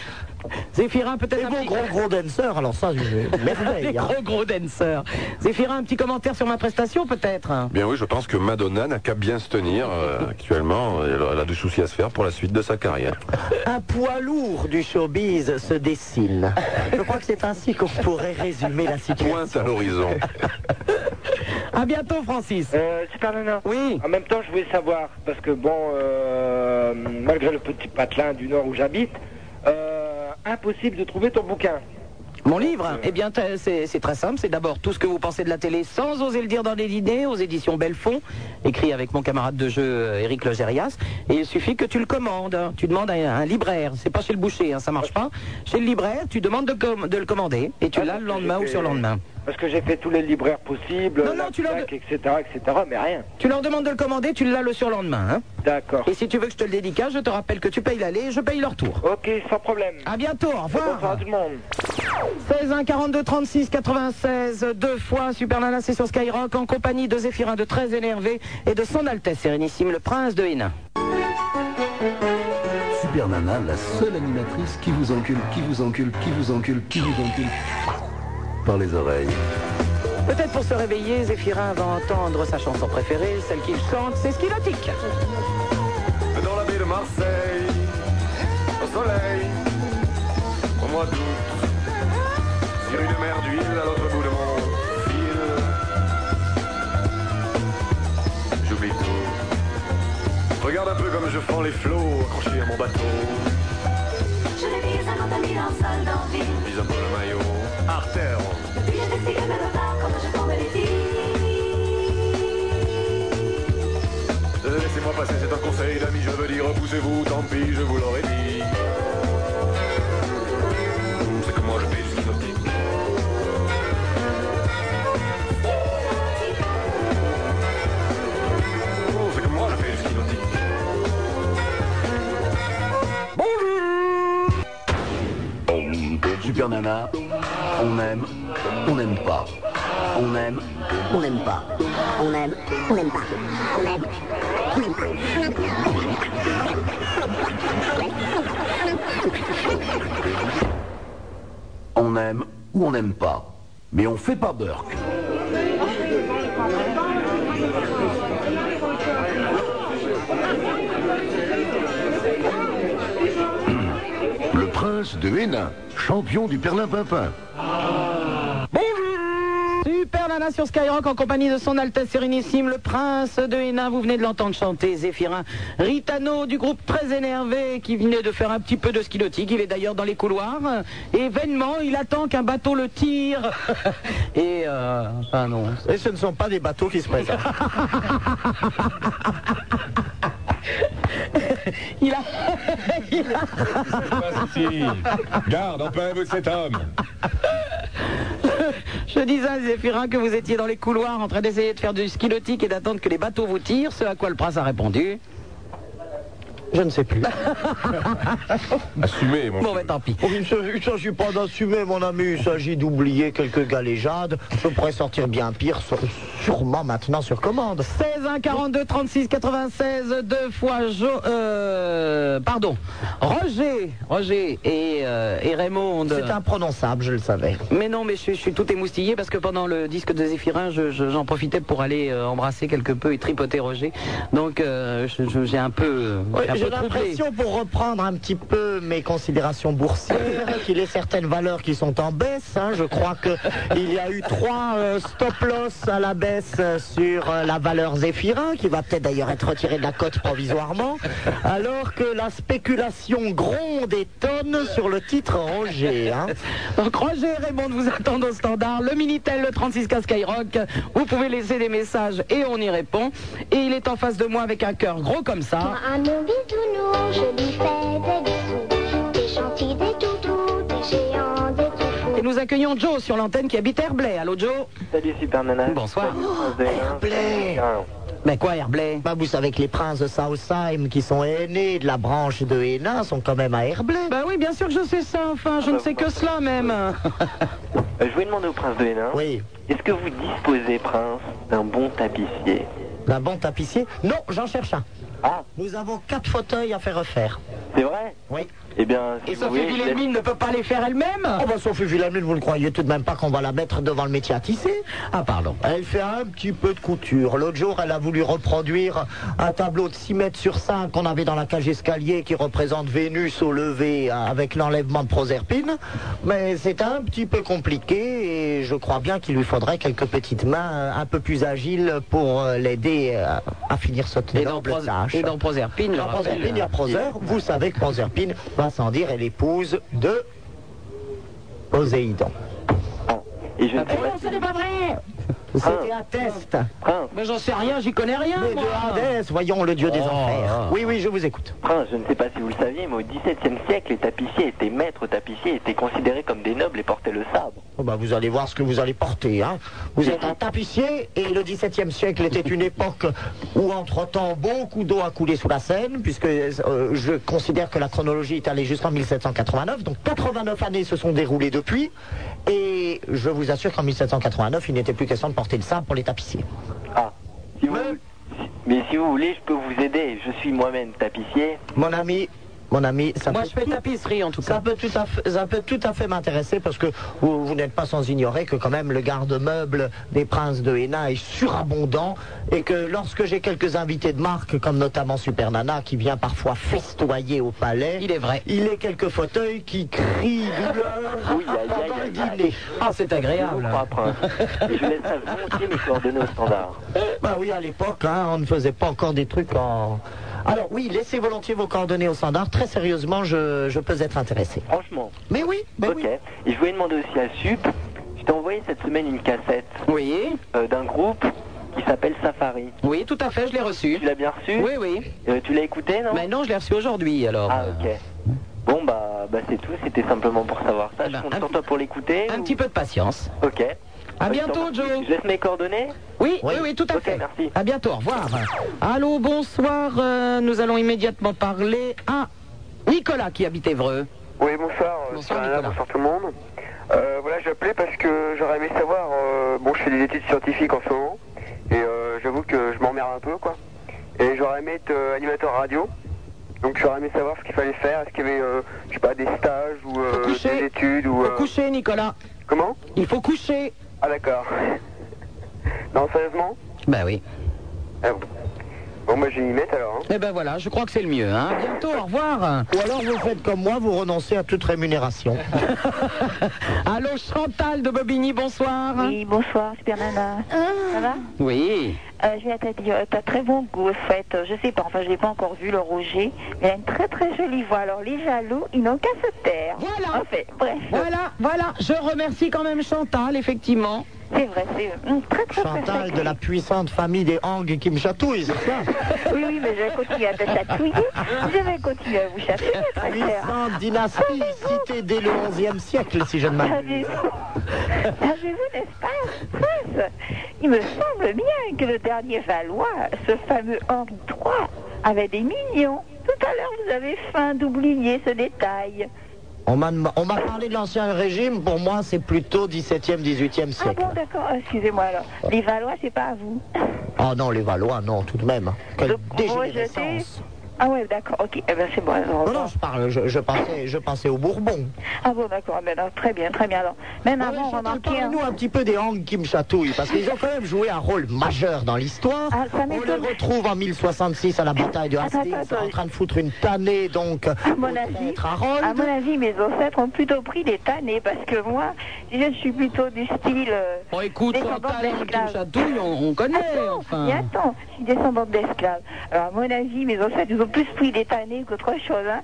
S4: Zéphirin, peut-être
S7: un gros gros dancer, alors ça,
S4: *laughs*
S7: une merveille.
S4: Des
S7: hein.
S4: gros gros danseurs. Zéphirin, un petit commentaire sur ma prestation, peut-être hein.
S3: Bien oui je pense que Madonna n'a qu'à bien se tenir euh, actuellement elle, elle a des soucis à se faire pour la suite de sa carrière.
S7: Un poids lourd du showbiz se dessine. Je crois que c'est ainsi qu'on pourrait résumer la situation.
S3: Pointe à l'horizon.
S4: À bientôt, Francis.
S18: Euh, Super Nana.
S4: Oui.
S18: En même temps, je voulais savoir parce que bon, euh, malgré le petit patelin du nord où j'habite, euh, impossible de trouver ton bouquin.
S4: Mon livre, eh bien, t'as- c'est c'est très simple. C'est d'abord tout ce que vous pensez de la télé sans oser le dire dans les dîners aux éditions Belfond, écrit avec mon camarade de jeu euh, Éric Logérias. Et il suffit que tu le commandes. hein. Tu demandes à un libraire. C'est
S18: Ah,
S4: pas chez le boucher, hein, ça marche pas. Chez le libraire, tu demandes de, com- de le commander et tu l'as le lendemain ou sur le lendemain.
S19: Parce que j'ai fait tous les libraires possibles, la FNAC, etc., etc., mais rien.
S4: Tu leur demandes de le commander, tu l'as le surlendemain. Hein
S19: D'accord.
S4: Et si tu veux que je te le dédicace, je te rappelle que tu payes l'aller et je paye le retour.
S19: Ok, sans problème.
S4: À bientôt, au revoir.
S19: Bonsoir à tout le monde.
S4: 16 1 42 36 96 deux fois Super Nana c'est sur Skyrock en compagnie de Zéphirin de très énervé et de son Altesse Sérénissime le Prince de Hénin.
S1: Super Nana, la seule animatrice qui vous encule, qui vous encule, qui vous encule, qui vous encule par les oreilles.
S4: Peut-être pour se réveiller, Zéphirin va entendre sa chanson préférée, celle qu'il chante, c'est Skivatic.
S8: Dans la baie de Marseille, au soleil, au mois d'août, sur une mer d'huile à l'autre bout de mon fil. J'oublie tout. Regarde un peu comme je fends les flots accrochés à mon bateau.
S5: Je l'ai mis à mon ami en salle d'envie.
S8: Mise un peu le maillot, artère,
S5: Depuis j'ai décidé mes retards quand je prends les filles.
S8: Euh, Laissez-moi passer, c'est un conseil d'ami, je veux dire, poussez-vous, tant pis, je vous l'aurais dit. C'est que moi je paye sous noté. Oh, C'est que moi je paye sous noté.
S1: Super Nana, on aime, on n'aime pas. On aime, on n'aime pas.
S12: On aime, on n'aime pas. On aime, on n'aime pas.
S1: On aime ou on n'aime pas. Mais on fait pas Burke. Le prince de Hénin, champion du Perlin-Pimpin.
S4: Super Nana sur Skyrock en compagnie de son Altesse Sérénissime, le Prince de Hénin. Vous venez de l'entendre chanter, Zéphirin Ritano du groupe Très Énervé qui venait de faire un petit peu de skilotique. Il est d'ailleurs dans les couloirs. Et vainement, il attend qu'un bateau le tire. *laughs* Et euh, enfin non.
S7: Et ce ne sont pas des bateaux qui se présentent.
S4: *laughs* *laughs* Il a... *laughs* il
S3: Ah,
S4: a...
S20: Garde en paix avec cet homme.
S4: Je disais à Zéphirin que vous étiez dans les couloirs en train d'essayer de faire du skilotique et d'attendre que les bateaux vous tirent, ce à quoi le prince a répondu.
S7: Je ne sais
S4: *laughs*
S7: plus.
S3: Assumez, mon
S4: Bon, ben tant pis.
S7: il ne s'agit pas d'assumer, mon ami. Il s'agit d'oublier quelques galéjades. Je pourrais sortir bien pire, sur- sûrement maintenant sur commande.
S4: 16 1 42 36 96 deux fois Jo- euh, pardon Roger Roger et, euh, et Raymond
S7: C'est imprononçable, je le savais.
S4: mais non mais je, suis- je suis tout émoustillé parce que pendant le disque de Zéphirin je- je- j'en profitais pour aller euh, embrasser quelque peu et tripoter Roger donc euh, je- je- j'ai un peu euh,
S7: Oui,
S4: j'ai un
S7: J'ai
S4: peu troublé.
S7: l'impression, pour reprendre un petit peu mes considérations
S4: *coughs*
S7: boursières, qu'il est certaines valeurs qui sont en baisse. hein. Je crois qu'il y a eu trois euh, stop-loss à la baisse euh, sur euh, la valeur Zéphirin, qui va peut-être d'ailleurs être retirée de la cote provisoirement, alors que la spéculation gronde et tonne sur le titre Roger. hein.
S4: Donc *laughs* Roger et Raymond vous attendent au standard, le Minitel, le 36K Skyrock. Vous pouvez laisser des messages et on y répond. Et il est en face de moi avec un cœur gros comme ça.
S5: À nos bisounours, je lui fais des bisous. Des gentils, des toutous, des géants, des tout fous.
S4: Et nous accueillons Joe sur l'antenne qui habite Herblay. Allô Joe
S9: Salut Super Nana.
S4: Bonsoir.
S7: Herblay.
S4: Mais quoi Herblay
S7: Bah, vous savez que les princes de Southsheim, qui sont aînés de la branche de Hénin, sont quand même à Herblay.
S4: Bah oui, bien sûr que je sais ça, enfin, je ne
S9: Ah,
S4: sais
S9: bah,
S4: que cela même. *laughs*
S9: Euh, je vais demander au prince de Hénin.
S7: Oui.
S9: Est-ce que vous disposez, prince, d'un bon tapissier
S7: D'un bon tapissier Non, j'en cherche un. Nous avons quatre fauteuils à faire refaire.
S9: C'est vrai
S7: Oui.
S9: Eh bien, si
S4: Et
S9: vous
S4: Sophie
S9: voulez, je laisse-
S4: Villemine ne peut pas les faire elle-même
S7: Oh bah Sophie Villamine, vous ne croyez tout de même pas qu'on va la mettre devant le métier à tisser
S4: Ah pardon.
S7: Elle fait un petit peu de couture. L'autre jour, elle a voulu reproduire un tableau de 6 mètres sur 5 qu'on avait dans la cage escalier qui représente Vénus au lever euh, avec l'enlèvement de Proserpine. Mais c'est un petit peu compliqué et je crois bien qu'il lui faudrait quelques petites mains euh, un peu plus agiles pour euh, l'aider euh, à finir cette
S4: Et dans,
S7: noble
S4: Pros-
S7: tâche.
S4: et dans Proserpine, je
S7: Dans
S4: rappelle,
S7: Proserpine, il y a Proser. Vous savez que Proserpine, va sans dire, est l'épouse de Poséidon.
S9: Et je ne sais
S4: Ah,
S9: pas
S4: non, ce n'est pas vrai Ah.
S7: C'était un test.
S4: Mais j'en sais rien, j'y connais rien.
S7: Mais
S4: moi. Oh.
S7: de Hadès, voyons le dieu des enfers. Oui, oui, je vous écoute.
S9: Prince, je ne sais pas si vous le saviez, mais au XVIIe siècle, les tapissiers étaient maîtres tapissiers, étaient considérés comme des nobles et portaient le sabre.
S7: Oh bah, vous allez voir ce que vous allez porter. Hein. Vous êtes un tapissier et le XVIIe siècle était une époque où, entre-temps, beaucoup d'eau a coulé sous la Seine, puisque euh, je considère que la chronologie est allée jusqu'en 1789. Donc 89 années se sont déroulées depuis. Et je vous assure qu'en 1789, il n'était plus question de porter le sabre pour les tapissiers.
S9: Si vous- Mais si vous voulez, je peux vous aider. Je suis moi-même tapissier.
S7: Mon ami, mon ami, ça
S9: Moi,
S7: peut
S9: je fais
S7: tapisserie en tout cas. Ça peut tout à fait, ça peut tout à fait m'intéresser parce que vous, vous n'êtes pas sans ignorer que quand même le garde-meuble des princes de Hénin est surabondant et que lorsque j'ai quelques invités de marque, comme notamment Super Nana, qui vient parfois festoyer au palais, il est vrai, il est quelques fauteuils qui crient *laughs* douleur pendant le dîner. Ah, c'est agréable. *laughs*
S9: Et hein. je laisserai volontiers mes
S4: *laughs*
S9: coordonnées au standard.
S7: Bah oui, à l'époque, hein, on ne faisait pas encore des trucs en... Alors oui, laissez volontiers vos coordonnées au standard. Très sérieusement, je, je peux être intéressé.
S9: Franchement.
S7: Mais oui, mais
S9: Ok. Et je voulais demander aussi à Sup. Je t'ai envoyé cette semaine une cassette. euh,
S4: Oui.
S9: D'un groupe qui s'appelle Safari.
S4: Oui, tout à fait, je l'ai reçu.
S9: Tu l'as bien reçu Euh,
S4: Oui, oui.
S9: tu l'as écouté, non
S4: Mais non, je l'ai reçu aujourd'hui, alors. euh,
S9: Ah, ok. Bon, bah, bah c'est tout. C'était simplement pour savoir
S4: Eh
S9: ça. je compte sur toi pour l'écouter. Un petit
S4: ben. peu de patience.
S9: Ok.
S4: À
S9: Bah, je
S4: bientôt,
S9: t'en remercie.
S4: Joe.
S9: Je laisse mes coordonnées
S4: Oui, oui, oui, tout à fait. Merci. À bientôt, au revoir. Allô, bonsoir. euh, nous allons immédiatement parler à Nicolas qui habite Évreux.
S16: Oui, bonsoir. euh, Pierre Alain, Bonsoir, tout le monde. Euh, voilà, j'appelais parce que j'aurais aimé savoir. euh, bon, je fais des études scientifiques en ce moment. Et euh, j'avoue que je m'emmerde un peu, quoi. Et j'aurais aimé être euh, animateur radio. Donc j'aurais aimé savoir ce qu'il fallait faire. Est-ce qu'il y avait, euh, je sais pas, des stages ou euh, des études ou. euh,
S4: Coucher, Nicolas.
S16: Comment
S4: Il faut coucher.
S16: Ah, d'accord. *laughs* non, sérieusement
S4: Bah oui.
S16: Ah, bon. Bon, moi, j'ai y mettre alors. hein.
S4: Eh ben voilà, je crois que c'est le mieux. *laughs* Hein. À bientôt, au revoir.
S7: Ou alors vous faites comme moi, vous renoncez à toute rémunération.
S4: Allô, Chantal de Bobigny, bonsoir.
S21: Oui, bonsoir, super nana. Ça
S4: Ah.
S21: va
S4: Oui.
S21: Euh, Je viens de te dire, euh, t'as très bon goût, en fait. Euh, Je sais pas, enfin, je l'ai pas encore vu, le Roger. Mais elle a une très très jolie voix. Alors, les jaloux, ils n'ont qu'à se taire. Voilà. En fait, bref.
S4: Voilà, voilà, je remercie quand même Chantal, effectivement.
S21: C'est vrai, c'est hum, très
S4: *laughs*
S21: très très
S7: Chantal de la puissante famille des Hang qui me chatouille, c'est
S4: Bah,
S7: ça
S21: Oui, oui, mais je vais continuer à te chatouiller. Je vais continuer à vous chatouiller, très clair.
S7: Puissante dynastie citée dès le 11e siècle, si je ne m'abuse.
S21: Avez-vous, n'est-ce pas, prince Il me semble bien que le dernier Valois, ce fameux Henri III, avait des millions. Tout à l'heure, vous avez faim d'oublier ce détail.
S7: On m'a dem- on m'a parlé de l'ancien régime, pour moi c'est plutôt 17e, 18e
S21: Ah
S7: siècle.
S21: bon, d'accord, ah, excusez-moi alors. Les Valois, c'est pas à vous.
S7: Ah non, les Valois, non, tout de même. Quelle
S21: Rejeté. Ah ouais, d'accord, ok, eh ben c'est bon. alors,
S7: Non,
S21: au
S7: non,
S21: revoir.
S7: je parle, je, je pensais, je pensais aux Bourbons.
S21: Ah bon, d'accord, ah ben, alors, très bien, très bien. Alors,
S4: Ah
S21: même avant, on remarquait...
S7: Parlez-nous un petit peu des Hang qui me chatouillent, parce qu'ils ont quand même joué un rôle majeur dans l'histoire. on les retrouve en 1066 à la bataille de Hastings, en train de foutre une tannée, donc,
S21: mon avis, à mon avis, mes ancêtres ont plutôt pris des tannés parce que moi, je suis plutôt du style. euh,
S4: Bon, Oh, écoute,
S21: descendante
S4: Chantal, on
S21: d'esclaves.
S4: touche à tout, on, on connaît,
S21: Attends,
S4: enfin.
S21: mais attends, je suis descendante d'esclaves. Alors, à mon avis, mes ancêtres, ils ont plus pris des tannés qu'autre chose. Hein.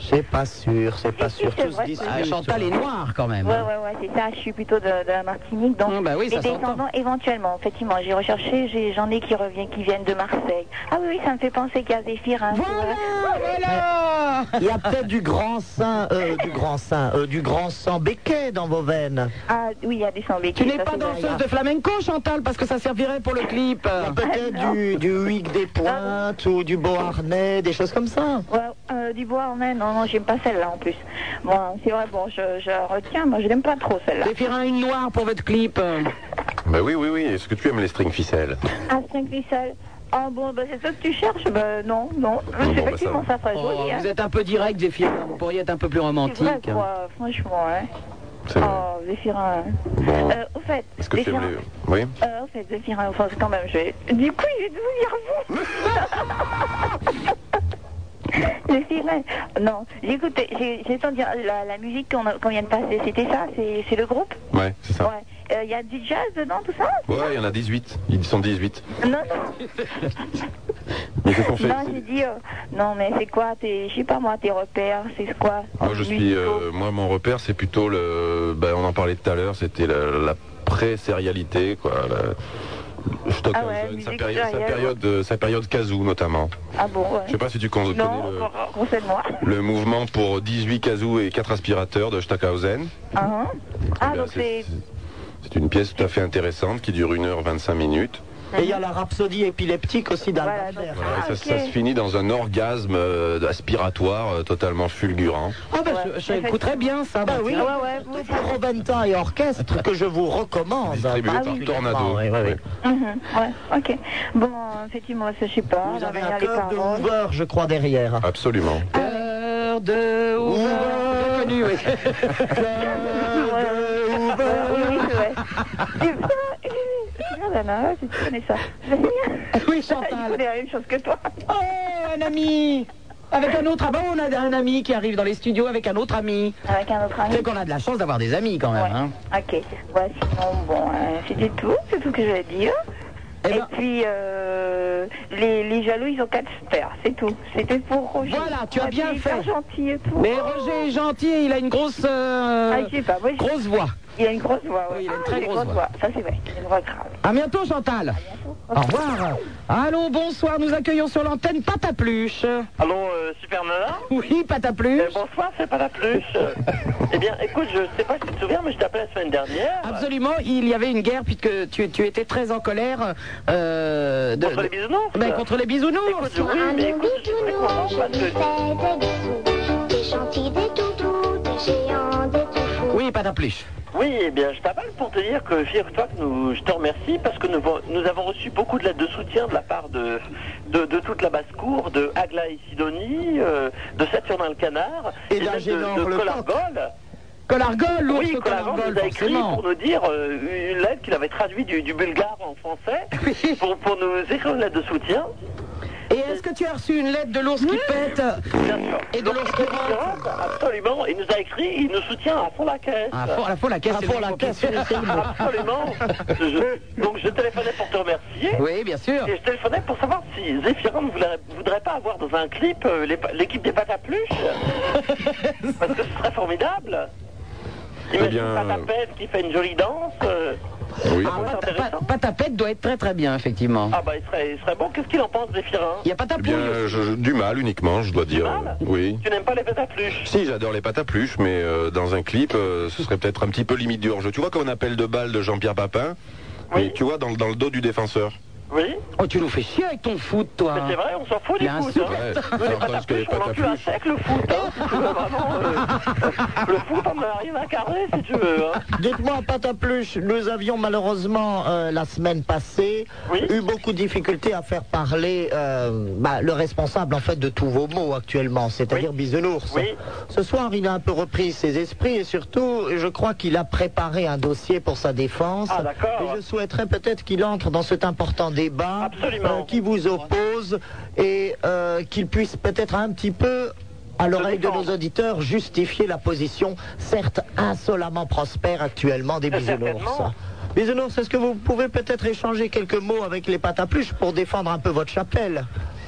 S7: C'est pas sûr, c'est pas sûr.
S21: c'est
S7: Tous
S21: vrai,
S7: disent
S21: c'est
S4: Ah,
S7: que
S21: vrai.
S7: ils
S21: Chantal
S7: sont-
S21: est noire,
S4: quand même.
S21: Ouais, ouais, ouais, c'est ça. Je suis plutôt de, de la Martinique, donc
S4: Ah, bah oui,
S21: les
S4: ça s'entend.
S21: descendants éventuellement. Effectivement, j'ai recherché, j'ai- j'en ai, qui reviennent, qui viennent de Marseille. Ah oui, oui, ça me fait penser qu'il y a Zéphyr. Hein,
S4: voilà,
S7: Il y a peut-être du grand sein, euh, du grand sein, euh, du grand sang béquet dans vos veines.
S21: Ah oui, il y a des sans
S4: Tu n'es pas danseuse de flamenco, Chantal, parce que ça servirait pour le clip.
S7: Peut-être du, du wig des pointes ou du beau harnais, des choses comme ça.
S21: Ouais, euh, du bois en est, non, non, j'aime pas celle-là en plus. Bon, c'est vrai, bon, je, je retiens, moi je n'aime pas trop celle-là.
S4: Zéphyrin, une noire pour votre clip.
S3: Bah oui, oui, oui. Est-ce que tu aimes les strings ficelles
S21: Un string glissade. Ah bon, bah, c'est ça que tu cherches Ben non, non.
S4: Ah,
S21: C'est effectivement ça, serait
S4: Oh,
S21: joli. hein.
S4: vous êtes un peu direct, Zéphyrin, vous pourriez être un peu plus
S21: C'est vrai,
S4: romantique.
S21: quoi, franchement, hein. Oh, Zéphirin. Euh, au fait,
S3: Est-ce que tu aimes les...
S21: Zéphirin-
S3: Oui
S21: Euh, au fait, Zéphirin, enfin, quand même, je vais... Du coup, je vais
S3: *laughs*
S21: devenir vous Zéphirin, non, j'écoutais, j'ai j'ai entendu la, la musique qu'on a- qu'on vient de passer, c'était ça C'est c'est le groupe
S3: Ouais, c'est ça.
S21: Ouais. Il y a du jazz dedans, tout ça
S3: Ouais, il y en a 18. Ils sont 18.
S21: Non, non.
S3: Mais qu'est-ce qu'on fait
S21: Non, j'ai dit, euh, non, mais c'est quoi tes, je sais pas moi, tes repères, c'est quoi
S3: Moi, je suis, euh, moi, mon repère, c'est plutôt le. ben, on en parlait tout à l'heure, c'était la, la pré-sérialité, quoi. la- Stockhausen, sa,
S21: Ah musique
S3: période, sa
S21: derrière.
S3: période, euh, sa période Kazoo notamment.
S21: Ah bon ouais.
S3: Je sais pas si tu con- connais
S21: Non,
S3: le-
S21: con- conseille-moi.
S3: le, mouvement pour 18 Kazoo et 4 aspirateurs de Stockhausen.
S21: Ah, hein. Ah,
S3: Eh bien,
S21: donc
S3: c'est-
S21: c'est.
S3: C'est une pièce tout à fait intéressante qui dure 1h25 minutes.
S7: Et il y a la rhapsodie épileptique aussi d'Albert.
S3: Voilà, et ça, ça se finit dans un orgasme euh, aspiratoire euh, totalement fulgurant.
S7: Ah
S4: ben,
S7: bah, je, je écouterais bien ça. Bah oui, pour Robinta et orchestre que je vous recommande.
S3: Distribué
S7: Ah
S3: par
S7: oui.
S3: Tornado.
S21: Mhm, ouais, ok. Bon, effectivement, ça, je sais pas.
S7: Vous
S21: la
S7: avez
S21: manière
S7: un
S21: des
S7: club de
S21: paroles.
S7: Hoover, je crois, derrière.
S3: Absolument.
S4: Cœur de Hoover. Connu, oui. *laughs*
S21: euh, eh, Regarde, Anna, si tu connais ça. *laughs* Oui, Chantal. Je connais la même chose que toi.
S4: Oh, un ami Avec un autre. Ah bon, on a un ami qui arrive dans les studios avec un autre ami.
S21: Avec un autre ami.
S4: C'est qu'on a de la chance d'avoir des amis quand même. hein.
S21: Ok. Ouais, sinon, bon, euh, c'était tout. C'est tout que j'allais dire. Et, puis, euh, les, les jaloux, ils ont quatre sphères. C'est tout. C'était pour Roger. Voilà, tu as bien fait. gentil et tout.
S4: Mais Roger est gentil et il a une grosse, euh,
S21: Ah, je sais pas. Moi, je-
S4: grosse voix.
S21: Il a une grosse voix, ouais. il a une très grosse, voix. Ça, c'est vrai. Il a une voix grave.
S4: À bientôt Chantal. Au revoir. Allô, bonsoir, nous accueillons sur l'antenne Patapluche.
S9: Allô, euh, Super Nana
S4: Oui, Patapluche.
S9: Bonsoir, c'est pas la plus.
S4: *laughs*
S9: Euh, eh bien, écoute, je sais pas si tu te souviens, mais je t'appelais la semaine dernière.
S4: Absolument, il y avait une guerre puisque tu, tu étais très en colère. euh, de-
S9: Contre les bisounours
S4: Ben, Contre les bisounours
S5: Sur un bisounours, je lui fais
S16: hein.
S5: des bisous. Des gentils, des toutous, des géants, des toufous.
S4: Oui, Patapluche.
S9: Oui, eh bien, je t'appelle pour te dire que, figure-toi que nous, je te remercie parce que nous, vo- nous avons reçu beaucoup de lettres de soutien de la part de, de, de toute la basse-cour, de Agla et Sidonie, euh, de Saturnin le Canard, et, même
S4: d'Agénor
S9: de, de
S4: le
S9: Colargol.
S4: Colargol, l'ours
S9: oui, Colargol
S4: Colargol,
S9: nous a écrit
S4: forcément.
S9: pour nous dire euh, une lettre qu'il avait traduite du, du bulgare en
S4: *laughs*
S9: français pour, pour nous écrire une lettre de soutien.
S4: Et est-ce que tu as reçu une lettre de l'ours qui pète et de l'ours qui
S9: pète Absolument, il nous a écrit, il nous soutient à fond la caisse.
S4: À fond- à fond la caisse,
S9: À
S4: c'est
S9: fond
S4: le
S9: Ah, la
S4: mot
S9: caisse,
S4: qui est-
S9: c'est le mot. Absolument. Je- donc je téléphonais pour te remercier.
S4: Oui, bien sûr.
S9: Et je téléphonais pour savoir si Zéphirin ne voudrait, voudrait pas avoir dans un clip euh, les pa- l'équipe des pâtes à pluche. Parce que ce serait formidable.
S3: Eh
S9: Imagine
S3: bien,
S9: Patapète qui fait une jolie danse. euh,
S4: Ah, Pat- Pat- Patapète doit être très très bien, effectivement.
S9: ah bah il serait, il serait bon. Qu'est-ce qu'il en pense Zéphirin
S4: Il n'y a pas ta
S3: Eh bien, je- je- du mal uniquement, je dois dire. oui.
S9: Tu n'aimes pas
S4: *laughs*
S9: les patapluches
S3: Si, j'adore les patapluches, mais euh, dans un clip, euh, ce serait peut-être un petit peu limite du hors-jeu. Tu vois qu'on appelle de balle de Jean-Pierre Papin mais tu vois, dans, le- dans le dos du défenseur.
S9: Oui
S4: Oh, tu nous fais chier avec ton foot, toi. hein.
S9: Mais c'est vrai, on s'en fout du
S4: Il y a un
S9: foot,
S4: souffle.
S9: hein.
S3: Ouais,
S9: Les
S3: alors, parce que les
S9: patapluches, on l'encule
S3: patapluches-
S9: avec le foot. hein. Vraiment, euh, *laughs* le foot, on n'a rien à carrer, si tu veux. hein.
S7: *laughs* Dites-moi, Patapluche, nous avions malheureusement euh, la semaine passée eu beaucoup de difficultés à faire parler euh, bah, le responsable en fait de tous vos mots actuellement, c'est-à-dire bisounours. Ce soir, il a un peu repris ses esprits et surtout, je crois qu'il a préparé un dossier pour sa défense. et je souhaiterais peut-être qu'il entre dans cet important débat euh, qui vous oppose et euh, qu'il puisse peut-être un petit peu à l'oreille de nos auditeurs, justifier la position, certes insolemment prospère actuellement des bisounours. Bisounours, est-ce que vous pouvez peut-être échanger quelques mots avec les patapluches pour défendre un peu votre chapelle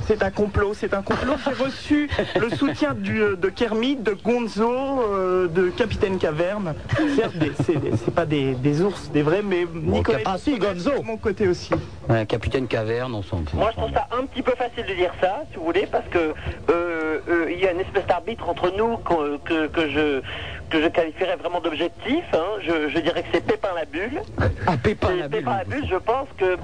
S22: C'est un complot, c'est un complot. J'ai reçu le soutien du, euh, de Kermit, de Gonzo, euh, de Capitaine Caverne. Certes, des- c'est c'est pas des, des ours, des vrais, mais Nicolas. Ah si, Gonzo De mon côté aussi.
S4: Ouais, capitaine Caverne, on s'en fout.
S9: Moi, je trouve ça un petit peu facile de dire ça, si vous voulez, parce que euh, euh, il y a une espèce d'arbitre entre nous qu'on- que, que je que je qualifierais vraiment d'objectif. hein. Je, je dirais que c'est Pépin la bulle.
S4: Ah, Pépin
S9: la bulle. je pense que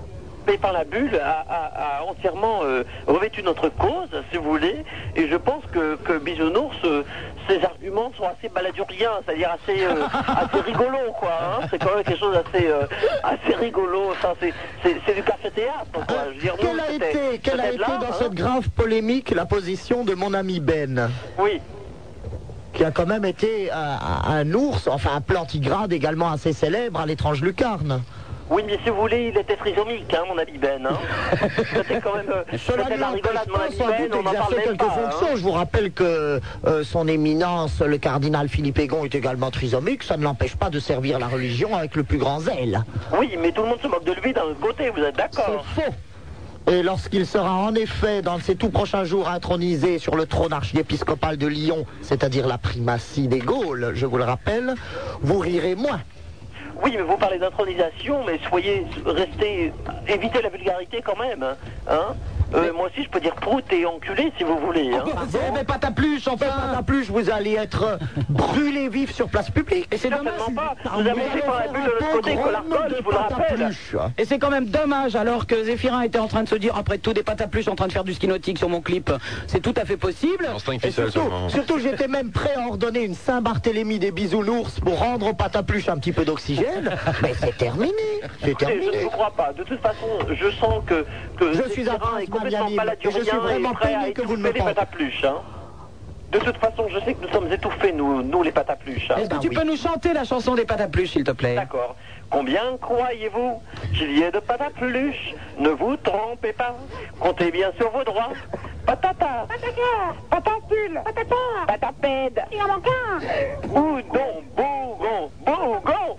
S9: Pépin la bulle a, a- a entièrement euh, revêtu notre cause, si vous voulez, et je pense que, que Bisounours, euh, ses arguments sont assez baladuriens, c'est-à-dire assez, euh, assez rigolos, quoi. hein. C'est quand même quelque chose d'assez euh, assez rigolo. Ça, c'est- c'est c'est du café-théâtre, quoi. Je veux dire, nous,
S7: Quelle a
S9: c'était-
S7: été, quelle a
S9: c'était de
S7: été
S9: l'art,
S7: dans
S9: hein.
S7: cette grave polémique la position de mon ami Ben
S9: Oui.
S7: Qui a quand même été euh, un ours, enfin un plantigrade également assez célèbre à l'étrange lucarne.
S9: Oui, mais si vous voulez, il était trisomique, hein, mon ami Ben. Hein. C'était quand même. euh,
S7: Cela
S9: c'était de la
S7: lui
S9: rigolade,
S7: empêche
S9: mon
S7: pas,
S9: ami
S7: sans
S9: Ben,
S7: doute,
S9: on en parle
S7: d'exercer
S9: même
S7: quelques
S9: pas. hein.
S7: fonctions. Je vous rappelle que euh, son éminence, le cardinal Philippe Egon, est également trisomique. Ça ne l'empêche pas de servir la religion avec le plus grand zèle.
S9: Oui, mais tout le monde se moque de lui d'un autre côté, vous êtes d'accord
S7: Faux. Et lorsqu'il sera en effet, dans ses tout prochains jours, intronisé sur le trône archiépiscopal de Lyon, c'est-à-dire la primatie des Gaules, je vous le rappelle, vous rirez moins.
S9: Oui, mais vous parlez d'intronisation, mais soyez, restez, évitez la vulgarité quand même. Hein Euh, Moi aussi, je peux dire prout et enculé si vous voulez. hein.
S7: mais pas ta pluche, Eh ben, enfin pas ta pluche, vous allez être brûlé vif sur place publique.
S4: Et c'est dommage.
S9: Vous avez laissé par la bulle de l'autre côté que l'alcool, je vous le rappelle.
S5: hein.
S4: Et c'est quand même dommage alors que Zéphirin était en train de se dire après tout des pâtes à plus en train de faire du ski nautique sur mon clip. C'est tout à fait possible.
S7: Et surtout, surtout, j'étais même prêt à ordonner une Saint-Barthélemy des bisounours pour rendre aux patapluches un petit peu d'oxygène. Mais c'est terminé. C'est
S9: Écoutez,
S7: terminé.
S9: Je ne vous crois pas. De toute façon, je sens que, que
S7: Je suis
S9: Zéphirin
S7: un prince
S9: est complètement
S7: Marianne, et
S9: baladurien
S7: je suis vraiment
S9: et prêt à
S7: peiné que vous ne
S9: étouffer
S7: me
S9: les patapluches. Hein. De toute façon, je sais que nous sommes étouffés, nous, nous les patapluches. hein.
S7: Eh ben
S4: Est-ce
S5: Ah
S4: que tu peux nous chanter la chanson des pâtes à plus s'il te plaît
S9: D'accord. Combien croyez-vous qu'il y ait de patapluches Ne vous trompez pas. Comptez bien sur vos droits. Patata. Patata. Patatule. Patata. Patapède. Il y en manque Oudon. Bougon. Bougon.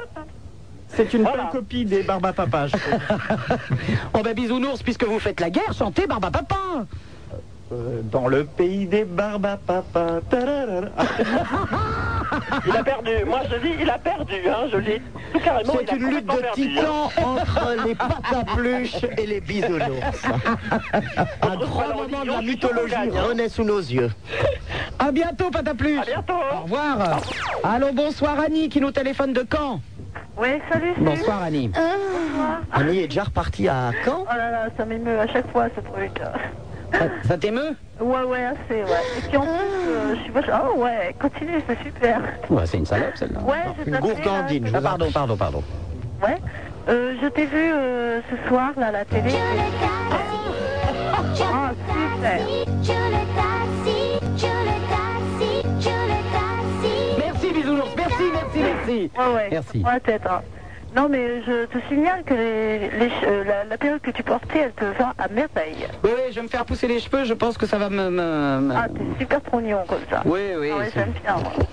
S5: C'est une bonne copie des Barbapapa, je
S4: *laughs*
S5: trouve.
S4: Oh ben bisounours, puisque vous faites la guerre, chantez Barba Papa
S5: Euh, Dans le pays des Barbapapa. tararara.
S9: *laughs* Il a perdu. Moi, je dis, il a perdu. Hein, je dis tout carrément.
S7: C'est une lutte de
S9: hein.
S7: titans
S9: *laughs*
S7: entre les patapluches et les bisounours. Un grand moment de la mythologie renaît sous nos yeux.
S4: À bientôt patapluche. À
S9: bientôt.
S4: Au revoir. Allô, bonsoir Annie qui nous téléphone de Caen.
S14: Oui, salut. salut.
S4: Bonsoir Annie.
S14: Bonsoir.
S7: Annie est déjà repartie à Caen
S14: Oh là là, ça m'émeut à chaque fois ce truc.
S4: Ça t'émeut
S14: Ouais, ouais, assez, ouais. Et puis en plus, euh, je suis vachement. Oh ouais, continue, c'est super.
S4: Ouais, c'est une salope celle-là.
S14: Ouais, je Une t'appelais, gourgandine, là, je vous
S4: Ah, pardon, pardon, pardon.
S14: Ouais. Euh, je t'ai vu euh, ce soir, là, à la télé. Ah, super.
S4: Merci, bisounours. Merci, merci, merci.
S14: Ouais, ouais. Merci. la tête, hein. Non, mais je te signale que les, les che- euh, la, la perruque que tu portais, elle te va à merveille.
S4: Oui, oui, je vais me faire pousser les cheveux, je pense que ça va me... me- me-
S14: Ah, t'es super trognon comme ça.
S4: Oui, oui,
S14: Ah ouais,
S4: c'est-
S14: j'aime bien, moi. Euh,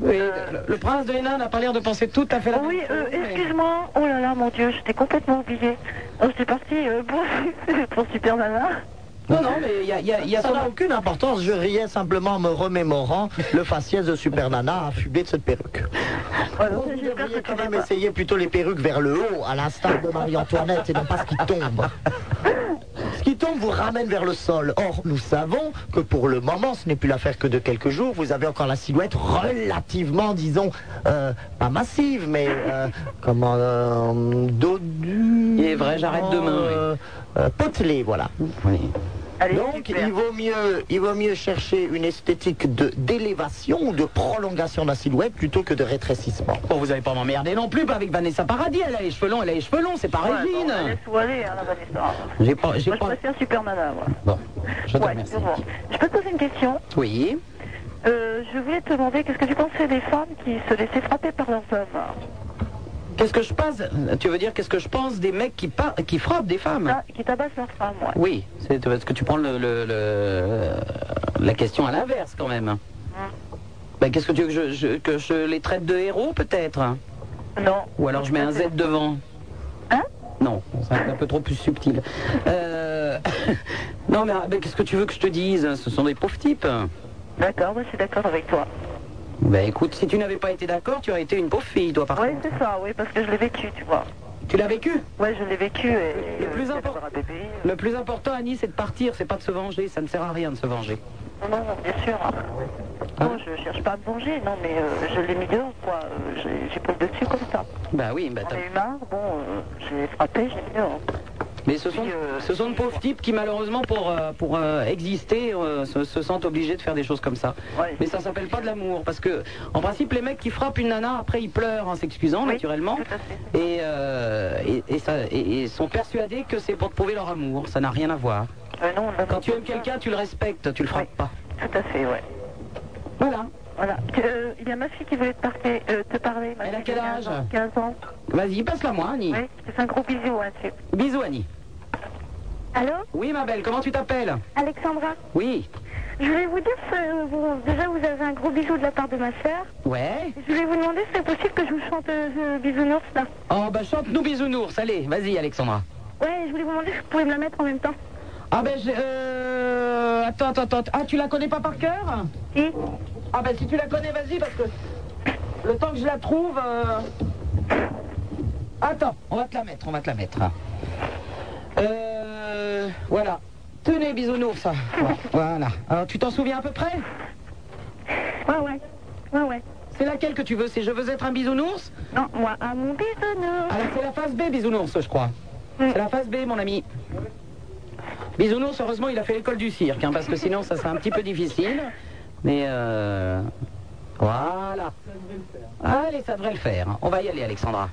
S4: Oui, le- le prince de Hénin n'a pas l'air de penser tout à fait la
S14: Oui,
S4: même chose.
S14: euh, excuse-moi. Oh là là, mon Dieu, je t'ai complètement oublié. Oh, j'étais partie euh, *laughs* pour, pour Super Nana.
S7: Non, non, mais il y a, y a- y a
S14: Ça
S7: ça n'a
S14: va.
S7: aucune importance. Je riais simplement en me remémorant le faciès de Super Nana affublé de cette perruque. Vous devriez quand même essayer plutôt les perruques vers le haut, à l'instar de Marie-Antoinette, et non pas ce qui tombe. Ce qui tombe vous ramène vers le sol. Or, nous savons que pour le moment, ce n'est plus l'affaire que de quelques jours. Vous avez encore la silhouette relativement, disons, euh, pas massive, mais euh, comment, euh, dodue.
S4: Il est vrai, j'arrête demain, oui.
S7: euh, euh, potelée, voilà. Donc, il vaut, mieux, il vaut mieux chercher une esthétique de- d'élévation ou de prolongation de la silhouette plutôt que de rétrécissement.
S4: Bon, vous n'allez pas m'emmerder non plus, pas avec Vanessa Paradis, elle a les cheveux longs, elle a les cheveux longs, c'est pas Régine.
S14: Laisse-moi aller, hein, la bonne histoire.
S4: J'ai pas... j'ai
S14: Moi,
S4: pas...
S14: je préfère Super Nana, moi.
S4: Bon, je te
S14: Ouais,
S4: remercie.
S14: c'est bon. Je peux te poser une question
S4: Oui.
S14: Euh, Je voulais te demander qu'est-ce que tu pensais des femmes qui se laissaient frapper par leurs hommes
S4: Qu'est-ce que je pense Tu veux dire qu'est-ce que je pense des mecs qui, par- qui frappent des femmes
S14: Qui tabassent leurs femmes, Ah, ouais.
S4: Oui, c'est parce que tu prends le, le- le- la question à l'inverse quand même. Ben, Qu'est-ce que tu veux que je, je- que je les traite de héros peut-être
S14: Non.
S4: Ou alors je mets un Z devant Hein Non, c'est un peu trop plus subtil. Euh, *laughs* non mais, ben, qu'est-ce que tu veux que je te dise Ce sont des pauvres types.
S14: D'accord, moi je suis d'accord avec toi.
S4: Ben écoute, si tu n'avais pas été d'accord, tu aurais été une pauvre fille toi par
S14: Oui,
S4: contre.
S14: c'est ça, oui, parce que je l'ai vécu, tu vois.
S4: Tu l'as vécu
S14: Ouais, je l'ai vécu et.
S4: Le plus important-
S14: euh.
S4: Le plus important Annie c'est de partir, c'est pas de se venger, ça ne sert à rien de se venger. Hein
S14: Non, non, bien sûr. hein. Non, je cherche pas à me venger, non, mais euh, je l'ai mis dehors, quoi. Euh, j'ai- j'ai pris le dessus comme ça.
S4: Bah oui, bah t'as-
S14: J'ai eu marre, bon, euh, j'ai frappé, j'ai mis dehors.
S4: Mais ce sont, ce sont de pauvres types qui malheureusement pour, euh, pour euh, exister euh, se, se sentent obligés de faire des choses comme ça. Mais ça s'appelle pas de l'amour parce que en principe les mecs qui frappent une nana après ils pleurent en s'excusant naturellement et, euh, et, et ça, et, et sont persuadés que c'est pour te prouver leur amour. Ça n'a rien à voir.
S14: Euh,
S4: Quand tu aimes quelqu'un tu le respectes, tu le frappes pas.
S14: Tout à fait, ouais.
S4: Voilà.
S14: Voilà. Tu- euh, Il y a ma fille qui voulait te, parler, euh, te parler. Elle a quel âge 15 ans.
S4: Vas-y passe-la moi Annie.
S14: Oui, je te fais un gros bisou, hein, tu-
S4: Bisous Annie.
S23: Allô
S4: Oui ma belle, comment tu t'appelles
S23: Alexandra,
S4: Oui.
S23: je voulais vous dire, euh, vous- déjà vous avez un gros bisou de la part de ma sœur.
S4: Ouais.
S23: Je voulais vous demander si c'est possible que je vous chante euh, ce bisounours là.
S4: Oh bah chante nous bisounours. Allez, vas-y Alexandra.
S23: Ouais, je voulais vous demander si vous pouvez me la mettre en même temps.
S4: Ah ben, j'ai- euh... attends, attends, attends. Ah, tu la connais pas par cœur Si. Ah ben, si tu la connais, vas-y, parce que le temps que je la trouve... euh, Attends, on va te la mettre, on va te la mettre. Euh, voilà. Tenez, bisounours, ça. Voilà. Alors, tu t'en souviens à peu près
S14: Ouais, ouais. Ouais, ouais.
S4: C'est laquelle que tu veux C'est je veux être un bisounours
S14: Non, moi, à mon bisounours. Mm.
S4: Alors, c'est la phase B, bisounours, je crois. C'est la phase B, mon ami. Bisounours, heureusement, il a fait l'école du cirque, hein, parce que sinon, ça serait un petit peu difficile. Mais, euh... Voilà. Allez, ça devrait le faire. On va y aller, Alexandra.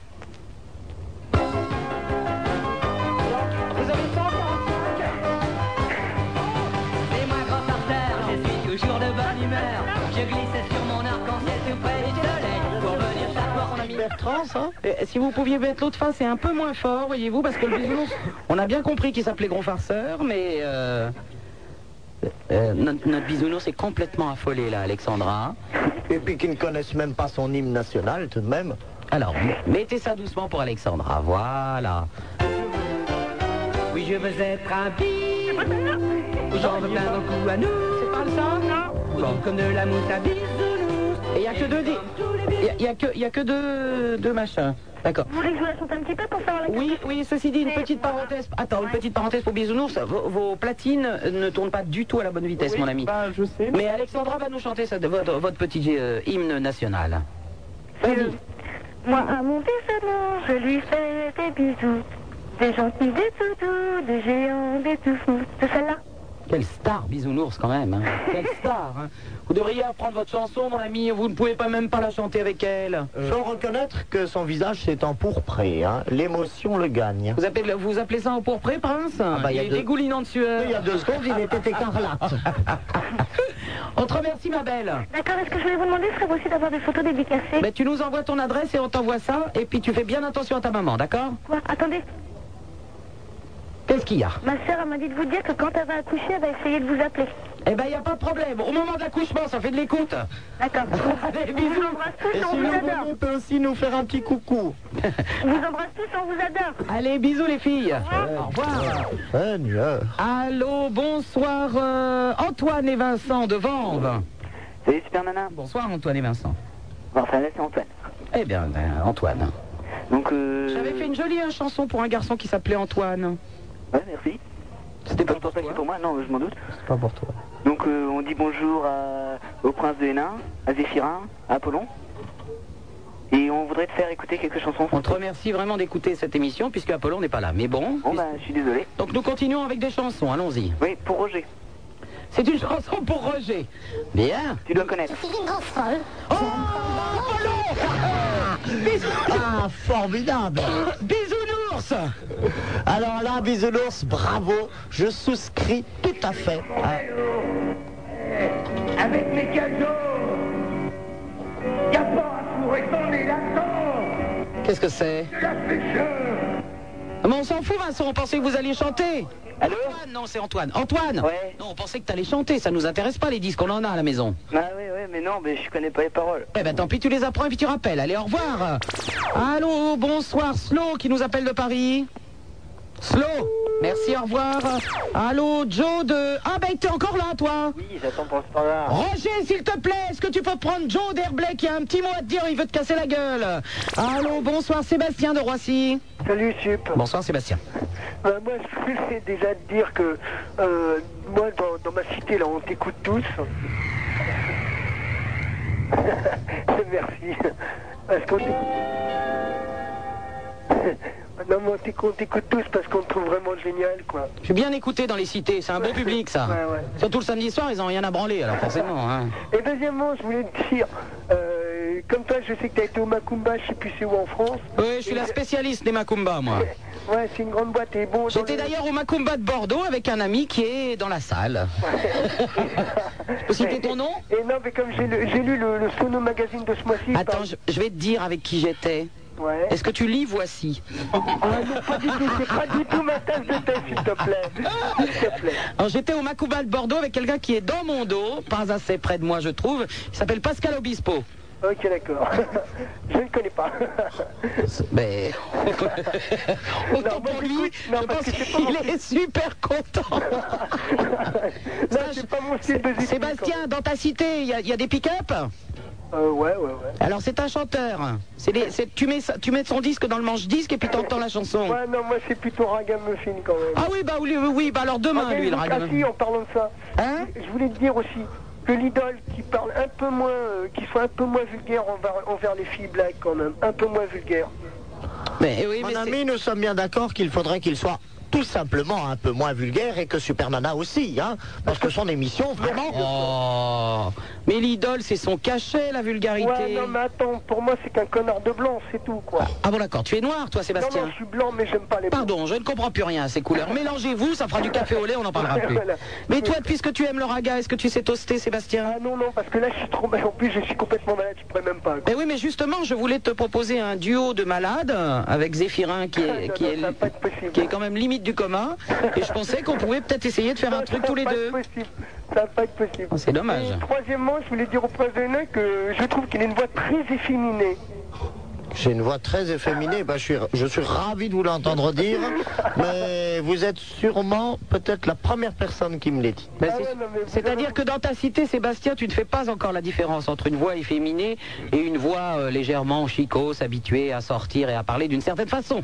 S5: Les moins grands par terre, je suis toujours de bonne humeur. Je glisse sur mon arc-en-ciel tout près du soleil pour venir chaque morning.
S4: Bertrand, ça Euh, Si vous pouviez mettre l'autre face, c'est un peu moins fort, voyez-vous, parce que le bisounours, on a bien compris qu'il s'appelait Gros Farceur, mais euh, euh, notre, notre bisounours est complètement affolé, là, Alexandra.
S7: Et puis qu'ils ne connaissent même pas son hymne national, tout de même.
S4: Alors, mettez ça doucement pour Alexandra, voilà.
S5: Oui, je veux être un
S4: *laughs*
S5: bisounours. J'en veux plein beaucoup à nous. C'est pas ça, non Comme de la mousse à bisounours.
S4: Et il n'y a que deux... Il n'y a, que- y a que deux, deux machins. D'accord.
S14: Vous voulez que je vous la chante un petit peu pour savoir laquelle
S4: Oui, oui, ceci dit, une
S14: Et
S4: petite
S14: voilà.
S4: parenthèse. Attends, une petite parenthèse pour Bisounours. Vos, vos platines ne tournent pas du tout à la bonne vitesse, mon ami.
S7: bah,
S4: je sais. Mais Alexandra va nous chanter ça, de votre, votre petit euh, hymne national. Euh,
S14: Moi, à mon bisounours, je lui fais des bisous. Des gentils, des toutous, des géants, des tout fous. C'est celle-là
S4: Quelle star, Bisounours, quand même.
S7: *laughs*
S4: hein. Quelle star. hein. Vous devriez apprendre votre chanson, mon ami. Vous ne pouvez pas même pas la chanter avec elle.
S7: Sans reconnaître que son visage s'est empourpré, hein. l'émotion le gagne.
S4: Vous appelez, vous appelez ça au pourpré, Prince
S7: bah, il y a
S4: est
S7: deux-
S4: dégoulinant de sueur.
S7: Il y a deux secondes, il
S4: *laughs*
S7: était écarlate.
S4: On te remercie, ma belle.
S14: D'accord, est-ce que je voulais vous demander, serait possible d'avoir des photos dédicacées
S4: *laughs* Mais tu nous envoies ton adresse et on t'envoie ça. Et puis tu fais bien attention à ta maman, d'accord
S14: Quoi Attendez,
S4: Qu'est-ce qu'il y a
S14: ma sœur elle m'a dit de vous dire que quand elle va accoucher, elle va essayer de vous appeler.
S4: Eh ben, il n'y a pas de problème. Au moment de l'accouchement, ça fait de l'écoute.
S14: D'accord.
S4: Allez,
S14: On vous
S4: bisous.
S14: embrasse tous,
S4: Et
S14: on
S4: sinon,
S14: vous
S4: vous
S14: adore.
S4: nous- peut aussi nous faire un petit *laughs* coucou.
S14: On vous embrasse tous, on vous adore.
S4: Allez, bisous les filles. Au revoir.
S7: Seigneur.
S4: Allô, bonsoir euh, Antoine et Vincent de Vanves.
S24: Salut Super Nana.
S4: Bonsoir Antoine et Vincent.
S24: Enfin là c'est Antoine.
S4: Eh bien, ben, Antoine.
S24: Donc euh...
S4: J'avais fait une jolie euh, chanson pour un garçon qui s'appelait Antoine.
S24: Ouais merci.
S4: C'était
S24: pas pour, pour moi, non je m'en doute.
S7: C'est pas pour toi.
S24: Donc euh, on dit bonjour à- au prince de Hénin, à Zéphirin, à Apollon. Et on voudrait te faire écouter quelques chansons.
S4: On te remercie vraiment d'écouter cette émission puisque Apollon n'est pas là. Mais bon.
S24: Bon bah je suis désolé.
S4: Donc nous continuons avec des chansons, allons-y.
S24: Oui, pour Roger.
S4: C'est une chanson pour Roger. Bien.
S24: Tu dois connaître.
S5: C'est une grosse folle.
S4: Oh
S7: Ah, formidable
S4: Bisounours
S7: Alors là, bisounours, bravo Je souscris tout à fait. Ah.
S5: Avec mes cadeaux. Y'a pas à fourrer ton élaton.
S4: Qu'est-ce que c'est Ah, Mais on s'en fout, Vincent, on pensait que vous alliez chanter. Allô Non, c'est Antoine. Antoine Non, on pensait que t'allais chanter, ça nous intéresse pas les disques, on en a à la maison.
S24: Ah oui, oui, mais non, mais je connais pas les paroles.
S4: Eh ben tant pis, tu les apprends et puis tu rappelles. Allez, au revoir. Allô, bonsoir, Slow qui nous appelle de Paris. Slow Merci, au revoir. Allô, Joe de... Ah ben, t'es encore là, toi
S24: Oui, j'attends pour le standard.
S4: Roger, s'il te plaît, est-ce que tu peux prendre Joe d'Herblay qui a un petit mot à te dire, il veut te casser la gueule Allô, bonsoir, Sébastien de Roissy.
S9: Salut Sup.
S4: Bonsoir, Sébastien.
S9: Bah, moi, je sais déjà te dire que euh, moi, dans, dans ma cité, là, on t'écoute tous. *laughs* Merci. Parce qu'on t'écoute- *laughs* Non, mais on t'écoute- on t'écoute tous parce qu'on te trouve vraiment génial, quoi.
S4: Je suis bien écouté dans les cités, c'est un bon public ça. Surtout le samedi soir, ils n'ont rien à branler, alors forcément. hein.
S9: Et deuxièmement, je voulais te dire, euh, comme toi, je sais que t'as été au Macumba, je sais plus c'est où en France.
S4: Oui, je suis la spécialiste des Macumba,
S9: *laughs*
S4: moi.
S9: Ouais, c'est une grande boîte et bon. dans
S4: J'étais
S9: le-
S4: d'ailleurs au Macumba de Bordeaux avec un ami qui est dans la salle. *laughs* Je peux citer ton nom
S9: Et non, mais comme j'ai le- j'ai lu le, le Sono Magazine de ce mois-ci.
S4: Attends, je, je vais te dire avec qui j'étais.
S9: Ouais.
S4: Est-ce que tu lis Voici
S9: Ah non, pas du tout, c'est pas du tout ma tasse de thé, s'il te plaît. S'il te plaît.
S4: Alors j'étais au Macumba de Bordeaux avec quelqu'un qui est dans mon dos, pas assez près de moi je trouve. Il s'appelle Pascal Obispo.
S9: Ok, d'accord. *laughs* je ne connais pas. *laughs*
S4: Mais autant
S9: moi,
S4: pour
S9: j'écoute.
S4: lui,
S9: Non,
S4: je
S9: parce
S4: pense
S9: que c'est pas mon
S4: qu'il est super content.
S9: *laughs* Là, c'est pas mon style de musique,
S4: Sébastien, dans ta cité, il y, a- il y a des pick-up
S6: Euh, ouais, ouais, ouais.
S4: Alors c'est un chanteur. C'est des- c'est- tu, mets, ça- tu mets son disque dans le manche disque et puis t'entends la chanson.
S6: Ouais, non, moi c'est plutôt ragamuffin quand même.
S4: Ah oui, bah oui, oui, bah alors demain,
S6: Ah, mais
S4: lui, le
S6: ah,
S4: ragamuffin. Hein
S6: si, en parlant de ça, je voulais te dire aussi que l'idole qui parle un peu moins, euh, qui soit un peu moins vulgaire envers, envers les filles blagues quand même, un peu moins vulgaire.
S7: Mon ami, nous sommes bien d'accord qu'il faudrait qu'il soit tout simplement un peu moins vulgaire et que Super Nana aussi, hein, parce que son émission, vraiment...
S4: Oh. Mais l'idole, c'est son cachet, la vulgarité.
S6: Ouais, non, mais attends, pour moi c'est qu'un connard de blanc, c'est tout quoi.
S4: Ah bon, d'accord, tu es noir, toi, Sébastien
S6: Non, non, je suis blanc, mais j'aime pas les
S4: Pardon, je ne comprends plus rien à ces couleurs. Mélangez-vous, ça fera du café au lait, on n'en parlera
S6: *laughs*
S4: plus.
S6: Voilà.
S4: Mais toi, puisque tu aimes le raga, est-ce que tu sais toaster, Sébastien
S6: Ah non, non, parce que là, je suis trop mal. En plus, je suis complètement malade, je pourrais même pas.
S4: Mais Eh oui, mais justement, je voulais te proposer un duo de malades euh, avec Zéphirin qui
S6: Ah,
S4: est, qui, est, qui est quand même limite du commun. Et je pensais qu'on pouvait peut-être essayer de faire un truc tous les deux.
S6: Ça va pas être possible.
S4: Oh, c'est dommage.
S7: Ah,
S6: Et troisièmement, je voulais dire au prince de Hénin que je trouve qu'il a une voix très efféminée.
S7: J'ai une voix très efféminée, bah, je, suis, je suis ravi de vous l'entendre dire, mais vous êtes sûrement peut-être la première personne qui me l'ait dit.
S4: Ben, c'est- C'est-à-dire que dans ta cité, Sébastien, tu ne fais pas encore la différence entre une voix efféminée et une voix euh, légèrement chicose, habituée à sortir et à parler d'une certaine façon.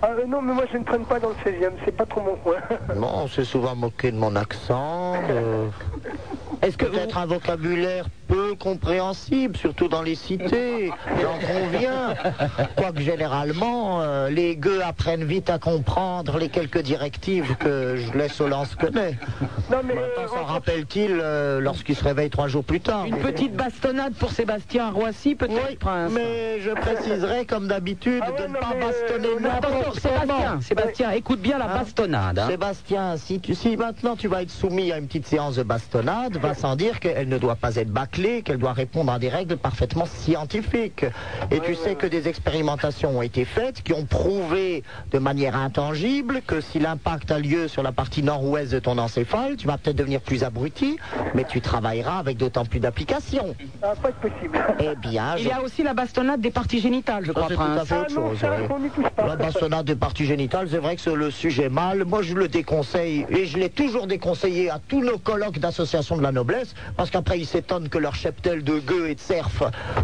S6: Ah euh, non, mais moi, je ne traîne pas dans le 16e, c'est pas trop mon coin. *laughs*
S7: Non, on s'est souvent moqué de mon accent, de...
S4: Est-ce que
S7: peut-être un vocabulaire peu compréhensible, surtout dans les cités, j'en conviens. Quoique généralement, euh, les gueux apprennent vite à comprendre les quelques directives que je laisse au lance-connais.
S6: Non mais
S7: s'en rappelle-t-il euh, lorsqu'il se réveille trois jours plus tard
S4: Une petite bastonnade pour Sébastien à Roissy, peut-être, Prince Ah
S7: Mais je préciserai, comme d'habitude, de ne pas
S4: euh,
S7: bastonner
S4: Attention,
S7: n'importe
S4: Sébastien,
S7: comment.
S4: Sébastien, écoute bien la bastonnade. hein.
S7: Sébastien, si, tu- si maintenant tu vas être soumis à une petite séance de bastonnade, va sans dire qu'elle ne doit pas être bâclée, qu'elle doit répondre à des règles parfaitement scientifiques. Et tu sais que des expérimentations ont été faites qui ont prouvé de manière intangible que si l'impact a lieu sur la partie nord-ouest de ton encéphale, tu vas peut-être devenir plus abruti, mais tu travailleras avec d'autant plus d'application.
S6: pas possible.
S7: Eh bien,
S4: Il
S7: je-
S4: y a aussi la bastonnade des parties génitales, je
S7: ça,
S4: crois,
S7: Ah, c'est tout à
S4: Prince.
S7: fait
S6: Ah,
S7: autre chose. oui. La bastonnade des parties génitales, c'est vrai que c'est le sujet mâle. Moi, je le déconseille et je l'ai toujours déconseillé à tous nos colloques d'associations de la noblesse parce qu'après, ils s'étonnent que leur cheptel de gueux et de cerf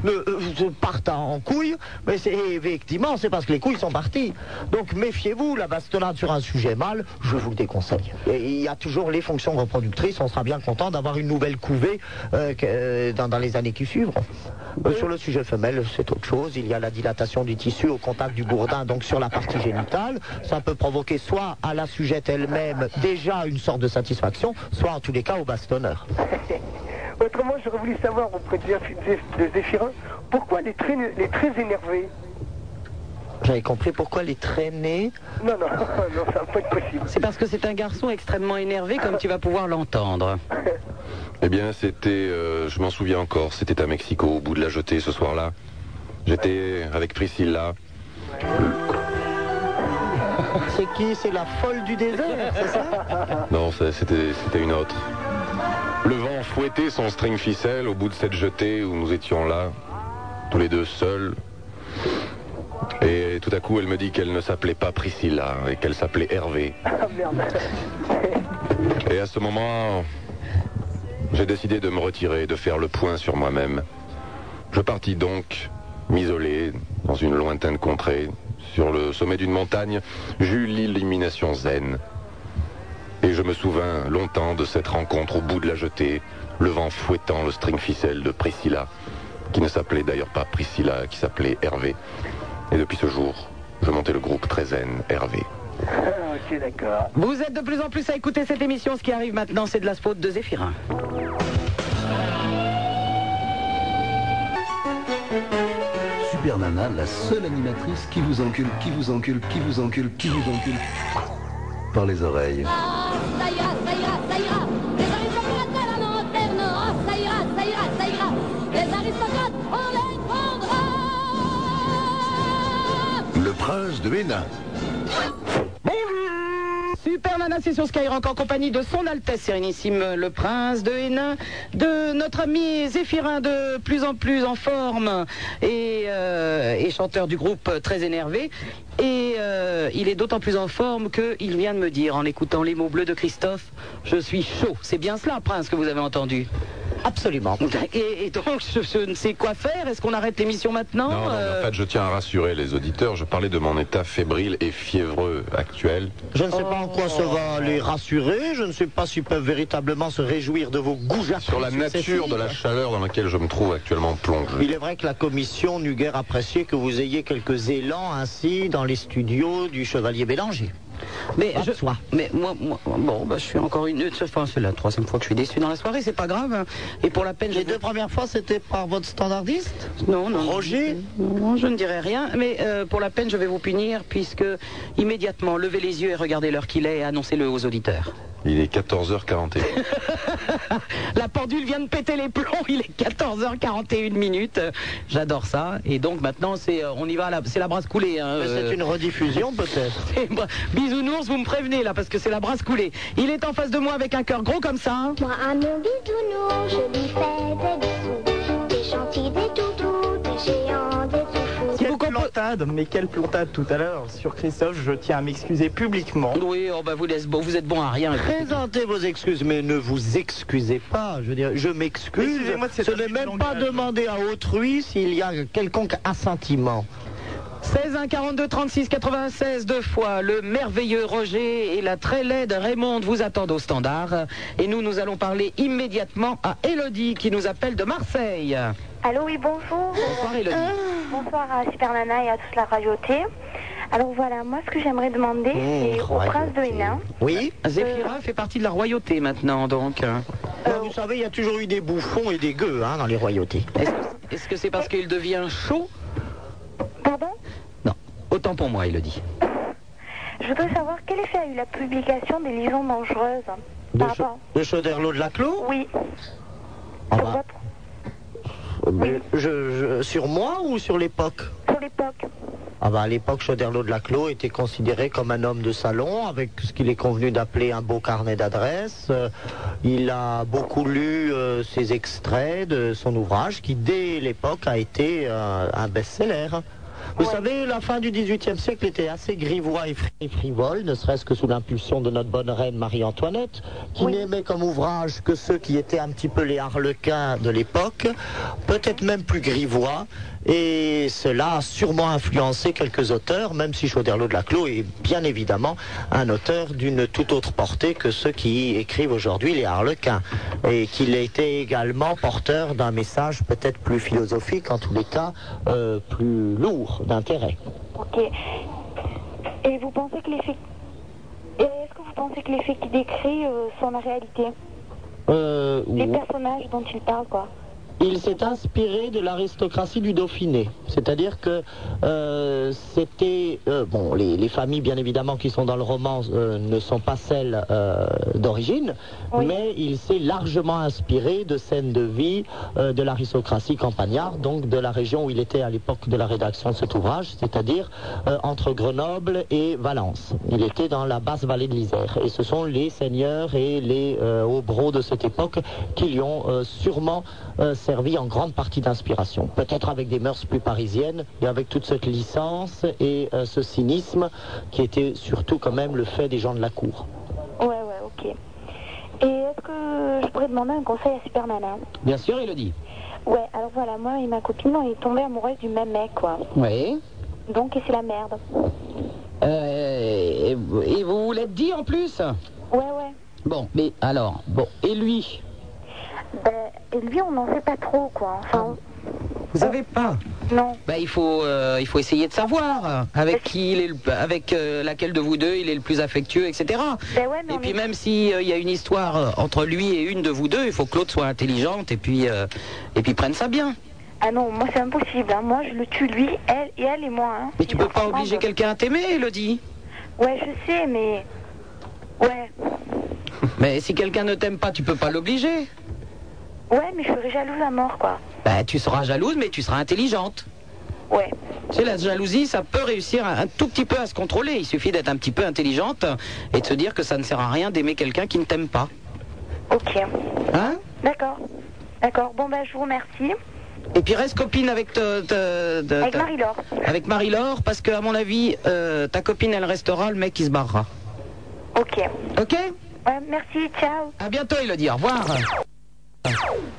S7: ne, euh, se partent en couille. Mais c'est effectivement, c'est parce que les couilles sont parties. Donc, méfiez-vous, la bastonnade sur un sujet mâle, je vous le déconseille. Et il y a toujours les fonctions reproductrices. On sera bien content d'avoir une nouvelle couvée euh, que- euh, dans, dans les années qui suivront. Euh, Sur le sujet femelle, c'est autre chose. Il y a la dilatation du tissu au contact du gourdin, donc sur la partie génitale. Ça peut provoquer soit à la sujette elle-même déjà une sorte de satisfaction, soit en tous les cas au bastonneur.
S6: *laughs* Autrement, j'aurais voulu savoir auprès de, Zéph- Zéph- de Zéphirin pourquoi les très, les très énervés. *laughs*
S7: J'avais compris pourquoi les traîner.
S6: Non, *laughs* non, non, ça va pas être possible.
S4: C'est parce que c'est un garçon extrêmement énervé, comme tu vas pouvoir l'entendre.
S3: Eh bien, c'était, euh, je m'en souviens encore, c'était à Mexico, au bout de la jetée ce soir-là. J'étais avec Priscilla.
S7: C'est qui C'est la folle du désert, c'est ça
S3: Non, ça, c'était c'était une autre. Le vent fouettait son string ficelle au bout de cette jetée où nous étions là, tous les deux seuls. Et tout à coup, elle me dit qu'elle ne s'appelait pas Priscilla et qu'elle s'appelait Hervé.
S6: Ah merde. *laughs*
S3: Et à ce moment, j'ai décidé de me retirer, de faire le point sur moi-même. Je partis donc m'isoler dans une lointaine contrée, sur le sommet d'une montagne, j'eus l'illumination zen. Et je me souvins longtemps de cette rencontre au bout de la jetée, le vent fouettant le string ficelle de Priscilla, qui ne s'appelait d'ailleurs pas Priscilla, qui s'appelait Hervé. Et depuis ce jour, je montais le groupe très zen, Hervé.
S6: ok, d'accord.
S4: Vous êtes de plus en plus à écouter cette émission. Ce qui arrive maintenant, c'est de la faute de Zéphirin.
S1: Super Nana, la seule animatrice qui vous encule, qui vous encule, qui vous encule, qui vous encule. Par les oreilles.
S25: Ça ira, ça ira, ça ira. Les aristocrates à la montagne, oh, ça ira, ça ira, ça ira. Les aristocrates, on les prendra.
S1: Le prince de Hénin.
S4: Super Nana, c'est sur Skyrock en compagnie de son Altesse Sérénissime le Prince de Hénin, de notre ami Zéphirin de plus en plus en forme et, euh, et chanteur du groupe euh, très énervé. Et euh, il est d'autant plus en forme qu'il vient de me dire en écoutant les mots bleus de Christophe, je suis chaud. C'est bien cela, Prince, que vous avez entendu. Absolument. Et, et donc, je, je ne sais quoi faire. Est-ce qu'on arrête l'émission maintenant
S3: Non, non, mais en fait, je tiens à rassurer les auditeurs. Je parlais de mon état fébrile et fiévreux actuel.
S7: Je ne sais pas en quoi ça va les rassurer. Je ne sais pas s'ils peuvent véritablement se réjouir de vos goûts
S3: Sur la nature de la chaleur dans laquelle je me trouve actuellement plongé.
S7: Il est vrai que la commission n'eût guère apprécié que vous ayez quelques élans ainsi dans les studios du Chevalier Bélanger.
S4: Mais je, mais moi, moi- bon, bah, je suis encore une, enfin, c'est la troisième fois que je suis déçu dans la soirée, c'est pas grave. hein. Et pour la peine,
S7: Les deux premières fois, c'était par votre standardiste
S4: Non, non. Roger Non, je ne dirai rien, mais euh, pour la peine, je vais vous punir, puisque immédiatement, levez les yeux et regardez l'heure qu'il est et annoncez-le aux auditeurs.
S3: Il est 14h41.
S4: *laughs* La pendule vient de péter les plombs, il est 14h41 minutes. J'adore ça. Et donc maintenant, c'est, euh, on y va, à la- c'est la brasse coulée. hein,
S7: Mais
S4: euh.
S7: C'est une rediffusion peut-être.
S4: *laughs* Et moi, Bisounours, vous me prévenez là parce que c'est la brasse coulée. Il est en face de moi avec un cœur gros comme ça. hein. Moi, à mon bisounours, je lui fais des
S10: Des gentils, des toutous, des géants, des tout fous.
S15: Quelle plantade, mais quelle plantade tout à l'heure sur Christophe, je tiens à m'excuser publiquement.
S4: Oui, oh bah vous, laisse, bon, vous êtes bon à rien.
S7: Présentez vos excuses, mais ne vous excusez pas. Je veux dire, je m'excuse.
S15: Excusez-moi de cette
S7: Ce n'est
S15: abus de
S7: même pas
S15: langage.
S7: demander à autrui s'il y a quelconque assentiment.
S4: 16 1 42 36 96 deux fois le merveilleux Roger et la très laide Raymond vous attendent au standard et nous nous allons parler immédiatement à Elodie qui nous appelle de Marseille.
S14: Allô, oui, bonjour. Bonsoir,
S4: Élodie.
S14: Bonsoir à Super Nana et à toute la radio T. Alors voilà, moi ce que j'aimerais demander, Mmh, c'est au
S4: Radio
S14: prince de Hénin.
S7: Oui.
S4: Zéphira fait partie de la royauté maintenant donc.
S7: Bah, vous savez, il y a toujours eu des bouffons et des gueux hein, dans les royautés.
S4: Est-ce que c'est parce qu'il devient chaud
S14: Pardon
S4: Non, autant pour moi Elodie.
S14: Je voudrais savoir quel effet a eu la publication des liaisons dangereuses.
S7: De, Cha- de Chauderlot de Laclos
S14: Oui.
S7: Ah bah. Euh, ben, je- je- sur moi ou sur l'époque
S14: Sur l'époque.
S7: Ah bah, à l'époque, Chauderlot de Laclos était considéré comme un homme de salon, avec ce qu'il est convenu d'appeler un beau carnet d'adresses. Euh, il a beaucoup lu euh, ses extraits de son ouvrage, qui dès l'époque a été euh, un best-seller. Vous savez, la fin du XVIIIe siècle était assez grivois et fri- frivole, ne serait-ce que sous l'impulsion de notre bonne reine Marie-Antoinette, qui n'aimait comme ouvrage que ceux qui étaient un petit peu les harlequins de l'époque, peut-être même plus grivois, et cela a sûrement influencé quelques auteurs, même si Chauderlot de Laclos est bien évidemment un auteur d'une toute autre portée que ceux qui écrivent aujourd'hui les harlequins, et qu'il était également porteur d'un message peut-être plus philosophique, en tous les cas euh, plus lourd d'intérêt.
S14: Ok. Et vous pensez que l'effet. Et Est-ce que vous pensez que l'effet qu'il décrit euh, sont la réalité
S7: Euh,
S14: Les
S7: oui.
S14: personnages dont il parle, quoi.
S7: Il s'est inspiré de l'aristocratie du Dauphiné. C'est-à-dire que euh, c'était... euh, bon, les, les familles, bien évidemment, qui sont dans le roman euh, ne sont pas celles euh, d'origine, mais il s'est largement inspiré de scènes de vie euh, de l'aristocratie campagnarde, donc de la région où il était à l'époque de la rédaction de cet ouvrage, c'est-à-dire euh, entre Grenoble et Valence. Il était dans la basse vallée de l'Isère. Et ce sont les seigneurs et les euh, hobereaux de cette époque qui lui ont euh, sûrement euh, servi en grande partie d'inspiration. Peut-être avec des mœurs plus parisiennes et avec toute cette licence et euh, ce cynisme qui était surtout quand même le fait des gens de la cour.
S14: Ouais, ouais, ok. Et est-ce que je pourrais demander un conseil à Super Nana
S4: Bien sûr Elodie.
S14: Ouais, alors voilà, moi et ma copine, on est tombés amoureuses du même mec, quoi.
S4: Oui.
S14: Donc, et c'est la merde.
S4: Euh, et, et vous l'êtes dit en plus
S14: Ouais, ouais.
S4: Bon, mais alors, bon, et lui
S14: Ben, et lui, on n'en sait pas trop, quoi. Enfin,
S4: Vous savez pas
S14: Non.
S4: Bah, il, faut, euh, il faut essayer de savoir euh, avec qui il est le- avec euh, laquelle de vous deux il est le plus affectueux, etc.
S14: Ben
S4: et puis même s'il y a une histoire euh, entre lui et une de vous deux, il faut que l'autre soit intelligente et puis, euh, et puis prenne ça bien.
S14: ah non, moi, c'est impossible. hein. Moi, je le tue, lui, elle, et elle et moi. hein.
S4: Mais tu peux pas obliger quelqu'un à t'aimer, Elodie.
S14: Ouais, je sais, mais... Ouais,
S4: Mais si quelqu'un ne t'aime pas, tu peux pas l'obliger.
S14: ouais, mais je serais jalouse à mort, quoi.
S4: Bah, tu seras jalouse, mais tu seras intelligente.
S14: Ouais.
S4: C'est la jalousie, ça peut réussir un, un tout petit peu à se contrôler. Il suffit d'être un petit peu intelligente et de se dire que ça ne sert à rien d'aimer quelqu'un qui ne t'aime pas.
S14: Ok.
S4: Hein
S14: D'accord. D'accord. Bon, ben, je vous remercie.
S4: Et puis reste copine avec te- te- te-
S14: Avec
S4: te-
S14: Marie-Laure.
S4: Avec Marie-Laure, parce que à mon avis, euh, ta copine, elle restera, le mec, il se barrera.
S14: Ok.
S4: Ok
S14: Ouais, merci, ciao.
S4: À bientôt, Elodie, au revoir.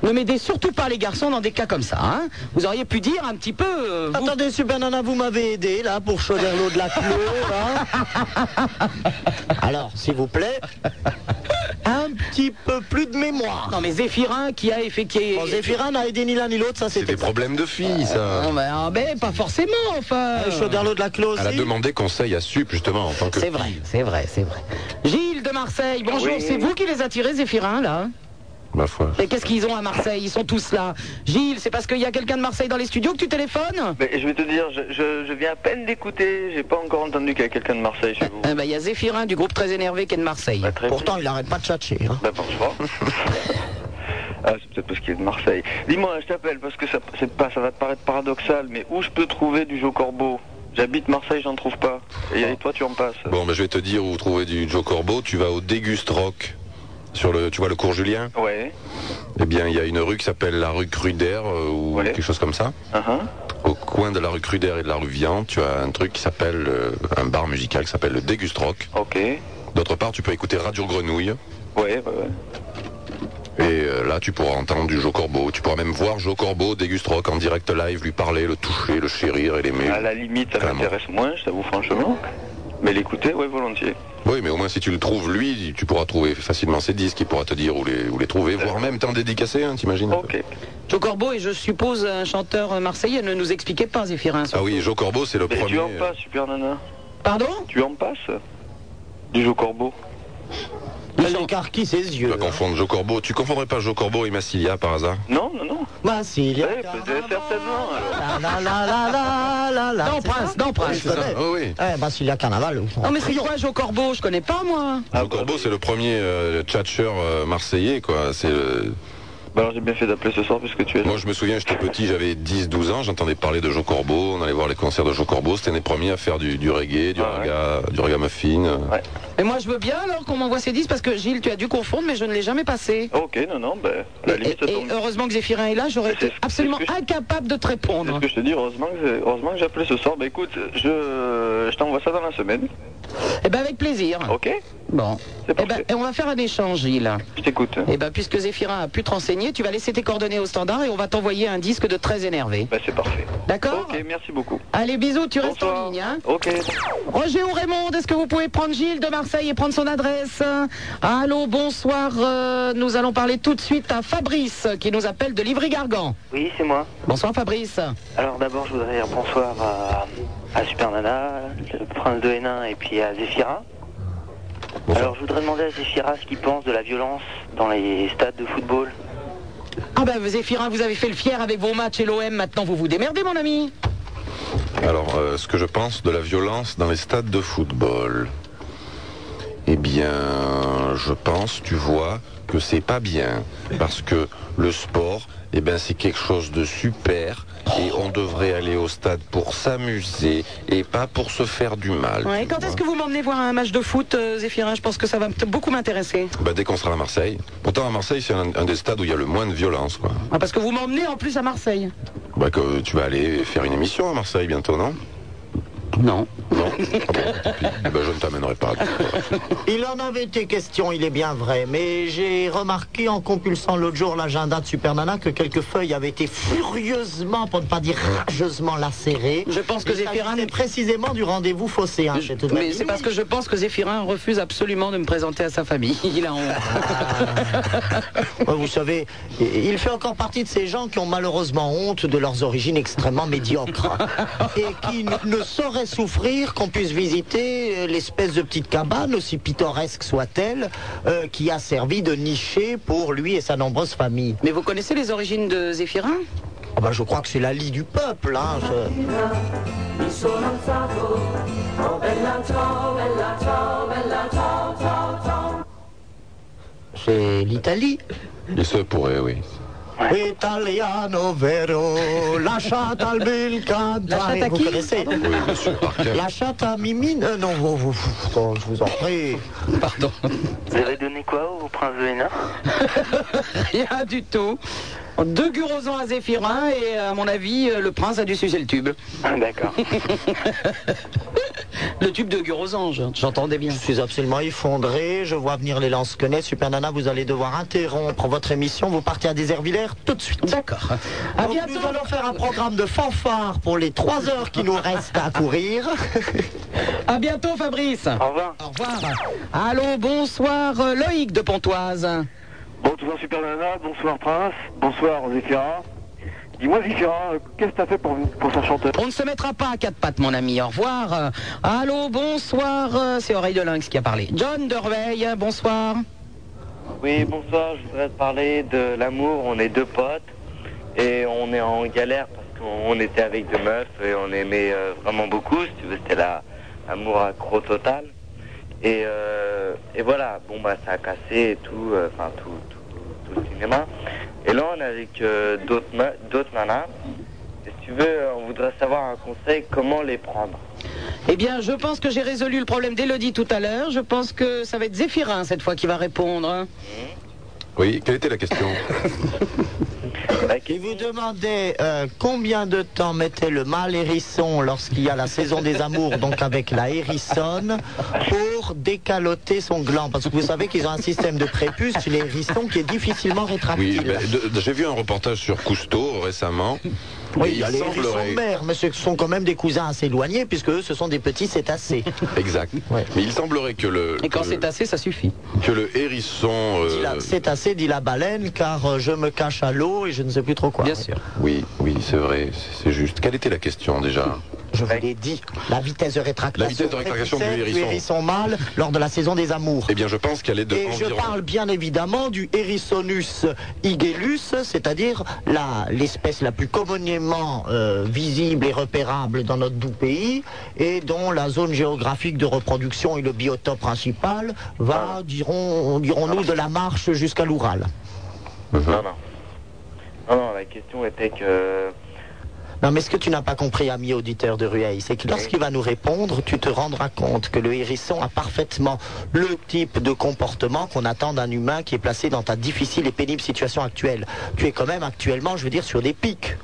S4: Ne m'aidez surtout pas les garçons dans des cas comme ça. hein. vous auriez pu dire un petit peu. euh,
S7: Attendez, Super Nana, vous m'avez aidé là pour chauffer l'eau de la hein.
S4: *laughs*
S7: clôture. Alors, s'il vous plaît, un petit peu plus de mémoire.
S4: Non, mais Zéphirin qui a effectué.
S7: Bon, Zéphirin n'a aidé ni l'un ni l'autre, ça Euh,
S3: C'est des
S7: c'était.
S3: problèmes de filles, ça.
S4: Non, mais, ah, mais pas forcément, enfin.
S7: de la close.
S3: Elle a demandé conseil à Sup, justement, en tant que.
S4: C'est vrai, c'est vrai, c'est vrai. Gilles de Marseille, bonjour,
S3: Oui.
S4: c'est vous qui les attirez, Zéphirin, là
S3: Ma foi.
S4: Et qu'est-ce qu'ils ont à Marseille Ils sont tous là. Gilles, c'est parce qu'il y a quelqu'un de Marseille dans les studios que tu téléphones
S9: Mais je vais te dire, je, je- je viens à peine d'écouter, j'ai pas encore entendu qu'il y a quelqu'un de Marseille chez vous.
S4: Eh ben, Il y a Zéphirin du groupe très énervé qui est de Marseille.
S7: Pourtant, il arrête pas de tchatcher. hein.
S9: Bah, franchement.
S4: *laughs*
S9: Ah, c'est peut-être parce qu'il est de Marseille. Dis-moi, je t'appelle parce que ça, c'est pas, ça va te paraître paradoxal, mais où je peux trouver du Joe Corbeau J'habite Marseille, j'en trouve pas. Et toi, tu en passes.
S3: Bon, ben, je vais te dire où trouver du Joe Corbeau. Tu vas au Déguste Rock. Sur le, tu vois le cours Julien
S9: Ouais.
S3: Eh bien, il y a une rue qui s'appelle la rue Cruder euh, ou quelque chose comme ça.
S9: Uh-huh.
S3: Au coin de la rue Cruder et de la rue Vian, tu as un truc qui s'appelle euh, un bar musical qui s'appelle le Déguste Rock.
S9: Ok.
S3: D'autre part, tu peux écouter Radio Grenouille.
S9: Ouais, ouais, ouais.
S3: Et euh, là, tu pourras entendre du Joe Corbeau. Tu pourras même voir Joe Corbeau, Déguste Rock en direct live, lui parler, le toucher, le chérir et l'aimer.
S9: À la limite, ça m'intéresse moins, je t'avoue franchement. Mais l'écouter, ouais, volontiers.
S3: Oui, mais au moins si tu le trouves, lui, tu pourras trouver facilement ses disques, il pourra te dire où les, où les trouver, voire même t'en dédicacer, hein, t'imagines un peu.
S4: Joe Corbeau et je suppose un chanteur euh, marseillais ne nous expliquait pas, Zéphirin.
S3: Ah oui, Joe Corbeau, c'est le
S9: Mais
S3: premier.
S9: tu en passes, super nana.
S4: Pardon
S9: Tu en passes Du Joe Corbeau
S7: Il écarquille ses
S3: Tu
S7: yeux. hein.
S3: vas confondre Joe Corbeau. Tu confondrais pas Joe Corbeau et Massilia par hasard
S9: Non, non, non.
S7: Massilia.
S4: Ah.
S9: Ouais, peut-être,
S7: La,
S9: certainement.
S7: la, la, la, la, la.
S4: Non,
S7: C'est
S4: Prince,
S7: ça
S4: non, Prince.
S7: Je
S4: C'est ça,
S7: connais.
S3: oh oui.
S7: Eh, Massilia Carnaval. ou-
S4: Non mais c'est quoi Joe Corbeau Je connais pas moi.
S9: Ah,
S3: Joe Corbeau, c'est le premier euh, tchatcheur euh, marseillais, quoi. C'est le-
S9: Bah alors j'ai bien fait d'appeler ce soir puisque tu es là.
S3: Moi, je me souviens, j'étais petit, j'avais 10-12 ans, j'entendais parler de Joe Corbeau, on allait voir les concerts de Joe Corbeau, c'était les premiers à faire du, du reggae,
S9: Ah,
S3: du, raga, du ragamuffin.
S4: Mais moi je veux bien alors qu'on m'envoie ces disques parce que Gilles tu as dû confondre mais je ne l'ai jamais passé.
S9: Ok, non, non, bah, à la limite, ça
S4: Et
S9: tombe.
S4: heureusement que Zéphirin est là, j'aurais été absolument incapable de te
S9: C'est
S4: répondre.
S9: ce que je te dis, heureusement que, j'ai- heureusement que j'ai appelé ce soir. Bah écoute, je, je t'envoie ça dans la semaine.
S4: Eh ben avec plaisir.
S9: Ok
S4: Bon. Eh ben, et on va faire un échange, Gilles.
S9: Je t'écoute.
S4: Eh ben, puisque Zéphirin a pu te renseigner, tu vas laisser tes coordonnées au standard et on va t'envoyer un disque de très énervé.
S9: Bah c'est parfait.
S4: D'accord
S9: Ok, merci beaucoup.
S4: Allez, bisous, tu restes en ligne. Hein
S9: Ok.
S4: Roger ou Raymond, est-ce que vous pouvez prendre Gilles de Marseille et prendre son adresse Allô, bonsoir. euh, nous allons parler tout de suite à Fabrice qui nous appelle de Livry-Gargan.
S13: Oui, c'est moi.
S4: Bonsoir Fabrice.
S13: Alors d'abord, je voudrais dire bonsoir à, à Super Nana, le prince de Hénin et puis à Zéphira. Alors je voudrais demander à Zéphira ce qu'il pense de la violence dans les stades de football.
S4: Ah ben Zéphirin, vous avez fait le fier avec vos matchs et l'OM, maintenant vous vous démerdez mon ami.
S3: Alors, euh, ce que je pense de la violence dans les stades de football Eh bien, je pense, tu vois, que c'est pas bien. Parce que le sport, eh ben, c'est quelque chose de super. Et on devrait aller au stade pour s'amuser et pas pour se faire du mal.
S4: Ouais,
S3: tu
S4: quand
S3: vois.
S4: est-ce que vous m'emmenez voir un match de foot, euh, Zéphirin Je pense que ça va t- beaucoup m'intéresser.
S3: Bah, dès qu'on sera à Marseille. Pourtant, à Marseille, c'est un, un des stades où il y a le moins de violence, quoi.
S4: Ah, parce que vous m'emmenez en plus à Marseille.
S3: Bah, que tu vas aller faire une émission à Marseille bientôt, non
S4: Non.
S3: Non Ah bon, tant pis. Eh ben, je ne t'amènerai pas.
S7: Il en avait été question, il est bien vrai, mais j'ai remarqué en compulsant l'autre jour l'agenda de Super Nana que quelques feuilles avaient été furieusement, pour ne pas dire rageusement lacérées.
S4: Je pense que Zéphirin-
S7: est précisément du rendez-vous phocéen. j'ai tout de même
S4: Mais
S7: dit.
S4: c'est parce que je pense que Zéphirin refuse absolument de me présenter à sa famille. *laughs* Il a honte.
S7: Ouais, Vous savez, il fait encore partie de ces gens qui ont malheureusement honte de leurs origines extrêmement médiocres et qui ne- ne sauraient souffrir qu'on puisse visiter euh, l'espèce de petite cabane, aussi pittoresque soit-elle, euh, qui a servi de nichée pour lui et sa nombreuse famille.
S4: Mais vous connaissez les origines de *laughs* Zéphirin
S7: Ah bah, je crois que c'est la lie du peuple. Hein, je-
S5: Mi sono alzato, oh bella ciao, bella ciao, bella ciao, ciao, ciao.
S7: C'est l'Italie.
S3: Il se pourrait, oui.
S7: Italiano vero, la chatte al belcan.
S5: La chatte à
S7: vous
S5: qui
S7: connaissez
S5: Pardon
S3: Oui, bien sûr, par cœur.
S7: La chatte à mimine Euh, Non, vous, vous- vous- je vous en prie.
S4: Pardon.
S13: Vous avez donné quoi au prince de Hénin
S4: Rien du tout. Deux gurosans à Zéphirin *laughs* et à mon avis, euh, le prince a dû sucer le tube.
S13: D'accord.
S4: Le tube de Gueux aux Anges, j'entendais bien.
S7: Je suis absolument effondré, je vois venir les lance Super Nana, vous allez devoir interrompre votre émission, vous partez à Désertvillers tout de suite.
S4: D'accord. Ah,
S7: À bientôt. Nous allons faire un programme de fanfare pour les trois heures qui nous restent à courir.
S4: *laughs* À bientôt, Fabrice.
S9: Au revoir.
S4: Au revoir. Allô, bonsoir, euh, Loïc de Pontoise.
S9: Bonsoir Super Nana, bonsoir Prince, bonsoir Zéphira. Dis-moi Zéphira, euh, qu'est-ce que t'as fait pour, pour faire chanteur
S4: On ne se mettra pas à quatre pattes, mon ami. Au revoir. Euh, Allô, bonsoir. euh, C'est Oreille de Lynx qui a parlé. John de Reveil, bonsoir.
S9: Oui, bonsoir, je voudrais te parler de l'amour. On est deux potes et on est en galère parce qu'on était avec deux meufs et on aimait euh, vraiment beaucoup. Si tu veux, c'était la- l'amour accro total. Et, euh, et voilà, bon, bah ça a cassé et tout, euh, enfin tout, tout, tout le cinéma. Et là, on est avec euh, d'autres me- d'autres nanas. Et si tu veux, euh, on voudrait savoir un conseil comment les prendre.
S4: Eh bien, je pense que j'ai résolu le problème d'Elodie tout à l'heure. Je pense que ça va être Zéphirin cette fois qui va répondre.
S3: Oui, quelle était la
S7: *laughs*
S3: question
S7: Et vous demandez euh, combien de temps mettait le mâle hérisson lorsqu'il y a la saison des amours, donc avec la hérissonne, pour décaloter son gland Parce que vous savez qu'ils ont un système de prépuce, les hérissons, qui est difficilement
S3: Oui,
S7: rétractable.
S3: ben, de- de- j'ai vu un reportage sur Cousteau récemment.
S7: Oui,
S3: Et
S7: il y a les hérissons de mer, mais ce sont quand même des cousins assez éloignés, puisque eux, ce sont des petits cétacés.
S3: Exact. Mais il semblerait que le.
S7: Et quand
S3: que-
S7: c'est assez, ça suffit.
S3: Que le hérisson. euh,
S7: Dit la- Cétacé dit la baleine, car euh, je me cache à l'eau et je ne sais plus trop quoi. Bien sûr.
S3: Oui, oui, c'est vrai, c'est- c'est juste. Quelle était la question déjà
S7: Je vous l'ai dit, la vitesse de rétractation,
S3: La vitesse de rétractation du
S7: prépucelle
S3: hérisson.
S7: mâle lors de la saison des amours.
S3: Eh bien, je pense qu'elle est de
S7: Et je
S3: environ-
S7: parle bien évidemment du Hérissonus igelus, c'est-à-dire la- l'espèce la, plus communément euh, visible et repérable dans notre doux pays, et dont la zone géographique de reproduction et le biotope principal va, dirons- dirons-nous, de la Marche jusqu'à l'Oural.
S3: Mhm.
S9: Non, non. Non, non, la question était que.
S7: Non, mais ce que tu n'as pas compris, ami auditeur de Rueil, c'est que lorsqu'il va nous répondre, tu te rendras compte que le hérisson a parfaitement le type de comportement qu'on attend d'un humain qui est placé dans ta difficile et pénible situation actuelle. Tu es quand même actuellement, je veux dire, sur des pics.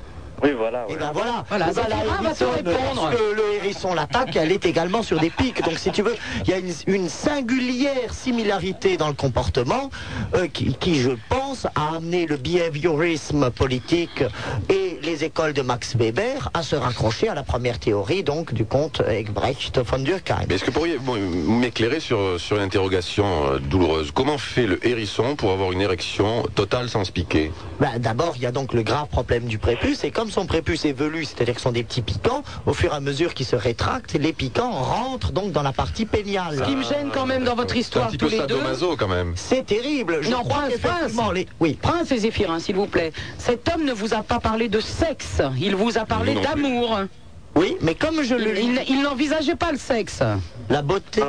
S9: Oui, voilà.
S7: Et ben voilà,
S4: Ah, Voilà,
S7: Eh ben, la
S4: Zéphira va te
S7: hérissonne,
S4: répondre.
S7: lorsque le hérisson l'attaque, elle est également sur des pics. Donc si tu veux, il y a une, une singulière similarité dans le comportement euh, qui, qui, je pense, a amené le behaviorisme politique et les écoles de Max Weber à se raccrocher à la première théorie donc du comte Egbrecht von Durkheim.
S3: Mais est-ce que pourriez vous m'éclairer sur, sur une interrogation euh, douloureuse Comment fait le hérisson pour avoir une érection totale sans se piquer
S7: Ben, D'abord, il y a donc le grave problème du prépuce, et comme son prépuce est velu, c'est-à-dire que ce sont des petits piquants, au fur et à mesure qu'ils se rétractent, les piquants rentrent donc dans la partie péniale.
S4: Ce qui me gêne quand même dans votre
S3: C'est un
S4: histoire
S3: petit
S4: tous
S3: peu
S4: les deux.
S3: sadomaso quand même.
S7: C'est terrible. Je
S4: non,
S7: crois
S4: Prince, Prince.
S7: Oui.
S4: Prince et Zéphirin, s'il vous plaît. Cet homme ne vous a pas parlé de sexe. Il vous a parlé
S7: Non plus.
S4: d'amour.
S7: Oui, mais comme je le
S4: Il- il- il n'envisageait pas le sexe.
S7: La beauté,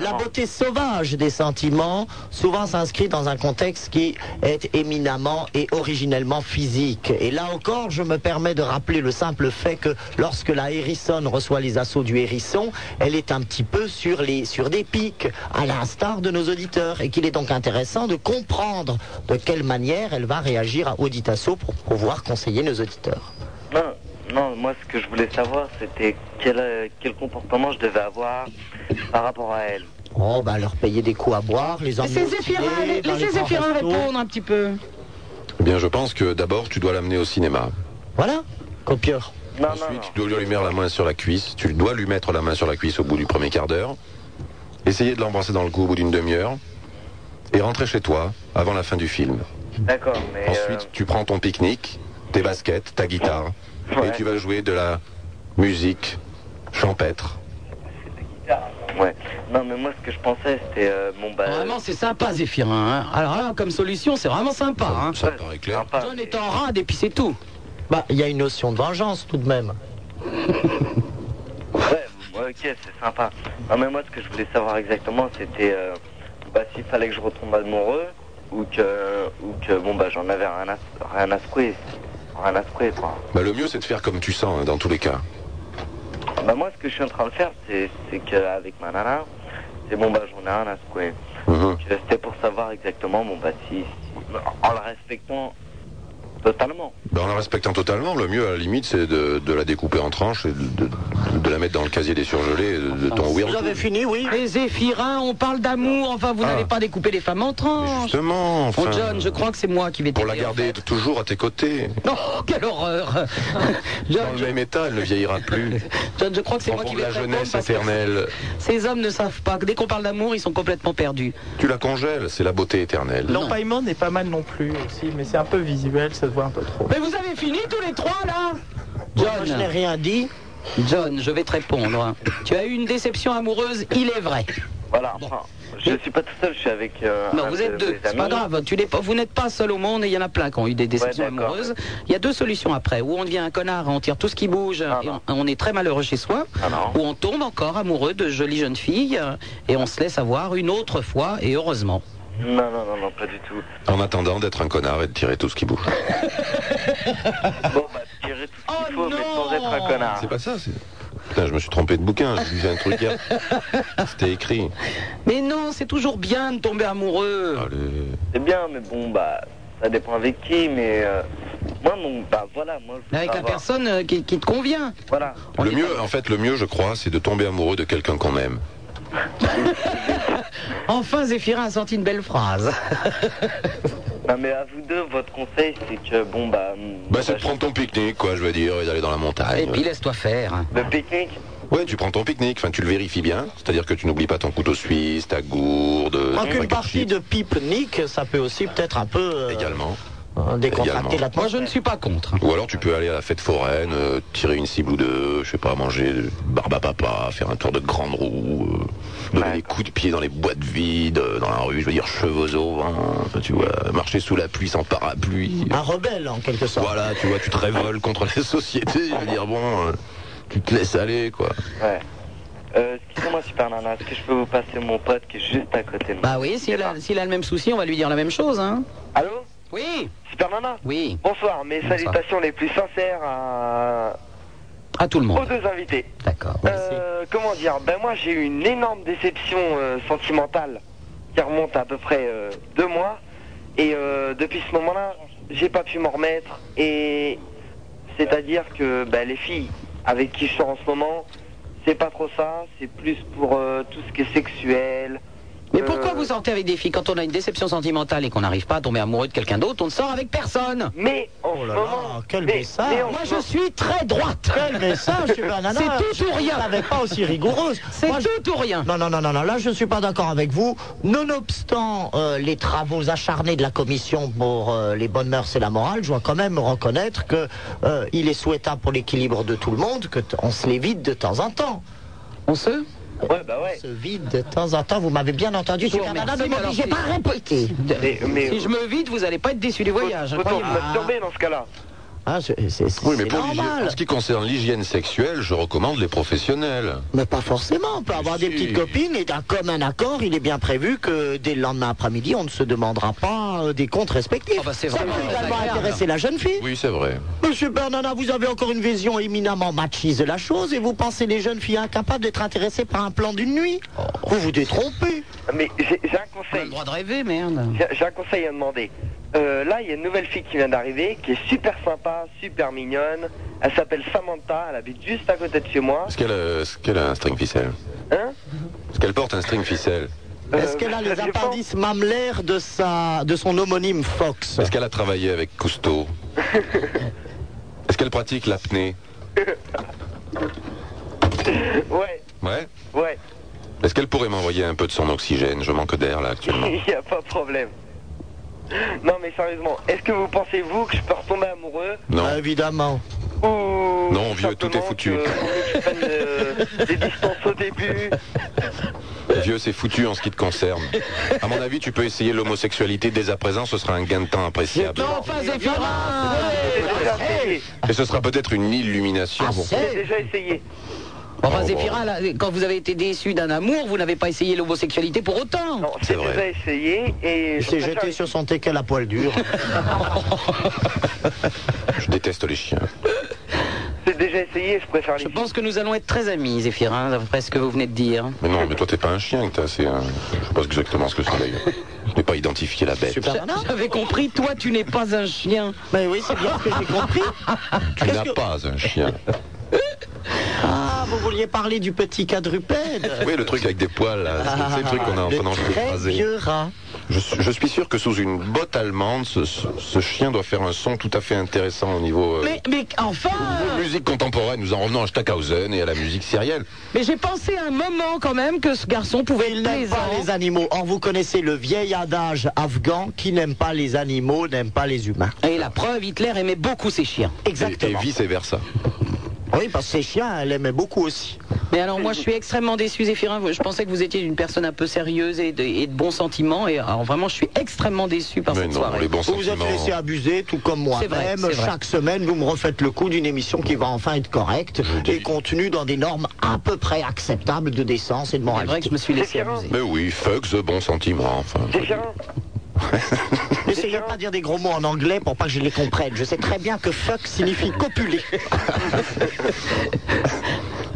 S7: la beauté sauvage des sentiments souvent s'inscrit dans un contexte qui est éminemment et originellement physique. Et là encore, je me permets de rappeler le simple fait que lorsque la hérissonne reçoit les assauts du hérisson, elle est un petit peu sur, les, sur des pics, à l'instar de nos auditeurs. Et qu'il est donc intéressant de comprendre de quelle manière elle va réagir à Auditasso pour pouvoir conseiller nos auditeurs.
S9: Non, non, moi ce que je voulais savoir c'était quel, euh, quel comportement je devais avoir par rapport à elle.
S7: Oh, bah leur payer des coups à boire, les emmener
S4: Laissez
S7: au ciné,
S4: Zéphirin,
S7: dans les
S4: laissez
S7: grands
S4: Zéphirin
S7: restos.
S4: répondre un petit peu.
S3: Eh bien, je pense que d'abord, tu dois l'amener au cinéma.
S7: Voilà, copieur.
S3: Ensuite, tu dois lui mettre la main sur la cuisse. Tu dois lui mettre la main sur la cuisse au bout du premier quart d'heure. Essayer de l'embrasser dans le cou au bout d'une demi-heure. Et rentrer chez toi avant la fin du film.
S9: D'accord, mais. euh,
S3: Ensuite, tu prends ton pique-nique, tes baskets, ta guitare, et tu vas jouer de la musique champêtre.
S9: Ouais. Non, mais moi ce que je pensais c'était euh, bon bah.
S4: Vraiment, c'est sympa, Zéphirin. hein. Alors là, comme solution, c'est vraiment sympa. hein.
S9: euh,
S3: paraît clair.
S4: John est en rade et puis c'est tout.
S7: Bah, il y a une notion de vengeance tout de même.
S9: Ouais, ouais, ok, c'est sympa. Non, mais moi ce que je voulais savoir exactement c'était euh, bah, s'il fallait que je retombe amoureux ou que, ou que bon bah j'en avais rien à, rien à secouer. Rien à secouer quoi.
S3: Bah, le mieux, c'est de faire comme tu sens, hein, dans tous les cas.
S9: Bah moi ce que je suis en train de faire c'est, c'est qu'avec ma nana, c'est bon bah j'en ai rien à secouer.
S3: Mhm.
S9: Donc, euh, C'était pour savoir exactement bon bah si, si- en la respectant
S17: Totalement.
S3: Ben, en la respectant totalement, le mieux à la limite c'est de, de la découper en tranches et de, de- de la mettre dans le casier des surgelés de, de
S4: Ah,
S3: ton Whirlpool.
S4: fini, oui Les Zéphirins, on parle d'amour, enfin vous n'allez pas découper les femmes en tranches
S3: Justement, enfin,
S4: Bon, John, je crois que c'est moi qui vais
S3: pour la garder toujours à tes côtés.
S4: Non, quelle horreur *laughs*
S3: Dans le même état, elle ne vieillira plus.
S4: John, je crois que c'est
S3: Prends
S4: moi qui
S3: pour de
S4: vais
S3: la
S4: faire
S3: jeunesse
S4: parce que-
S3: éternelle.
S4: Ces hommes ne savent pas que dès qu'on parle d'amour, ils sont complètement perdus.
S3: Tu la congèles, c'est la beauté éternelle.
S15: L'empaillement n'est pas mal non plus aussi, mais c'est un peu visuel, ça se voit un peu trop.
S4: Mais vous avez fini tous les trois là John,
S15: je n'ai
S4: rien dit. John, je vais te répondre. hein. tu as eu une déception amoureuse, il est vrai.
S17: Voilà, enfin, je ne suis pas tout seul, je suis avec. euh,
S4: Non,
S17: un
S4: vous
S17: de
S4: êtes deux,
S17: mes
S4: c'est pas
S17: amis.
S4: grave. Tu n'es pas, vous n'êtes pas seul au monde et il y en a plein qui ont eu des déceptions
S17: Ouais, d'accord.
S4: amoureuses. Il y a deux solutions après. Ou on devient un connard, on tire tout ce qui bouge
S17: Ah,
S4: et on, on est très malheureux chez soi. ou on tombe encore amoureux de jolies jeunes filles euh, et on se laisse avoir une autre fois et heureusement.
S17: Non, non, non, non, pas du tout.
S3: En attendant d'être un connard et de tirer tout ce qui bouge.
S17: Tirer tout ce qu'il faut, mais
S4: Oh,
S17: sans être un connard.
S3: C'est pas ça, c'est. Putain, je me suis trompé de bouquin, j'ai lu un truc
S4: *laughs*
S3: hier. C'était écrit.
S4: Mais non, c'est toujours bien de tomber amoureux.
S17: C'est bien, mais bon, bah, ça dépend avec qui, mais. euh, moi, mon. Bah, voilà, moi, je.
S4: Avec la
S17: personne.
S4: personne euh, qui, qui te convient.
S17: Voilà.
S3: le mieux, en fait, le mieux, je crois, c'est de tomber amoureux de quelqu'un qu'on aime.
S4: Enfin, Zéphirin a sorti une
S17: *laughs*
S4: belle phrase.
S17: Non, mais à vous deux, votre conseil, c'est que, bon, bah.
S3: Bah, c'est de prendre ton pique-nique, quoi, je veux dire, et d'aller dans la montagne. Et puis,
S4: laisse-toi faire.
S17: Le pique-nique
S3: Ouais, tu prends ton pique-nique, enfin, tu le vérifies bien. C'est-à-dire que tu n'oublies pas ton couteau suisse, ta gourde.
S7: Je crois
S3: ton
S7: qu'une
S3: paquet de
S7: partie de pipe nique, ça peut aussi peut-être un peu euh,
S3: Également.
S7: décontracter
S3: Également.
S7: l'atmosphère.
S4: Moi, je ne suis pas contre.
S3: Ou alors tu peux aller à la fête foraine, euh, tirer une cible ou deux, je sais pas, manger de barbe à papa, faire un tour de grande roue, euh, donner des coups de pied dans les boîtes vides, euh, dans la rue, je veux dire chevaux au vent, hein. enfin, tu vois, marcher sous la pluie sans parapluie.
S7: Un rebelle, en quelque sorte.
S3: Voilà, tu vois, tu te révoltes contre la société, je veux dire, bon, euh, tu te laisses aller, quoi.
S17: Ouais. Euh, excusez-moi, Super Nana, est-ce que je peux vous passer mon pote qui est juste à côté de moi
S4: Bah oui, s'il a, s'il a le même souci, on va lui dire la même chose. Hein.
S17: Allô
S4: Oui
S17: Super Nana
S4: Oui.
S17: Bonsoir, mais
S4: Bonsoir.
S17: salutations les plus sincères à.
S4: À tout le monde.
S17: Aux deux invités.
S4: D'accord.
S17: Euh,
S9: comment dire Ben moi j'ai eu une énorme déception euh, sentimentale qui remonte à peu près euh, deux mois et euh, depuis ce moment-là j'ai pas pu m'en remettre et c'est-à-dire que ben, les filles avec qui je sors en ce moment c'est pas trop ça, c'est plus pour euh, tout ce qui est sexuel. Euh,
S4: Mais pourquoi vous sortez avec des filles quand on a une déception sentimentale et qu'on n'arrive pas à tomber amoureux de quelqu'un d'autre On ne sort avec personne.
S9: Mais oh
S7: là là, quel message
S4: Moi, je suis très droite.
S7: Quel message, tu veux, Nana
S4: C'est tout ou rien.
S7: Je n'avais pas aussi *laughs* rigoureuse.
S4: C'est tout ou rien.
S7: Non, non, non, non, non, là, je ne suis pas d'accord avec vous. Nonobstant euh, les travaux acharnés de la Commission pour euh, les bonnes mœurs et la morale, je dois quand même reconnaître que euh, il est souhaitable pour l'équilibre de tout le monde que t- on se les vide de temps en temps.
S4: On se
S17: Ouais, bah ouais.
S7: se vide de temps en temps. Vous m'avez bien entendu,
S4: Je vous
S7: Super Nana, ne
S4: remercie, mais alors,
S7: m'obligez
S4: si-
S7: pas à répéter.
S9: euh,
S4: si je me vide, vous n'allez pas être déçu du voyage.
S9: Autant
S4: croyez-moi.
S9: me masturber dans ce cas-là.
S7: Ah, c'est- c'est- c'est-
S3: Oui, mais
S7: c'est
S3: pour, l'hygiène-
S7: normal.
S3: en ce qui concerne l'hygiène sexuelle, je recommande les professionnels.
S7: Mais pas forcément, on peut avoir des
S3: si.
S7: petites copines et d'un commun accord, il est bien prévu que dès le lendemain après-midi, on ne se demandera pas euh, des comptes respectifs.
S4: Ah bah, c'est
S7: Ça
S4: vraiment
S7: peut également
S4: désagréable.
S7: intéresser la jeune fille.
S3: Oui, c'est vrai.
S7: Monsieur Bernana, vous avez encore une vision éminemment machiste de la chose et vous pensez les jeunes filles incapables d'être intéressées par un plan d'une nuit
S4: Oh.
S7: Vous vous détrompez.
S9: Mais j'ai j'ai un conseil.
S4: droit de rêver, merde.
S9: J'ai- J'ai un conseil à demander. Euh, là, il y a une nouvelle fille qui vient d'arriver, qui est super sympa, super mignonne. Elle s'appelle Samantha, elle habite juste à côté de chez moi.
S3: Est-ce qu'elle a, est-ce qu'elle a un string ficelle
S9: Hein
S3: Est-ce qu'elle porte un string ficelle
S7: Est-ce
S9: Euh,
S7: qu'elle a les appendices mammaires de, sa, de son homonyme
S9: *laughs*
S7: Fox
S3: Est-ce qu'elle a travaillé avec Cousteau Est-ce qu'elle pratique l'apnée
S9: Ouais,
S3: Ouais
S9: ouais, *laughs*
S3: Est-ce qu'elle pourrait m'envoyer un peu de son oxygène Je manque d'air là actuellement.
S9: il n'y a pas de problème. Non, mais sérieusement, est-ce que vous pensez, vous, que je peux retomber amoureux
S3: Non.
S7: Ah, Évidemment.
S9: Ou.
S3: Non, vieux, tout est foutu.
S9: que- que je prenne, euh, des distances au début
S3: Vieux, c'est foutu en ce qui te concerne. À mon avis, tu peux essayer l'homosexualité dès à présent, ce sera un gain de temps appréciable.
S4: Non, enfin, Zéphirin
S9: J'ai déjà essayé.
S3: Et ce sera peut-être une
S4: Ah,
S3: illumination.
S7: Ah
S3: Bon.
S9: J'ai déjà essayé.
S4: Enfin, Zéphirin, Oh, là, quand vous avez été déçu d'un amour, vous n'avez pas essayé l'homosexualité pour autant.
S9: J'ai déjà essayé et.
S7: Il
S9: je
S7: s'est
S9: préfère-
S7: jeté sur son teckel à poil dur.
S3: Je déteste les chiens.
S9: J'ai déjà essayé, je préfère les.
S4: Je pense que nous allons être très amis, Zéphirin, d'après ce que vous venez de dire.
S3: hein.
S7: *laughs*
S3: Mais non, mais toi, t'es pas un chien, t'es assez. un- Je sais pas exactement ce que c'est d'ailleurs. T'es pas identifier la bête.
S4: J'avais compris, toi tu n'es pas un chien. Mais oui, c'est bien ce que j'ai *laughs* compris.
S3: Tu n'as pas un
S7: *laughs*
S3: chien.
S7: *laughs* Ah, vous vouliez parler du petit quadrupède
S3: Oui, le truc avec des poils, là. C'est- c'est le truc qu'on a
S7: Le
S3: qu'on a envie de
S7: très
S3: croiser.
S7: vieux rat.
S3: Je, suis- je suis sûr que sous une botte allemande, ce, ce- ce chien doit faire un son tout à fait intéressant au niveau euh,
S4: Mais, mais enfin
S3: musique contemporaine. Nous en revenons à Stockhausen et à la musique sérielle.
S4: Mais j'ai pensé à un moment quand même que ce garçon pouvait être
S7: n'aime pas les animaux. Or, vous connaissez le vieil adage afghan qui n'aime pas les animaux, n'aime pas les humains.
S4: Et la preuve, Hitler aimait beaucoup ses chiens.
S3: Et, et vice-versa.
S7: Oui, parce que ses chiens, elle aimait beaucoup aussi.
S4: Mais alors moi je suis extrêmement déçu Zéphirin, je pensais que vous étiez une personne un peu sérieuse et de, et de bons sentiments et alors vraiment je suis extrêmement déçu par cette soirée.
S7: vous vous êtes laissé abuser, tout comme
S4: C'est vrai,
S7: moi-même.
S4: c'est vrai.
S7: Chaque semaine, vous me refaites le coup d'une émission qui va enfin être correcte et contenue dans des normes à peu près acceptables de décence et de moralité. C'est vrai que je me
S4: suis
S7: laissé abuser.
S3: Mais oui, fuck the bon sentiment. Enfin,
S7: N'essayez pas de dire des gros mots en anglais pour pas que je les comprenne. Je sais très bien que fuck signifie copuler.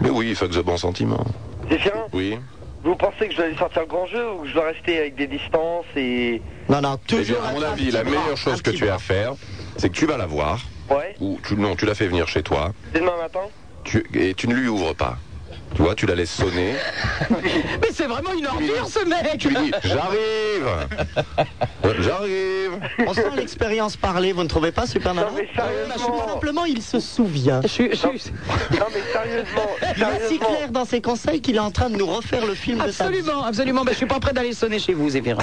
S3: mais oui, fuck the bon sentiment.
S9: Zéphirin,
S3: Oui.
S9: vous pensez que je dois aller sortir grand jeu ou que je dois rester avec des distances et.
S7: Non, non,
S3: Eh bien, à mon avis, la meilleure chose que tu as à faire, c'est que tu vas la voir.
S9: Ouais.
S3: Ou tu, non, tu la fais venir chez toi.
S9: Demain matin
S3: Tu, et tu ne lui ouvres pas. Tu vois, tu la laisses sonner.
S4: *laughs* Mais c'est vraiment une ordure ce mec
S3: Tu lui dis, j'arrive Euh, J'arrive
S7: On sent l'expérience parler, vous ne trouvez pas, Super Nana Simplement, il se souvient.
S9: Non, mais sérieusement,
S7: *laughs* Il est si clair dans ses conseils qu'il est en train de nous refaire le film de sa vie.
S4: Absolument, absolument, mais je suis pas prêt d'aller sonner chez vous Zéphirin.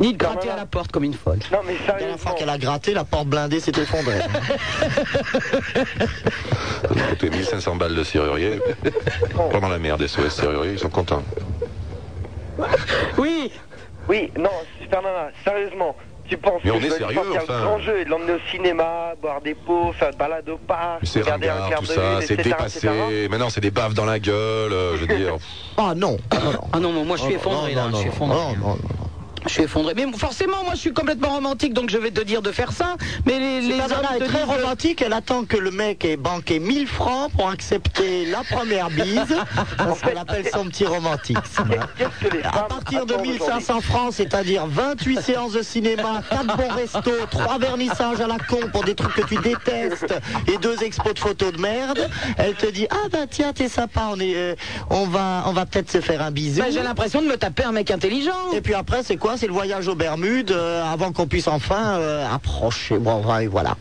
S4: Ni de gratter à la porte comme une folle.
S9: Non mais
S7: La dernière fois qu'elle a gratté, la porte blindée s'est
S9: *laughs*
S7: effondrée.
S3: Ça nous a coûté 1500 balles de serrurier. Vraiment la merde, SOS serrurier, ils sont contents.
S9: Ah,
S4: Oui
S9: Oui, non, Super Nana, sérieusement, tu penses
S3: Mais
S9: que
S3: on
S9: je
S3: est
S9: dois lui
S3: sérieux,
S9: sortir
S3: enfin.
S9: le grand jeu et de l'emmener au cinéma, boire des pots, faire une balade au parc,
S3: C'est
S9: regarder un
S3: ringard,
S9: quart
S3: tout
S9: de
S3: ça,
S9: ville,
S3: c'est
S9: etc., etc.
S3: dépassé. Maintenant, c'est des baffes dans la gueule, euh, je veux dire.
S7: Ah non
S4: Ah non, mais moi je suis effondré là, je suis effondré.
S3: Ah,
S4: Je suis effondré. Mais forcément, moi je suis complètement romantique, donc je vais te dire de faire ça. Mais les, les
S7: Super Nana
S4: hommes
S7: est
S4: te
S7: très
S4: disent de-
S7: romantique, elle attend que le mec ait banqué 1000 francs pour accepter la première bise, parce qu'elle appelle
S9: *laughs*
S7: son petit romantique. ça. À partir de 1500 francs, c'est-à-dire 28 séances de cinéma, 4 bons restos, 3 vernissages à la con pour des trucs que tu détestes et deux expos de photos de merde, elle te dit Ah bah tiens, t'es sympa, on, est, euh, on va, on va peut-être se faire un bisou.
S4: Bah, j'ai l'impression de me taper un mec intelligent.
S7: Et puis après, c'est quoi C'est le voyage aux Bermudes euh, avant qu'on puisse enfin euh, approcher. Bon, enfin, et voilà.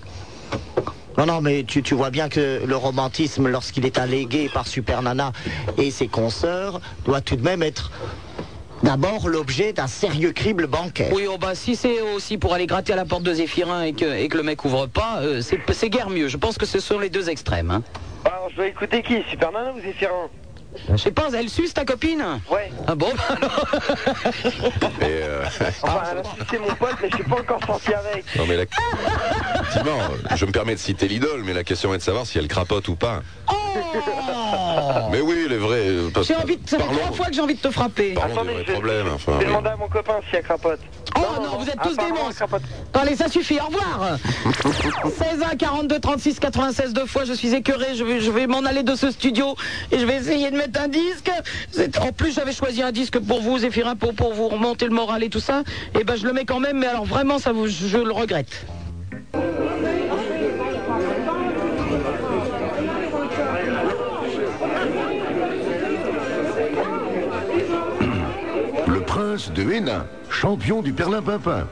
S7: Non, non, mais tu, tu vois bien que le romantisme, lorsqu'il est allégué par Super Nana et ses consoeurs, doit tout de même être d'abord l'objet d'un sérieux crible bancaire.
S4: Oui, oh bah, si c'est aussi pour aller gratter à la porte de Zéphirin et que, et que le mec ouvre pas, euh, c'est c'est guère mieux. Je pense que ce sont les deux extrêmes. hein.
S9: Alors, je dois écouter qui Super Nana ou Zéphirin
S4: Ben, Je sais pas, elle suce ta copine
S9: Ouais.
S4: Ah
S9: *laughs*
S4: bon bah alors.
S3: Et, euh, *laughs*
S9: Enfin, elle a sucé mon pote, mais je suis pas encore sorti avec.
S3: non, mais la... Effectivement, je me permets de citer l'idole, mais la question est de savoir si elle crapote ou pas. Mais oui, les vrais. euh, parce
S4: J'ai
S3: que-
S4: envie de... Ça fait
S3: Oh. parlons-
S4: trois fois que j'ai envie de te frapper.
S3: Parlons des vrais problèmes. Enfin,
S9: J'ai demandé à mon copain si elle crapote. Ah,
S4: Oh non, vous êtes tous des monstres Allez, ça suffit, au revoir *laughs* 16 1 42 36 96 deux fois, je suis écœuré, je vais, je vais m'en aller de ce studio et je vais essayer de mettre un disque. C'est- En plus, j'avais choisi un disque pour vous, Zéphirin, pour, pour vous remonter le moral et tout ça. Et ben, je le mets quand même, mais alors vraiment, ça vous, je, je le regrette.
S1: Le prince de Hénin, champion du Perlin-Pimpin.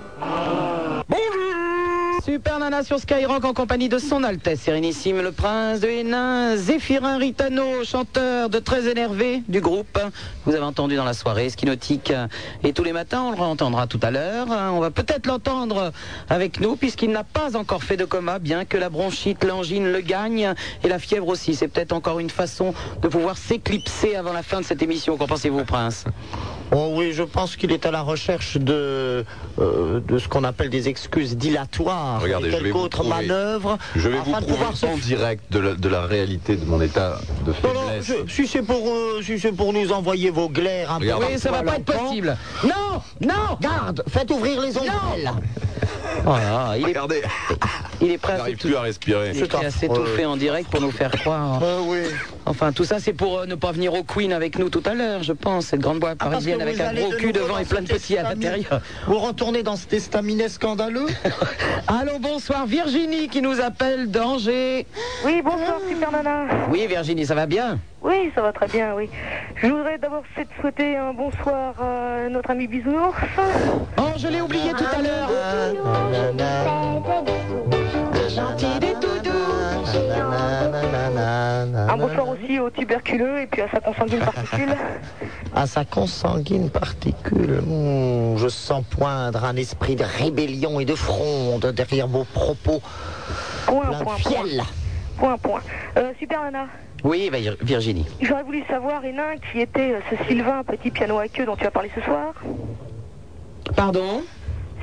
S4: Super Nana sur Skyrock en compagnie de son Altesse Sérénissime, le prince de Hénin, Zéphirin Ritano, chanteur de Très Énervé du groupe. Vous avez entendu dans la soirée Skinotique. Et tous les matins, on le entendra tout à l'heure. hein. On va peut-être l'entendre avec nous, puisqu'il n'a pas encore fait de coma, bien que la bronchite, l'angine le gagne, et la fièvre aussi. C'est peut-être encore une façon de pouvoir s'éclipser avant la fin de cette émission. Qu'en pensez-vous, prince
S7: Oh oui, je pense qu'il est à la recherche de, euh, de ce qu'on appelle des excuses dilatoires.
S3: Regardez,
S7: et
S3: je vais
S7: quelques
S3: vous
S7: autres
S3: prouver.
S7: manœuvres.
S3: Je vais vous
S7: afin de
S3: prouver
S7: pouvoir se
S3: en direct de la, de la réalité de mon état de faiblesse.
S7: Je- si c'est pour, euh, si c'est pour nous envoyer vos glaires un peu
S3: Regarde.
S7: partout
S3: Oui, ça va
S7: à
S3: pas être
S7: l'encan.
S3: possible.
S4: Non, Ah, non,
S7: garde, faites ouvrir les ombrelles.
S4: Voilà, Oh il est,
S26: Regardez.
S4: il est prêt
S26: Il
S4: à
S26: n'arrive
S4: s'étou-
S26: plus à respirer.
S4: il est prêt à s'étouffer en direct pour nous faire croire.
S7: Ah
S4: Enfin, tout ça, c'est pour euh, ne pas venir au Queen avec nous tout à l'heure, je pense. Cette grande boîte
S7: Ah, parce
S4: parisienne
S7: que
S4: avec
S7: vous
S4: un
S7: allez
S4: gros
S7: de
S4: cul
S7: nouveau
S4: devant
S7: dans
S4: et plein de
S7: cet
S4: petits à
S7: estaminet.
S4: l'intérieur.
S7: Vous retournez dans cet estaminet scandaleux
S4: Allô, bonsoir. Virginie qui nous appelle d'Angers.
S14: Oui, bonsoir, super nana.
S4: Oui, Virginie, ça va bien
S14: Oui, ça va très bien, oui. Je voudrais d'abord peut-être souhaiter un bonsoir à notre ami Bisounours.
S4: Oh, je l'ai oublié tout à l'heure.
S14: Ah,
S9: Ah,
S14: Un bonsoir aussi au tuberculeux et puis à sa consanguine particule.
S4: Ah,
S7: À sa consanguine particule, hmm, je sens poindre un esprit de rébellion et de fronde derrière vos propos.
S14: Point,
S7: Plein de
S14: point, point.
S7: fiel.
S14: Point, point. Euh, super nana.
S4: Oui, Vir- Virginie.
S14: J'aurais voulu savoir, Hénin, qui était euh, ce Sylvain, petit piano à queue dont tu as parlé ce soir.
S4: Pardon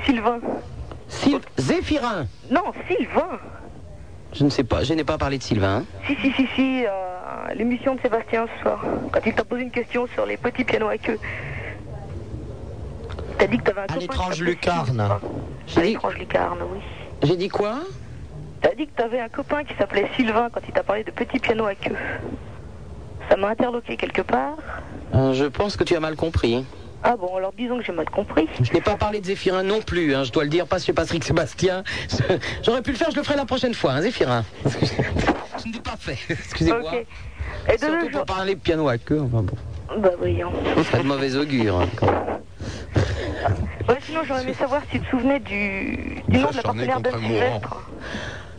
S14: Sylvain.
S4: Syl- Zéphirin
S14: Non, Sylvain.
S4: Je ne sais pas, je n'ai pas parlé de Sylvain.
S14: Si, si, si, si, euh, l'émission de Sébastien ce soir. Quand il t'a posé une question sur les petits pianos à queue. T'as dit que t'avais un copain.
S7: Étrange lucarne.
S14: À l'étrange lucarne, oui.
S4: J'ai dit quoi
S14: T'as dit que t'avais un copain qui s'appelait Sylvain quand il t'a parlé de petits pianos à queue. Ça m'a interloqué quelque part.
S4: Euh, je pense que tu as mal compris.
S14: Ah bon, alors disons que j'ai mal compris.
S4: Je n'ai pas parlé de Zéphirin non plus, hein, je dois le dire, pas chez Patrick Sébastien. *laughs* J'aurais pu le faire, je le ferai la prochaine fois, hein, Zéphirin. Je ne l'ai pas fait, excusez-moi.
S14: Ok.
S4: Et de Surtout pour parler de piano à queue, enfin bon.
S14: Bah voyons.
S4: Ce serait de mauvais augure. hein, quand même.
S14: Ouais, sinon j'aurais aimé savoir si tu te souvenais du, du nom de la partenaire de Sylvestre.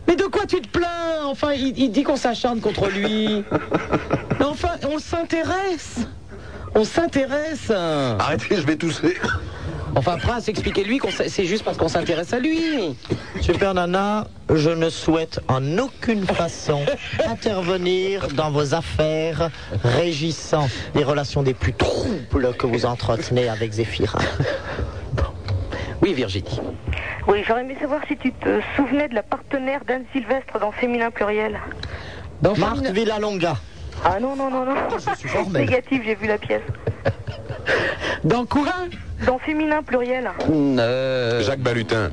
S4: Mais de quoi tu te plains Enfin, il, il dit qu'on s'acharne
S26: *laughs*
S4: contre lui. Mais enfin, on s'intéresse On s'intéresse
S26: Arrêtez, je vais tousser.
S4: Enfin, Prince, expliquez-lui qu'on s- c'est juste parce qu'on s'intéresse à lui.
S7: Super Nana, je ne souhaite en aucune
S4: *laughs*
S7: façon intervenir dans vos affaires régissant les relations des plus troubles que vous entretenez avec Zéphirin.
S4: Oui, Virginie.
S14: Oui, j'aurais aimé savoir si tu te souvenais de la partenaire d'Anne Sylvestre dans Féminin Pluriel.
S7: Marthe Villalonga.
S14: Ah non, non, non, non. C'est *laughs* négatif, j'ai vu la pièce.
S4: Dans quoi
S14: Dans Féminin Pluriel.
S4: euh,
S26: Jacques Balutin.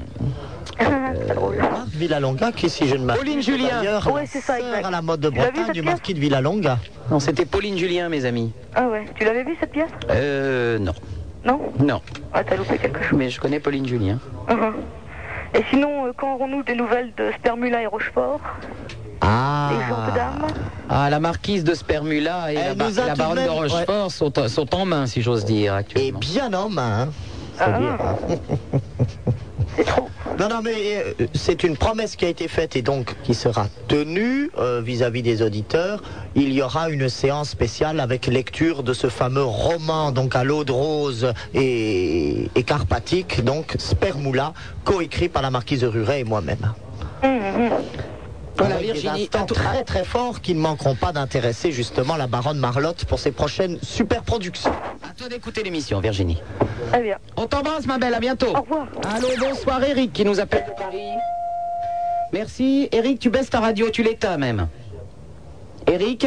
S7: Marthe Euh, Villalonga, qui, si je ne m'abuse,
S4: Pauline
S7: est
S4: Julien.
S7: d'ailleurs
S4: Ouais,
S7: la
S4: c'est ça,
S7: sœur
S4: exact.
S7: à la mode de
S4: Tu l'as vu,
S7: Bretagne
S4: cette
S7: du
S4: pièce
S7: marquis de Villalonga.
S4: Non, c'était Pauline Julien, mes amis.
S14: Ah ouais, tu l'avais vu cette pièce
S4: Euh, non.
S14: Non
S4: Non.
S14: Ah, t'as loupé quelque chose.
S4: Mais je connais Pauline Julien.
S14: Uhum. Et sinon, euh, quand aurons-nous des nouvelles de Spermula et Rochefort
S4: Ah.
S14: Les gens de dames
S4: Ah, la marquise de Spermula et la,
S7: Elle
S4: ba-
S7: nous a
S4: la
S7: tout de
S4: baronne de
S7: même-
S4: Rochefort sont, sont en main, si j'ose dire,
S7: Et
S4: actuellement.
S7: bien en main. hein. Faut dire, hein. Non, non, mais euh, c'est une promesse qui a été faite et donc qui sera tenue euh, vis-à-vis des auditeurs. Il y aura une séance spéciale avec lecture de ce fameux roman, donc à l'eau de rose et, et carpatique, donc Spermoula, coécrit par la marquise de Ruret et moi-même.
S16: Mmh,
S4: Voilà,
S7: Avec
S4: Virginie,
S7: des instants
S4: à tout-
S7: très très forts qui ne manqueront pas d'intéresser justement la baronne Marlotte pour ses prochaines super productions.
S4: À toi d'écouter l'émission, Virginie.
S14: Très bien.
S4: On t'embrasse, ma belle, à bientôt. Au
S14: revoir.
S4: Allô, bonsoir, Eric, qui nous appelle de Paris. Merci. Eric, tu baisses ta radio, tu l'éteins même. Eric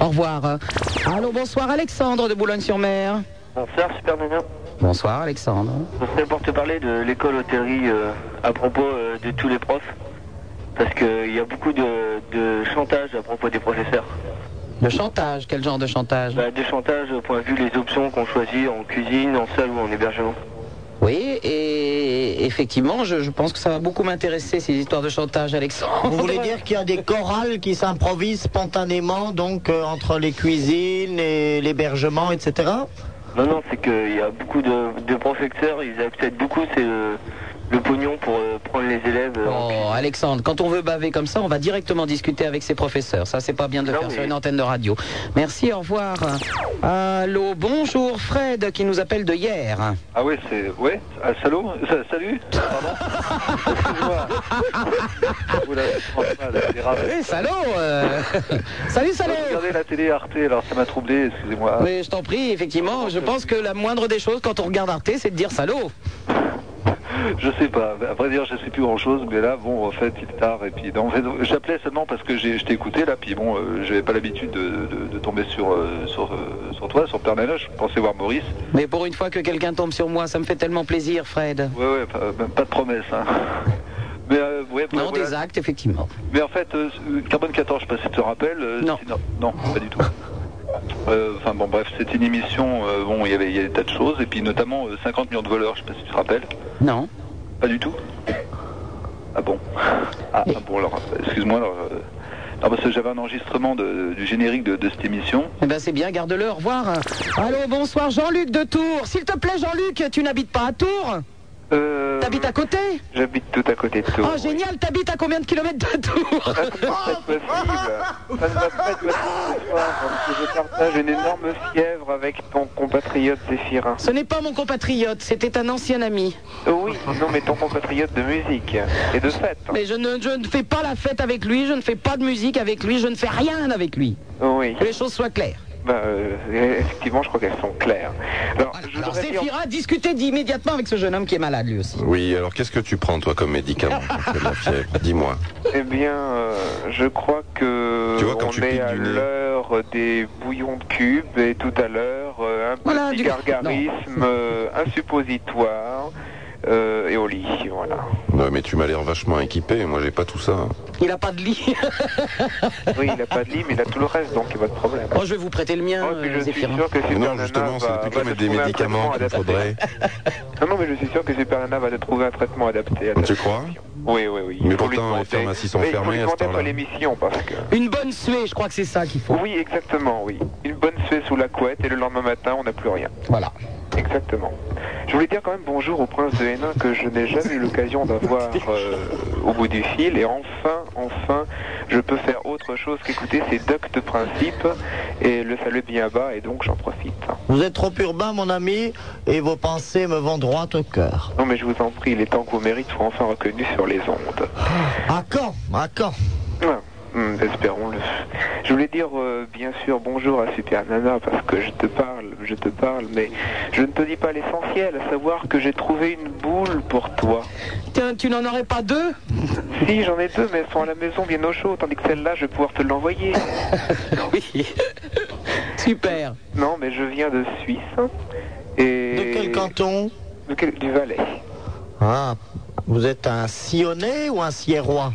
S4: Au revoir. Allô, bonsoir, Alexandre de Boulogne-sur-Mer.
S9: Bonsoir, super nana.
S4: Bonsoir, Alexandre.
S9: Je voudrais pour te parler de l'école hôtellerie euh, à propos euh, de tous les profs. Parce qu'il y a beaucoup de, de chantage à propos des professeurs.
S4: Le chantage, quel genre de chantage
S9: Bah, de chantage au point de vue les options qu'on choisit en cuisine, en salle ou en hébergement.
S4: Oui, et effectivement, je, je pense que ça va beaucoup m'intéresser, ces histoires de chantage, Alexandre.
S7: Vous voulez dire qu'il y a des chorales qui s'improvisent spontanément, donc euh, entre les cuisines et l'hébergement, etc.
S9: Non, non, c'est qu'il y a beaucoup de, de professeurs, ils acceptent beaucoup c'est le, le pognon pour euh, prendre les élèves. euh, en
S4: Oh, Alexandre, quand on veut baver comme ça, on va directement discuter avec ses professeurs. Ça, c'est pas bien de le faire sur une antenne de radio. Merci, au revoir. Allô, bonjour, Fred, qui nous appelle de hier.
S27: Ah oui, c'est. Ouais ah, Salut sa- Salut Pardon
S4: *laughs*
S27: Excuse-moi Oula, je pense pas, là, c'est grave.
S4: Eh, salaud euh, Salut, salaud
S27: Je regardais la télé Arte, alors ça m'a troublé, excusez-moi.
S4: Oui, je t'en prie, effectivement, je pense que la moindre des choses quand on regarde Arte, c'est de dire salaud.
S28: je sais pas. Après dire, je sais plus grand chose, mais là, bon, en fait, il est tard. Et puis, non, en fait, j'appelais seulement parce que j'ai, je t'ai écouté là. Puis bon, euh, j'avais pas l'habitude de, de- de tomber sur, euh, sur, euh, sur toi, sur Père Nana. Je pensais voir Maurice.
S4: Mais pour une fois que quelqu'un tombe sur moi, ça me fait tellement plaisir, Fred.
S28: Ouais, ouais, pas, même pas de promesse. Hein. Mais euh, ouais, bah,
S4: Non,
S28: voilà.
S4: des actes, effectivement.
S28: Mais en fait, euh, Carbone 14, je sais pas si tu te rappelles. euh,
S4: Non.
S28: c'est- non. non, pas
S9: *laughs*
S28: du tout. Euh, Enfin bon, bref, c'était une émission. euh, bon, il y avait il y avait des tas de choses. Et puis notamment euh, 50 millions de voleurs, je sais pas si tu te rappelles.
S4: Non.
S28: Pas du tout. Ah bon Ah, ah bon, alors, excuse-moi. Alors, euh, non, parce que j'avais un enregistrement de- du générique de, de cette émission.
S4: Eh ben c'est bien, garde-le, au revoir. Allô, bonsoir, Jean-Luc de Tours. S'il te plaît, Jean-Luc, tu n'habites pas à Tours
S28: Euh,
S4: T'habites à côté
S28: J'habite tout à côté de
S4: Oh, génial, t'habites à combien de kilomètres de Tours Oh,
S28: Ça
S16: ne va pas être possible ce soir, parce que je partage une énorme fièvre avec ton compatriote Zéphirin.
S4: Ce n'est pas mon compatriote, c'était un ancien ami.
S16: Euh, Oui, non mais ton compatriote de musique et de fête.
S4: Mais je ne, je ne fais pas la fête avec lui, je ne fais pas de musique avec lui, je ne fais rien avec lui.
S16: Oui.
S4: Que les choses soient claires.
S16: Bah, euh, effectivement, je crois qu'elles sont claires. Alors, je
S4: Alors,
S16: voudrais dire-
S4: Zéphira, discutez immédiatement avec ce jeune homme qui est malade, lui aussi.
S3: Oui, alors qu'est-ce que tu prends, toi, comme médicament contre la fièvre Dis-moi.
S16: Eh bien, euh, je crois que
S3: Tu vois, quand
S16: on
S3: tu
S16: est
S3: piques
S16: à
S3: du nez.
S16: l'heure des bouillons de cube et tout à l'heure euh, un
S4: Voilà,
S16: petit
S4: du-
S16: gargarisme, euh, un
S4: *laughs*
S16: suppositoire euh, et au lit, voilà.
S3: Ouais, mais tu m'as l'air vachement équipé, moi j'ai pas tout ça.
S4: Il n'a pas de lit. *laughs*
S16: Oui, il a pas de lit, mais il a tout le reste, donc il n'y a pas de problème.
S4: Oh, je vais vous prêter le mien,
S16: puis
S4: euh,
S16: je suis
S4: Zéphirin.
S16: sûr que Super
S3: non,
S16: Nana
S3: justement, c'est
S16: va-
S3: plutôt
S16: va
S3: mettre
S16: te
S3: des
S16: trouver un
S3: médicaments
S16: traitement
S3: qu'il
S16: adapté.
S3: faudrait.
S16: Ah Non, non, mais je suis sûr que Super Nana va te trouver un traitement adapté. à ta
S3: Tu crois
S16: situation. Oui, oui, oui.
S3: Mais
S16: Il faut lui
S3: pourtant, les
S16: demander.
S3: pharmacies sont
S16: Mais il faut
S3: fermées
S16: lui
S3: à ce
S16: demander
S3: temps-là.
S16: après l'émission, parce que...
S4: Une bonne suée, je crois que c'est ça qu'il faut.
S16: Oui, exactement, oui. Une bonne suée sous la couette et le lendemain matin, on n'a plus rien.
S4: Voilà.
S16: Exactement. Je voulais dire quand même bonjour au prince de Hénin que je n'ai jamais eu l'occasion d'avoir euh, au bout du fil et enfin, enfin, je peux faire autre chose qu'écouter ses doctes principes et le saluer bien bas et donc j'en profite.
S7: Vous êtes trop urbain, mon ami, et vos pensées me vont droit au cœur.
S16: Non mais je vous en prie, les temps que vous méritez soient enfin reconnus sur les ondes.
S7: À quand À quand
S16: Ouais, hum, espérons-le. Je voulais dire euh, bien sûr bonjour à Super Nana parce que je te parle, je te parle, mais je ne te dis pas l'essentiel, à savoir que j'ai trouvé une boule pour toi.
S4: Tiens, tu n'en aurais pas deux
S16: *laughs* Si, j'en ai deux, mais elles sont à la maison bien au chaud, tandis que celle-là, je vais pouvoir te l'envoyer.
S4: *laughs* Oui. Super.
S16: Non, mais je viens de Suisse. hein, Et...
S7: De quel canton
S16: De quel- Du Valais.
S7: Ah, vous êtes un sillonné ou un sierrois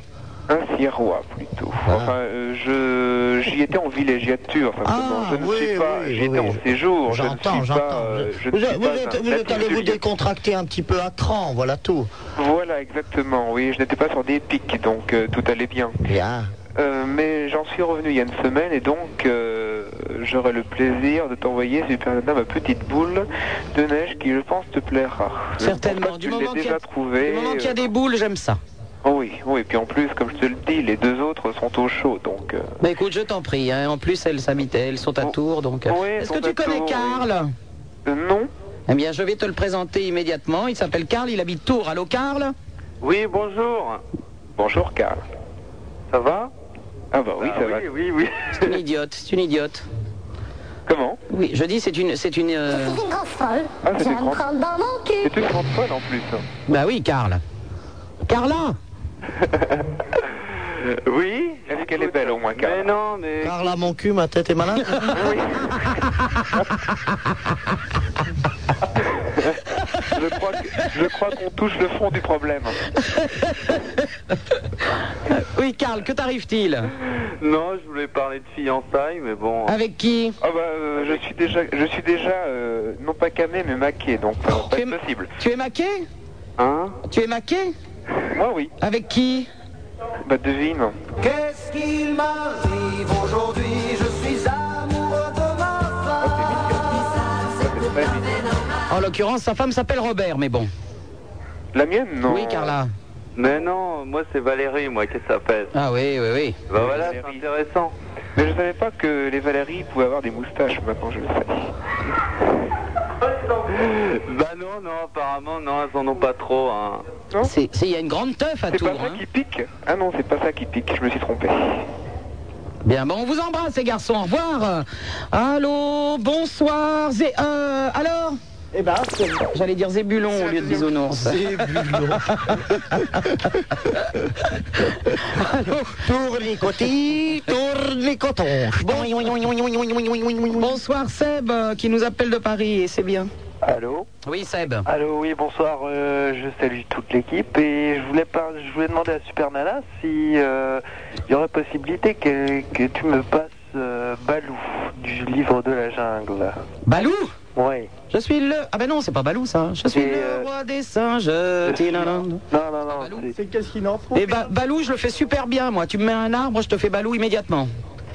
S16: Un Sierrois, plutôt.
S4: Ah.
S16: Enfin, euh, je... j'y étais en villégiature,
S4: Ah,
S16: simplement. je ne suis pas... j'y étais en séjour. je ne
S7: J'entends,
S16: suis
S7: j'entends.
S16: Pas, euh, je ne
S7: Vous,
S16: suis
S7: vous
S16: pas
S7: êtes,
S16: un
S7: vous êtes
S16: natif
S7: allé
S16: de
S7: vous
S16: Lyon.
S7: décontracter un petit peu à cran, voilà tout.
S16: Voilà, exactement, oui. Je n'étais pas sur des pics, donc euh, tout allait bien.
S7: Bien.
S16: Euh, mais j'en suis revenu il y a une semaine et donc euh, j'aurai le plaisir de t'envoyer Super Nana ma petite boule de neige qui je pense te plaira. Je
S4: Certainement.
S16: pense pas que
S4: Du
S16: tu
S4: moment
S16: l'aies
S4: qu'il y a-
S16: déjà trouvée.
S4: Du moment qu'il y
S16: euh,
S4: a des boules, j'aime ça.
S16: oh oui, oui, et puis en plus comme je te le dis, les deux autres sont au chaud donc. euh,
S4: Bah écoute, je t'en prie. hein. En plus, elles s'habitent, elles sont à Tours, donc. euh,
S16: oui,
S4: Est-ce que
S16: sont
S4: tu
S16: à
S4: connais
S16: Tours,
S4: Karl
S16: euh, Non.
S4: Eh bien, je vais te le présenter immédiatement. Il s'appelle Karl, il habite Tours. Allô, Karl
S28: Oui, bonjour.
S16: Bonjour Karl.
S28: Ça va
S16: Ah bah oui, ça va.
S28: Oui, oui.
S4: C'est une idiote, c'est une idiote.
S16: Comment
S4: Oui, je dis, c'est une. C'est une euh,
S10: C'est une grosse folle.
S16: Ah,
S10: je vais
S16: c'est des
S10: me
S16: grands-
S10: prendre dans mon cul.
S16: C'est une grande folle en plus.
S4: Bah oui, Karl. Carla
S28: Oui.
S16: Est-ce qu'elle Euh, est belle au moins Karl
S28: Mais non, mais.
S7: Parle à mon cul, ma tête est
S16: *laughs*
S7: malade.
S16: Je crois que- je crois qu'on touche le fond du problème.
S4: Euh, Oui, Karl, que t'arrive-t-il
S28: Non, je voulais parler de fiançailles, mais bon.
S4: *laughs* Avec qui
S16: Ah bah euh, je suis déjà je suis déjà euh, non pas camé mais maqué donc ça va pas
S4: tu
S16: être possible.
S4: Tu es maqué
S16: Hein
S4: Tu es maqué
S16: Moi oui.
S4: Avec qui
S16: Bah devine.
S5: Qu'est-ce qu'il m'arrive aujourd'hui Je suis amoureux de ma femme.
S4: En l'occurrence, sa femme s'appelle Robert, mais bon.
S16: La mienne non.
S4: Oui, Carla.
S28: Mais non, moi c'est Valérie, moi qui s'appelle.
S4: Ah oui, oui, oui.
S28: Bah voilà, c'est
S16: Valérie.
S28: intéressant.
S16: Mais je savais pas que les Valérie pouvaient avoir des moustaches maintenant je le
S9: *laughs*
S16: sais.
S28: Bah non, non, apparemment, non, elles en ont pas trop. Hein.
S4: C'est- c'est- Il y a une grande teuf à
S16: C'est pas
S4: Tours.
S16: ça
S4: hein.
S16: qui pique Ah non c'est pas ça qui pique je me suis trompé.
S4: Bien, bon, on vous embrasse, les garçons. Au revoir. Allô, bonsoir. Zé- euh, alors Eh ben, j'allais dire Zébulon au lieu de bisounours. *laughs* Zébulon.
S7: Tourne cotis, tourne les cotons.
S4: Bonsoir Seb, euh, qui nous appelle de Paris, et c'est bien.
S9: Allô
S4: Oui, Seb.
S9: Allô, oui, bonsoir. euh, je salue toute l'équipe et je voulais, par- je voulais demander à Super Nana si euh, il y aurait possibilité que, que tu me passes euh, Balou du livre de la jungle.
S4: Balou
S9: Oui.
S4: Je suis le. Ah ben non, c'est pas Balou ça. Je suis
S9: Et,
S4: le
S9: euh,
S4: roi des singes. Tinanan.
S9: Non, non, non.
S15: C'est qu'est-ce qu'il en faut
S4: Et bah, Balou, je le fais super bien, moi. Tu me mets un arbre, je te fais Balou immédiatement.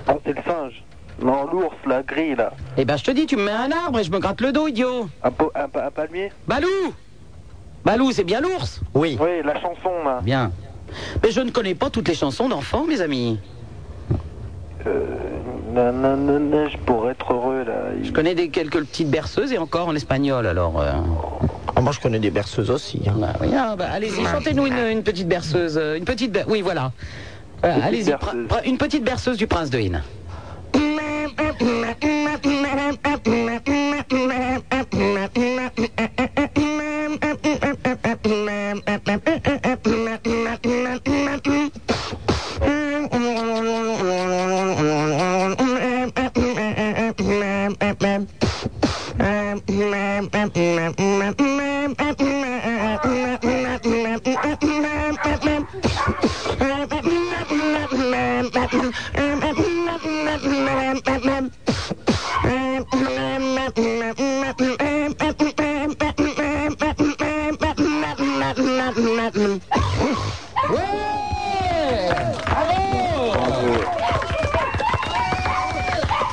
S9: Non, c'est le singe. Non, l'ours, la grille, là.
S4: Eh ben, je te dis, tu me mets un arbre et je me gratte le dos, idiot.
S9: Un, po- un pa- un palmier
S4: Balou Balou, c'est bien l'ours
S7: Oui.
S9: Oui, la chanson, là.
S4: Bien. Mais je ne connais pas toutes les chansons d'enfants, mes amis.
S9: Euh, Non, non, non, non, je pourrais être heureux, là.
S4: Je connais des, quelques petites berceuses et encore en espagnol, alors. euh.
S7: Ah, moi, je connais des berceuses aussi. hein.
S4: Oui, ah, bah, allez-y, chantez-nous une, une petite berceuse. euh, Une petite. ber- Oui, voilà. Euh,
S7: Petite
S4: allez-y,
S7: berceuse.
S4: pre- pre- une petite berceuse du prince de Hine.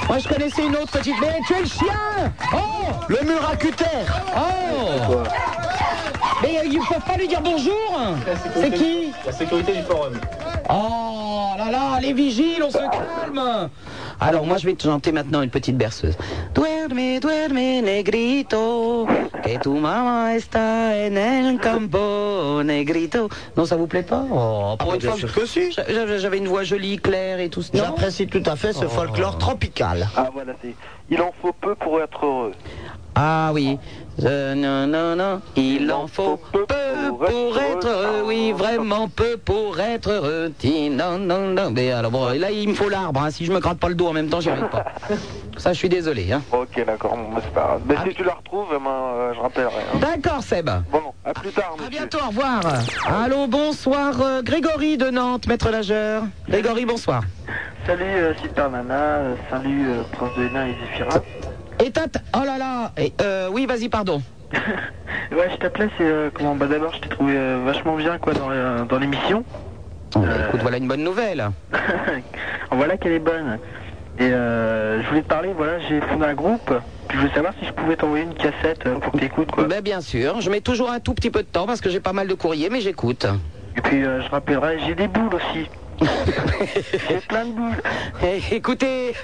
S4: Moi, je connaissais une autre petite. Mais tu es le chien Oh
S7: Le mur à cutter
S4: Oh Mais euh, ils peuvent pas lui dire bonjour C'est qui
S15: La sécurité du forum.
S4: Oh là là, les vigiles, on se calme Alors moi je vais te chanter maintenant une petite berceuse. Duerme, duerme, negrito, que tu mamá está en el campo, negrito. Non, ça vous plaît pas Oh,
S15: Ah,
S4: pour une fois que- J'a- Euh, J'avais une voix jolie, claire et tout Oh. ça.
S7: J'apprécie tout à fait ce
S15: Oh.
S7: folklore tropical.
S9: Ah, voilà, c'est... Il en faut peu pour être heureux.
S4: Ah oui, Euh, non, non, non, il en faut peu pour être heureux, oui, vraiment peu pour être heureux, Ti, non, non, non, mais alors bon, là il me faut l'arbre, hein. si je me gratte pas le dos en même temps, j'y arrive pas. Ça, je suis désolé. Hein. Ah,
S9: Ok, d'accord, bon, bah, c'est pas grave. Mais si tu la retrouves, eh ben, euh, je rappellerai. hein.
S4: D'accord, Seb.
S9: Bon, à plus tard,
S4: À bientôt, au revoir. Allô, bonsoir, euh, Grégory de Nantes, maître nageur. Grégory, bonsoir.
S13: Salut euh, Super Nana, euh, salut Prince de Hénin et Zéphirin.
S4: Et tata, oh là là, et, euh, oui, vas-y, pardon.
S13: *laughs* Ouais, je t'appelais, c'est euh, comment Bah d'abord, je t'ai trouvé euh, vachement bien quoi dans, euh, dans l'émission.
S4: Ah,
S13: Euh,
S4: bah, Écoute, voilà une bonne
S13: *laughs*
S4: nouvelle.
S13: voilà qu'elle est bonne. Et euh, je voulais te parler, voilà, j'ai fondé un groupe. Puis je voulais savoir si je pouvais t'envoyer une cassette euh, pour que t'écoutes quoi.
S4: Ben, bien sûr, je mets toujours un tout petit peu de temps parce que j'ai pas mal de courriers, mais j'écoute.
S13: Et puis euh, je rappellerai, j'ai des
S4: *laughs*
S13: boules aussi.
S4: J'ai
S13: plein de boules.
S4: Eh, écoutez,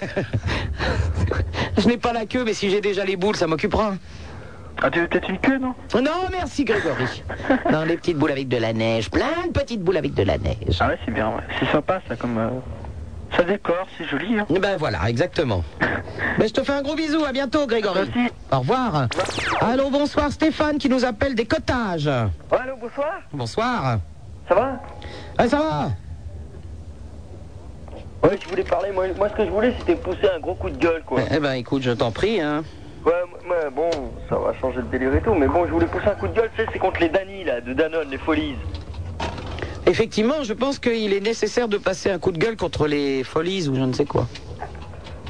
S4: je n'ai pas la queue, mais si j'ai déjà les boules, ça m'occupera. Oh,
S13: Ah, tu veux peut-être une queue, non
S4: Non, merci
S13: *laughs*
S4: Grégory. non, les petites boules avec de la neige, plein de petites boules avec de la neige.
S13: Ah ouais, c'est bien, ouais. c'est sympa ça comme. euh, Ça décore, c'est joli. Hein.
S4: Ben voilà,
S13: *laughs*
S4: exactement. Ben, je te fais un gros bisou, à bientôt Grégory. Au revoir. Allô, bonsoir Stéphane qui nous appelle des cottages.
S8: Allô, bonsoir.
S4: Bonsoir.
S8: Ça va
S4: Ah, ça va
S8: Ouais, je voulais parler. Moi, moi, ce que je voulais, c'était pousser un gros coup de gueule, quoi.
S4: Eh ben écoute, je t'en prie. Hein.
S8: Ouais, moi, bon, ça va changer le délire et tout, mais bon, je voulais pousser un coup de gueule, tu sais, c'est contre les Dani, là, de Danone, les folies.
S4: Effectivement, je pense qu'il est nécessaire de passer un coup de gueule contre les folies ou je ne sais quoi.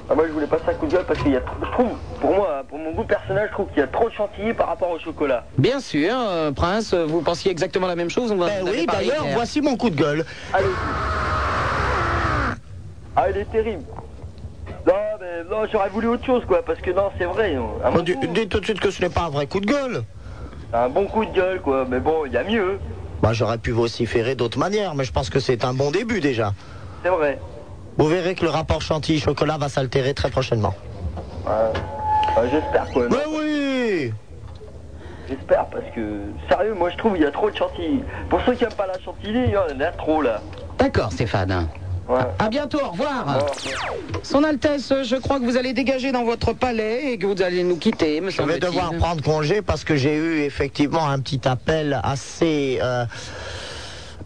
S8: Ah, moi, je voulais passer un coup de gueule parce qu'il y a trop. Je trouve, pour moi, pour mon goût personnel, je trouve qu'il y a trop de chantilly par rapport au chocolat.
S4: Bien sûr, euh, Prince, euh, vous pensiez exactement la même chose. On va
S8: Ben oui, d'ailleurs, voici
S7: mon coup de gueule.
S8: Ah, il est terrible. Non, mais non, j'aurais voulu autre chose, quoi, parce que non, c'est vrai. à mon
S7: Dis, dis tout de suite que ce n'est pas un vrai coup de gueule.
S8: Un bon coup de gueule, quoi, mais bon, il y a mieux.
S7: Bah, j'aurais pu vociférer d'autres manières, mais je pense que c'est un bon début déjà.
S8: C'est vrai.
S7: Vous verrez que le rapport chantilly-chocolat va s'altérer très prochainement.
S8: Ouais. Ouais, J'espère quoi.
S7: Mais oui
S8: J'espère parce que sérieux, moi je trouve il y a trop de chantilly. Pour ceux qui aiment pas la chantilly, il y en a trop là.
S4: D'accord, Stéphane. À bientôt, au revoir. Son Altesse, je crois que vous allez dégager dans votre palais et que vous allez nous quitter, me
S7: Je vais
S4: semble-t-il.
S7: devoir prendre congé parce que j'ai eu effectivement un petit appel assez. euh,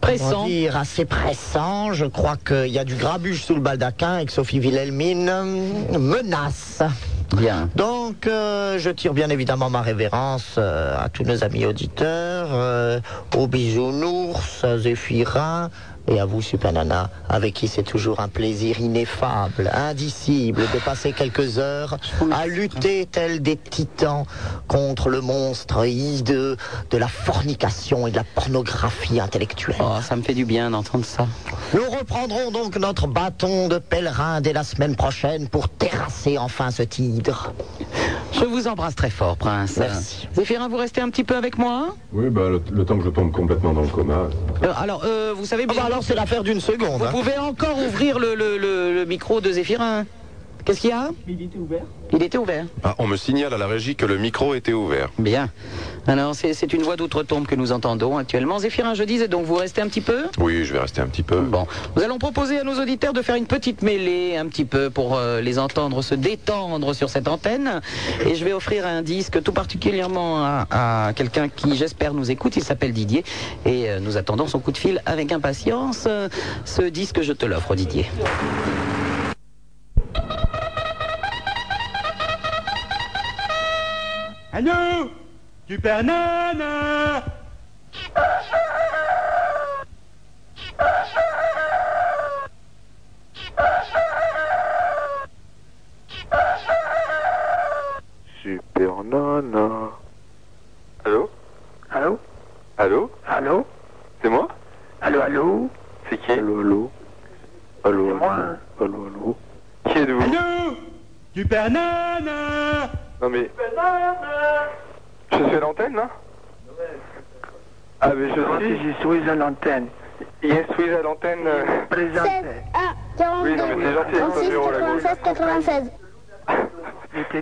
S7: comment
S4: Pressant.
S7: dire, assez pressant. Je crois qu'il y a du grabuge sous le baldaquin et que Sophie Wilhelmine euh, menace.
S29: Bien.
S7: Donc, euh, je tire bien évidemment ma révérence euh, à tous nos amis auditeurs, euh, aux bisounours, à Zéphirin et à vous, Super Nana, avec qui c'est toujours un plaisir ineffable, indicible de passer quelques heures à lutter tel des titans contre le monstre hideux de la fornication et de la pornographie intellectuelle.
S4: Oh, ça me fait du bien d'entendre ça.
S7: Nous reprendrons donc notre bâton de pèlerin dès la semaine prochaine pour terrasser enfin ce tigre.
S4: Je vous embrasse très fort, Prince.
S7: Merci.
S4: Zéphirin, vous restez un petit peu avec moi
S3: Oui, bah, le, le temps que je tombe complètement dans le coma.
S4: Euh, Alors, euh, vous savez... bien.
S7: Ah bah alors, c'est l'affaire d'une seconde. hein.
S4: Vous pouvez encore ouvrir le, le- le- le micro de Zéphirin. Qu'est-ce qu'il y a
S30: Il était ouvert.
S4: Il était ouvert.
S3: Ah, on me signale à la régie que le micro était ouvert.
S4: Bien. Alors, c'est c'est une voix d'outre-tombe que nous entendons actuellement. Zéphirin, je disais donc, vous restez un petit peu
S3: Oui, je vais rester un petit peu.
S4: Bon. Nous allons proposer à nos auditeurs de faire une petite mêlée, un petit peu, pour euh, les entendre se détendre sur cette antenne. Et je vais offrir un disque tout particulièrement à, à quelqu'un qui, j'espère, nous écoute. Il s'appelle Didier. Et euh, nous attendons son coup de fil avec impatience. Euh, Ce disque, je te l'offre, Didier.
S5: Allô Super Nana
S9: Super Nana. Allô Allô Allô Allô C'est moi Allô, allô C'est qui Allô, allô Allô, allô Allô, allô Qui êtes-vous Allô Super Nana Non mais... Je suis à l'antenne, là Ah mais je suis... Je suis à l'antenne. Yes, suis à l'antenne. euh, Oui, non mais c'est gentil, c'est pas bureau, la gauche.
S31: 96.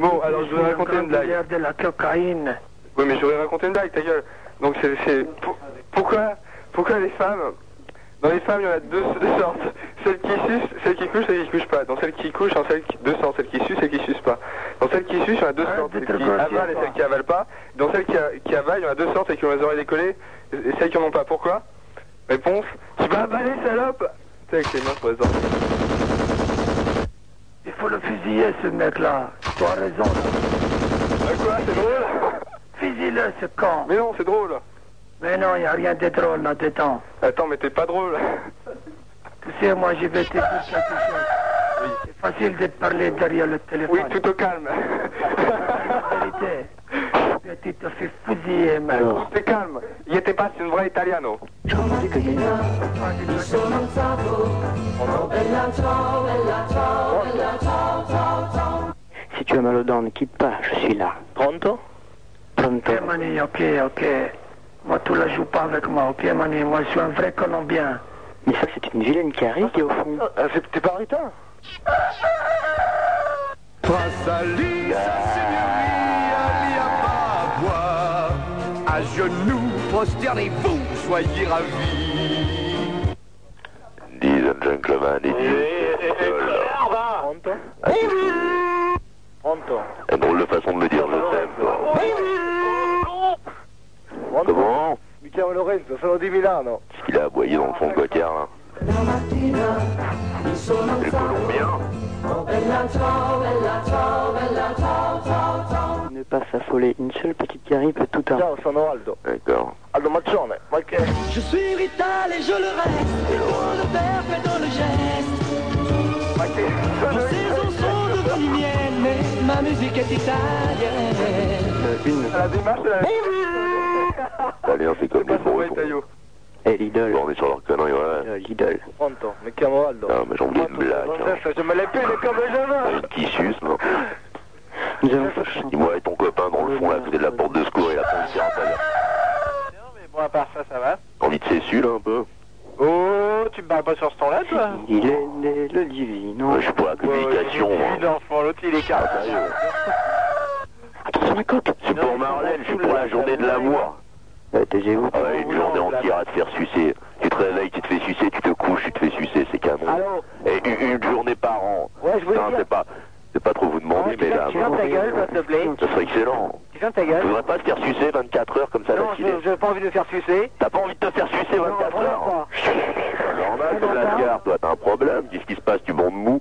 S9: Bon, alors je vais raconter une blague. de la cocaïne. Oui, mais je vais raconter une blague, ta gueule. Donc c'est... c'est- pour- Pourquoi, pourquoi les femmes... Dans les femmes, il y en a deux, deux sortes. Celles qui sucent, celles qui couchent, celles qui couchent pas. Dans celles qui couchent, en celles qui... deux sortes. Celles qui sucent, celles qui sucent pas. Dans celles qui sucent, il y en a deux sortes. Celles qui avalent et celles qui avalent pas. Dans celles qui, a- qui avalent, il y en a deux sortes, celles qui ont les oreilles décollées et celles qui en ont pas. Pourquoi Réponse. Tu vas avaler, salope Tu sais, avec les mains sur les oreilles. Il faut le fusiller, ce mec-là. Tu as raison. Ah, quoi C'est drôle Fusille-le, ce con. Mais non, c'est drôle. Mais non, il n'y a rien de drôle là-dedans. Attends, mais t'es pas drôle. Tu sais, moi, je vais te dire quelque chose. C'est facile de parler derrière le téléphone. Oui, tout au calme. Tu te fais fusiller, mec. Tout est calme. Il était pas une vraie italiano.
S1: Si tu as mal aux dents, ne quitte pas, je suis là. Pronto Pronto.
S32: Ok, Mani, ok, ok. Moi, tu la joues pas avec moi, ok, Mani. Moi, je suis un vrai Colombien.
S1: Mais ça, c'est une vilaine carie qui est au fond.
S9: Ah, T'es pas ritain
S5: À genoux, prosternez-vous, soyez ravis.
S9: Ladies and gentlemen, it is
S5: Pronto Pronto
S9: une Euh, drôle de façon de me dire je t'aime. Comment Michael Lorenzo, sono di Milano. Parce qu'il a aboyé dans le fond de hein. Gothier, là. Le Colombien
S1: Ne pas s'affoler, une seule petite carie peut tout arranger.
S9: Ciao, sono Aldo. D'accord. Aldo Maccione, ma che...
S5: Je suis Rital et je le reste. Et dans le verbe et dans le geste. Nos saisons sont devenues miennes, mais ma musique est
S1: Euh,
S5: italienne.
S9: La démarche, c'est la L'alliance, c'est comme les bourrés pour...
S1: Eh, l'idole.
S9: Bon, on est sur leur connerie, ouais.
S1: Euh, l'idole.
S9: Pronto, mi chiamo Aldo. Non, mais j'ai oublié une blague. Je me l'ai pile comme un jeune Qui suce, non
S1: Nous allons
S9: Dis-moi, et ton copain dans le fond, là, à côté de la porte de secours, il a pas envie de faire un tas
S33: Mais bon, à part ça, ça va.
S9: T'as envie de s'essuyer, là, un peu
S33: Oh, tu me parles pas sur ce ton-là, toi
S1: Il est né le divino.
S9: Ouais, Je suis pour la communication, moi.
S33: L'enfant, l'autre, il
S1: Ah,
S33: est carré.
S9: Attention, la coque C'est pour Marlène, je suis pour la journée de l'amour.
S1: Euh, taisez-vous.
S9: Ah Ouais, une journée entière à te faire sucer. Tu te réveilles, tu te fais sucer, tu te couches, tu te fais sucer, c'est canon.
S33: Allô
S5: ta gueule.
S1: Je voudrais pas te faire sucer 24 heures comme ça
S5: Non,
S1: d'affilée.
S5: je- j'ai pas envie de me faire sucer.
S1: T'as pas envie de te faire sucer 24 heures C'est normal, comme la gare, toi, t'as un problème. Qu'est-ce qui se passe Tu bombes mou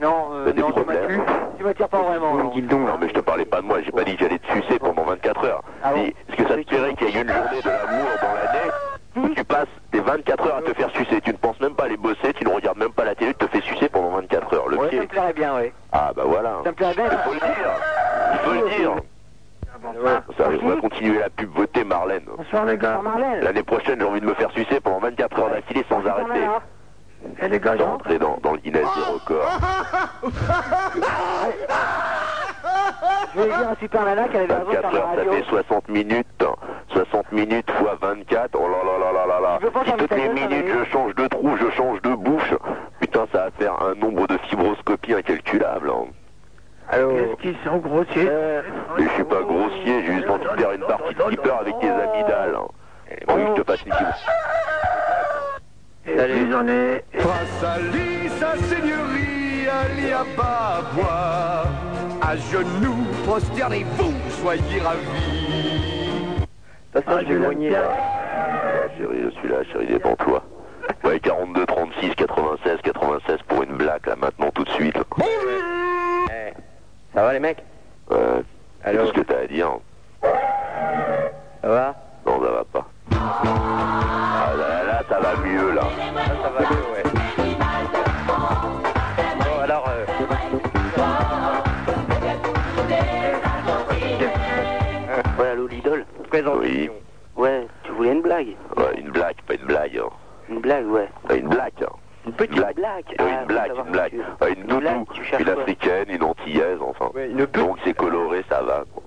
S5: Non, euh,
S1: T'as des
S5: non, tu m'as-
S1: problèmes
S5: tu m'attires pas vraiment. non.
S1: Non, mais je te parlais pas de moi, j'ai pas dit que j'allais te sucer pendant 24 heures.
S5: Ah
S1: Dis, Est-ce que ça te ferait qu'il y ait une journée de l'amour dans l'année où tu passes tes 24 heures à te faire sucer Tu ne penses même pas à aller bosser, tu ne regardes même pas la télé, tu te fais sucer pendant 24 heures. Oh, Le
S5: Ouais,
S1: pied.
S5: ça me plairait bien, ouais.
S1: Ah, bah voilà. hein.
S5: Ça me plairait bien.
S1: Faut le dire. Faut le dire. Ça, on va continuer la pub, votez Marlène.
S5: Bonsoir les gars. Marlène.
S1: L'année prochaine, j'ai envie de me faire sucer pendant 24 heures d'affilée sans arrêter.
S5: Eh les gars, j'en-
S1: Entrer dans, dans le Guinness des records.
S5: je vais dire à Super Nana qu'elle avait raison de faire
S1: 24
S5: la
S1: heures, ça
S5: radio.
S1: fait 60 minutes. 60 minutes fois 24, oh là là là là là là. Si toutes les minutes je change de trou, je change de bouche, putain, ça va faire un nombre de fibroscopies incalculable. hein.
S5: Qu'est-ce qu'ils sont grossiers
S1: Mais je suis pas grossier, j'ai juste envie de faire une partie de flipper avec des
S5: Oh.
S1: amygdales. hein. J'ai envie que je te fasse niquer.
S5: Eh Et puis j'en ai.
S9: Face à lui, sa seigneurie, il n'y a pas à boire. À genoux, prosternez-vous, soyez ravis.
S1: Ah, j'ai grogné. Ah, Chérie, je suis là, chérie, détends-toi. Ouais, 42, 36, 96, 96 pour une blague, là, maintenant, tout de suite.
S5: Eh. Ça va les mecs
S1: Ouais. C'est tout ce que t'as à dire.
S5: Ça va
S1: Non, ça va pas. Ah là là, là, ça va mieux, là.
S5: Ça va mieux, ouais. Bon, alors.
S1: *laughs*
S5: Euh...
S1: Ouais, allô, Lidl Présent. Oui. Ouais, tu voulais une blague Ouais, une blague, pas une blague. Une blague, ouais. une blague. hein. Une petite blague. Ah. Ouais, une blague, une blague. Ouais, Ah, une doudou. Une, africaine, une antillaise, enfin. Donc c'est coloré, ça va. quoi.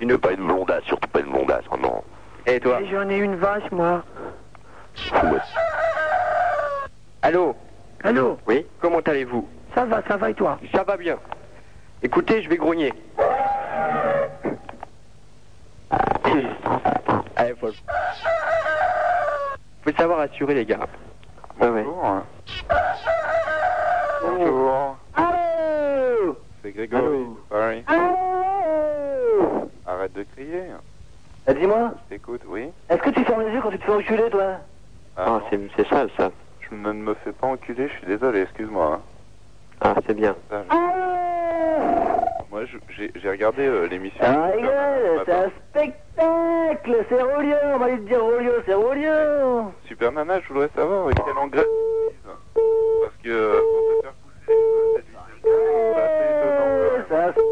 S1: Mais pas une blondasse, surtout pas une blondasse, oh, non.
S5: Et toi J'en ai une vache, moi.
S1: Ouais.
S5: Allô Allô
S9: Oui, comment allez-vous
S5: Ça va, ça va et toi
S9: Ça va bien. Écoutez, je vais grogner. *coughs* Allez, faut... faut savoir assurer les gars. Ah Bonjour. Bonjour.
S5: Allô
S9: C'est Grégory. Paris.
S5: Allô
S9: Arrête de crier.
S5: Ah, Dis-moi,
S9: Écoute, oui.
S5: est-ce que tu fermes les yeux quand tu te fais enculer, toi
S9: Ah, c'est sale ça. Je ne me fais pas enculer, je suis désolé, excuse-moi. hein. Ah, c'est bien. Moi, je- j'ai j'ai regardé euh, l'émission.
S5: Ah, rigole, c'est un spectacle C'est Rolio, on va lui dire Rolio, c'est Rolio
S9: Super Nana, je voudrais savoir avec quel engrais Parce que euh, on peut faire
S5: C'est un spectacle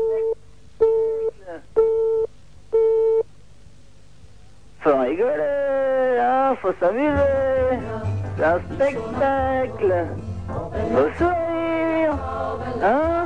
S5: Faut rigoler, hein, faut s'amuser C'est un spectacle Faut sourire Hein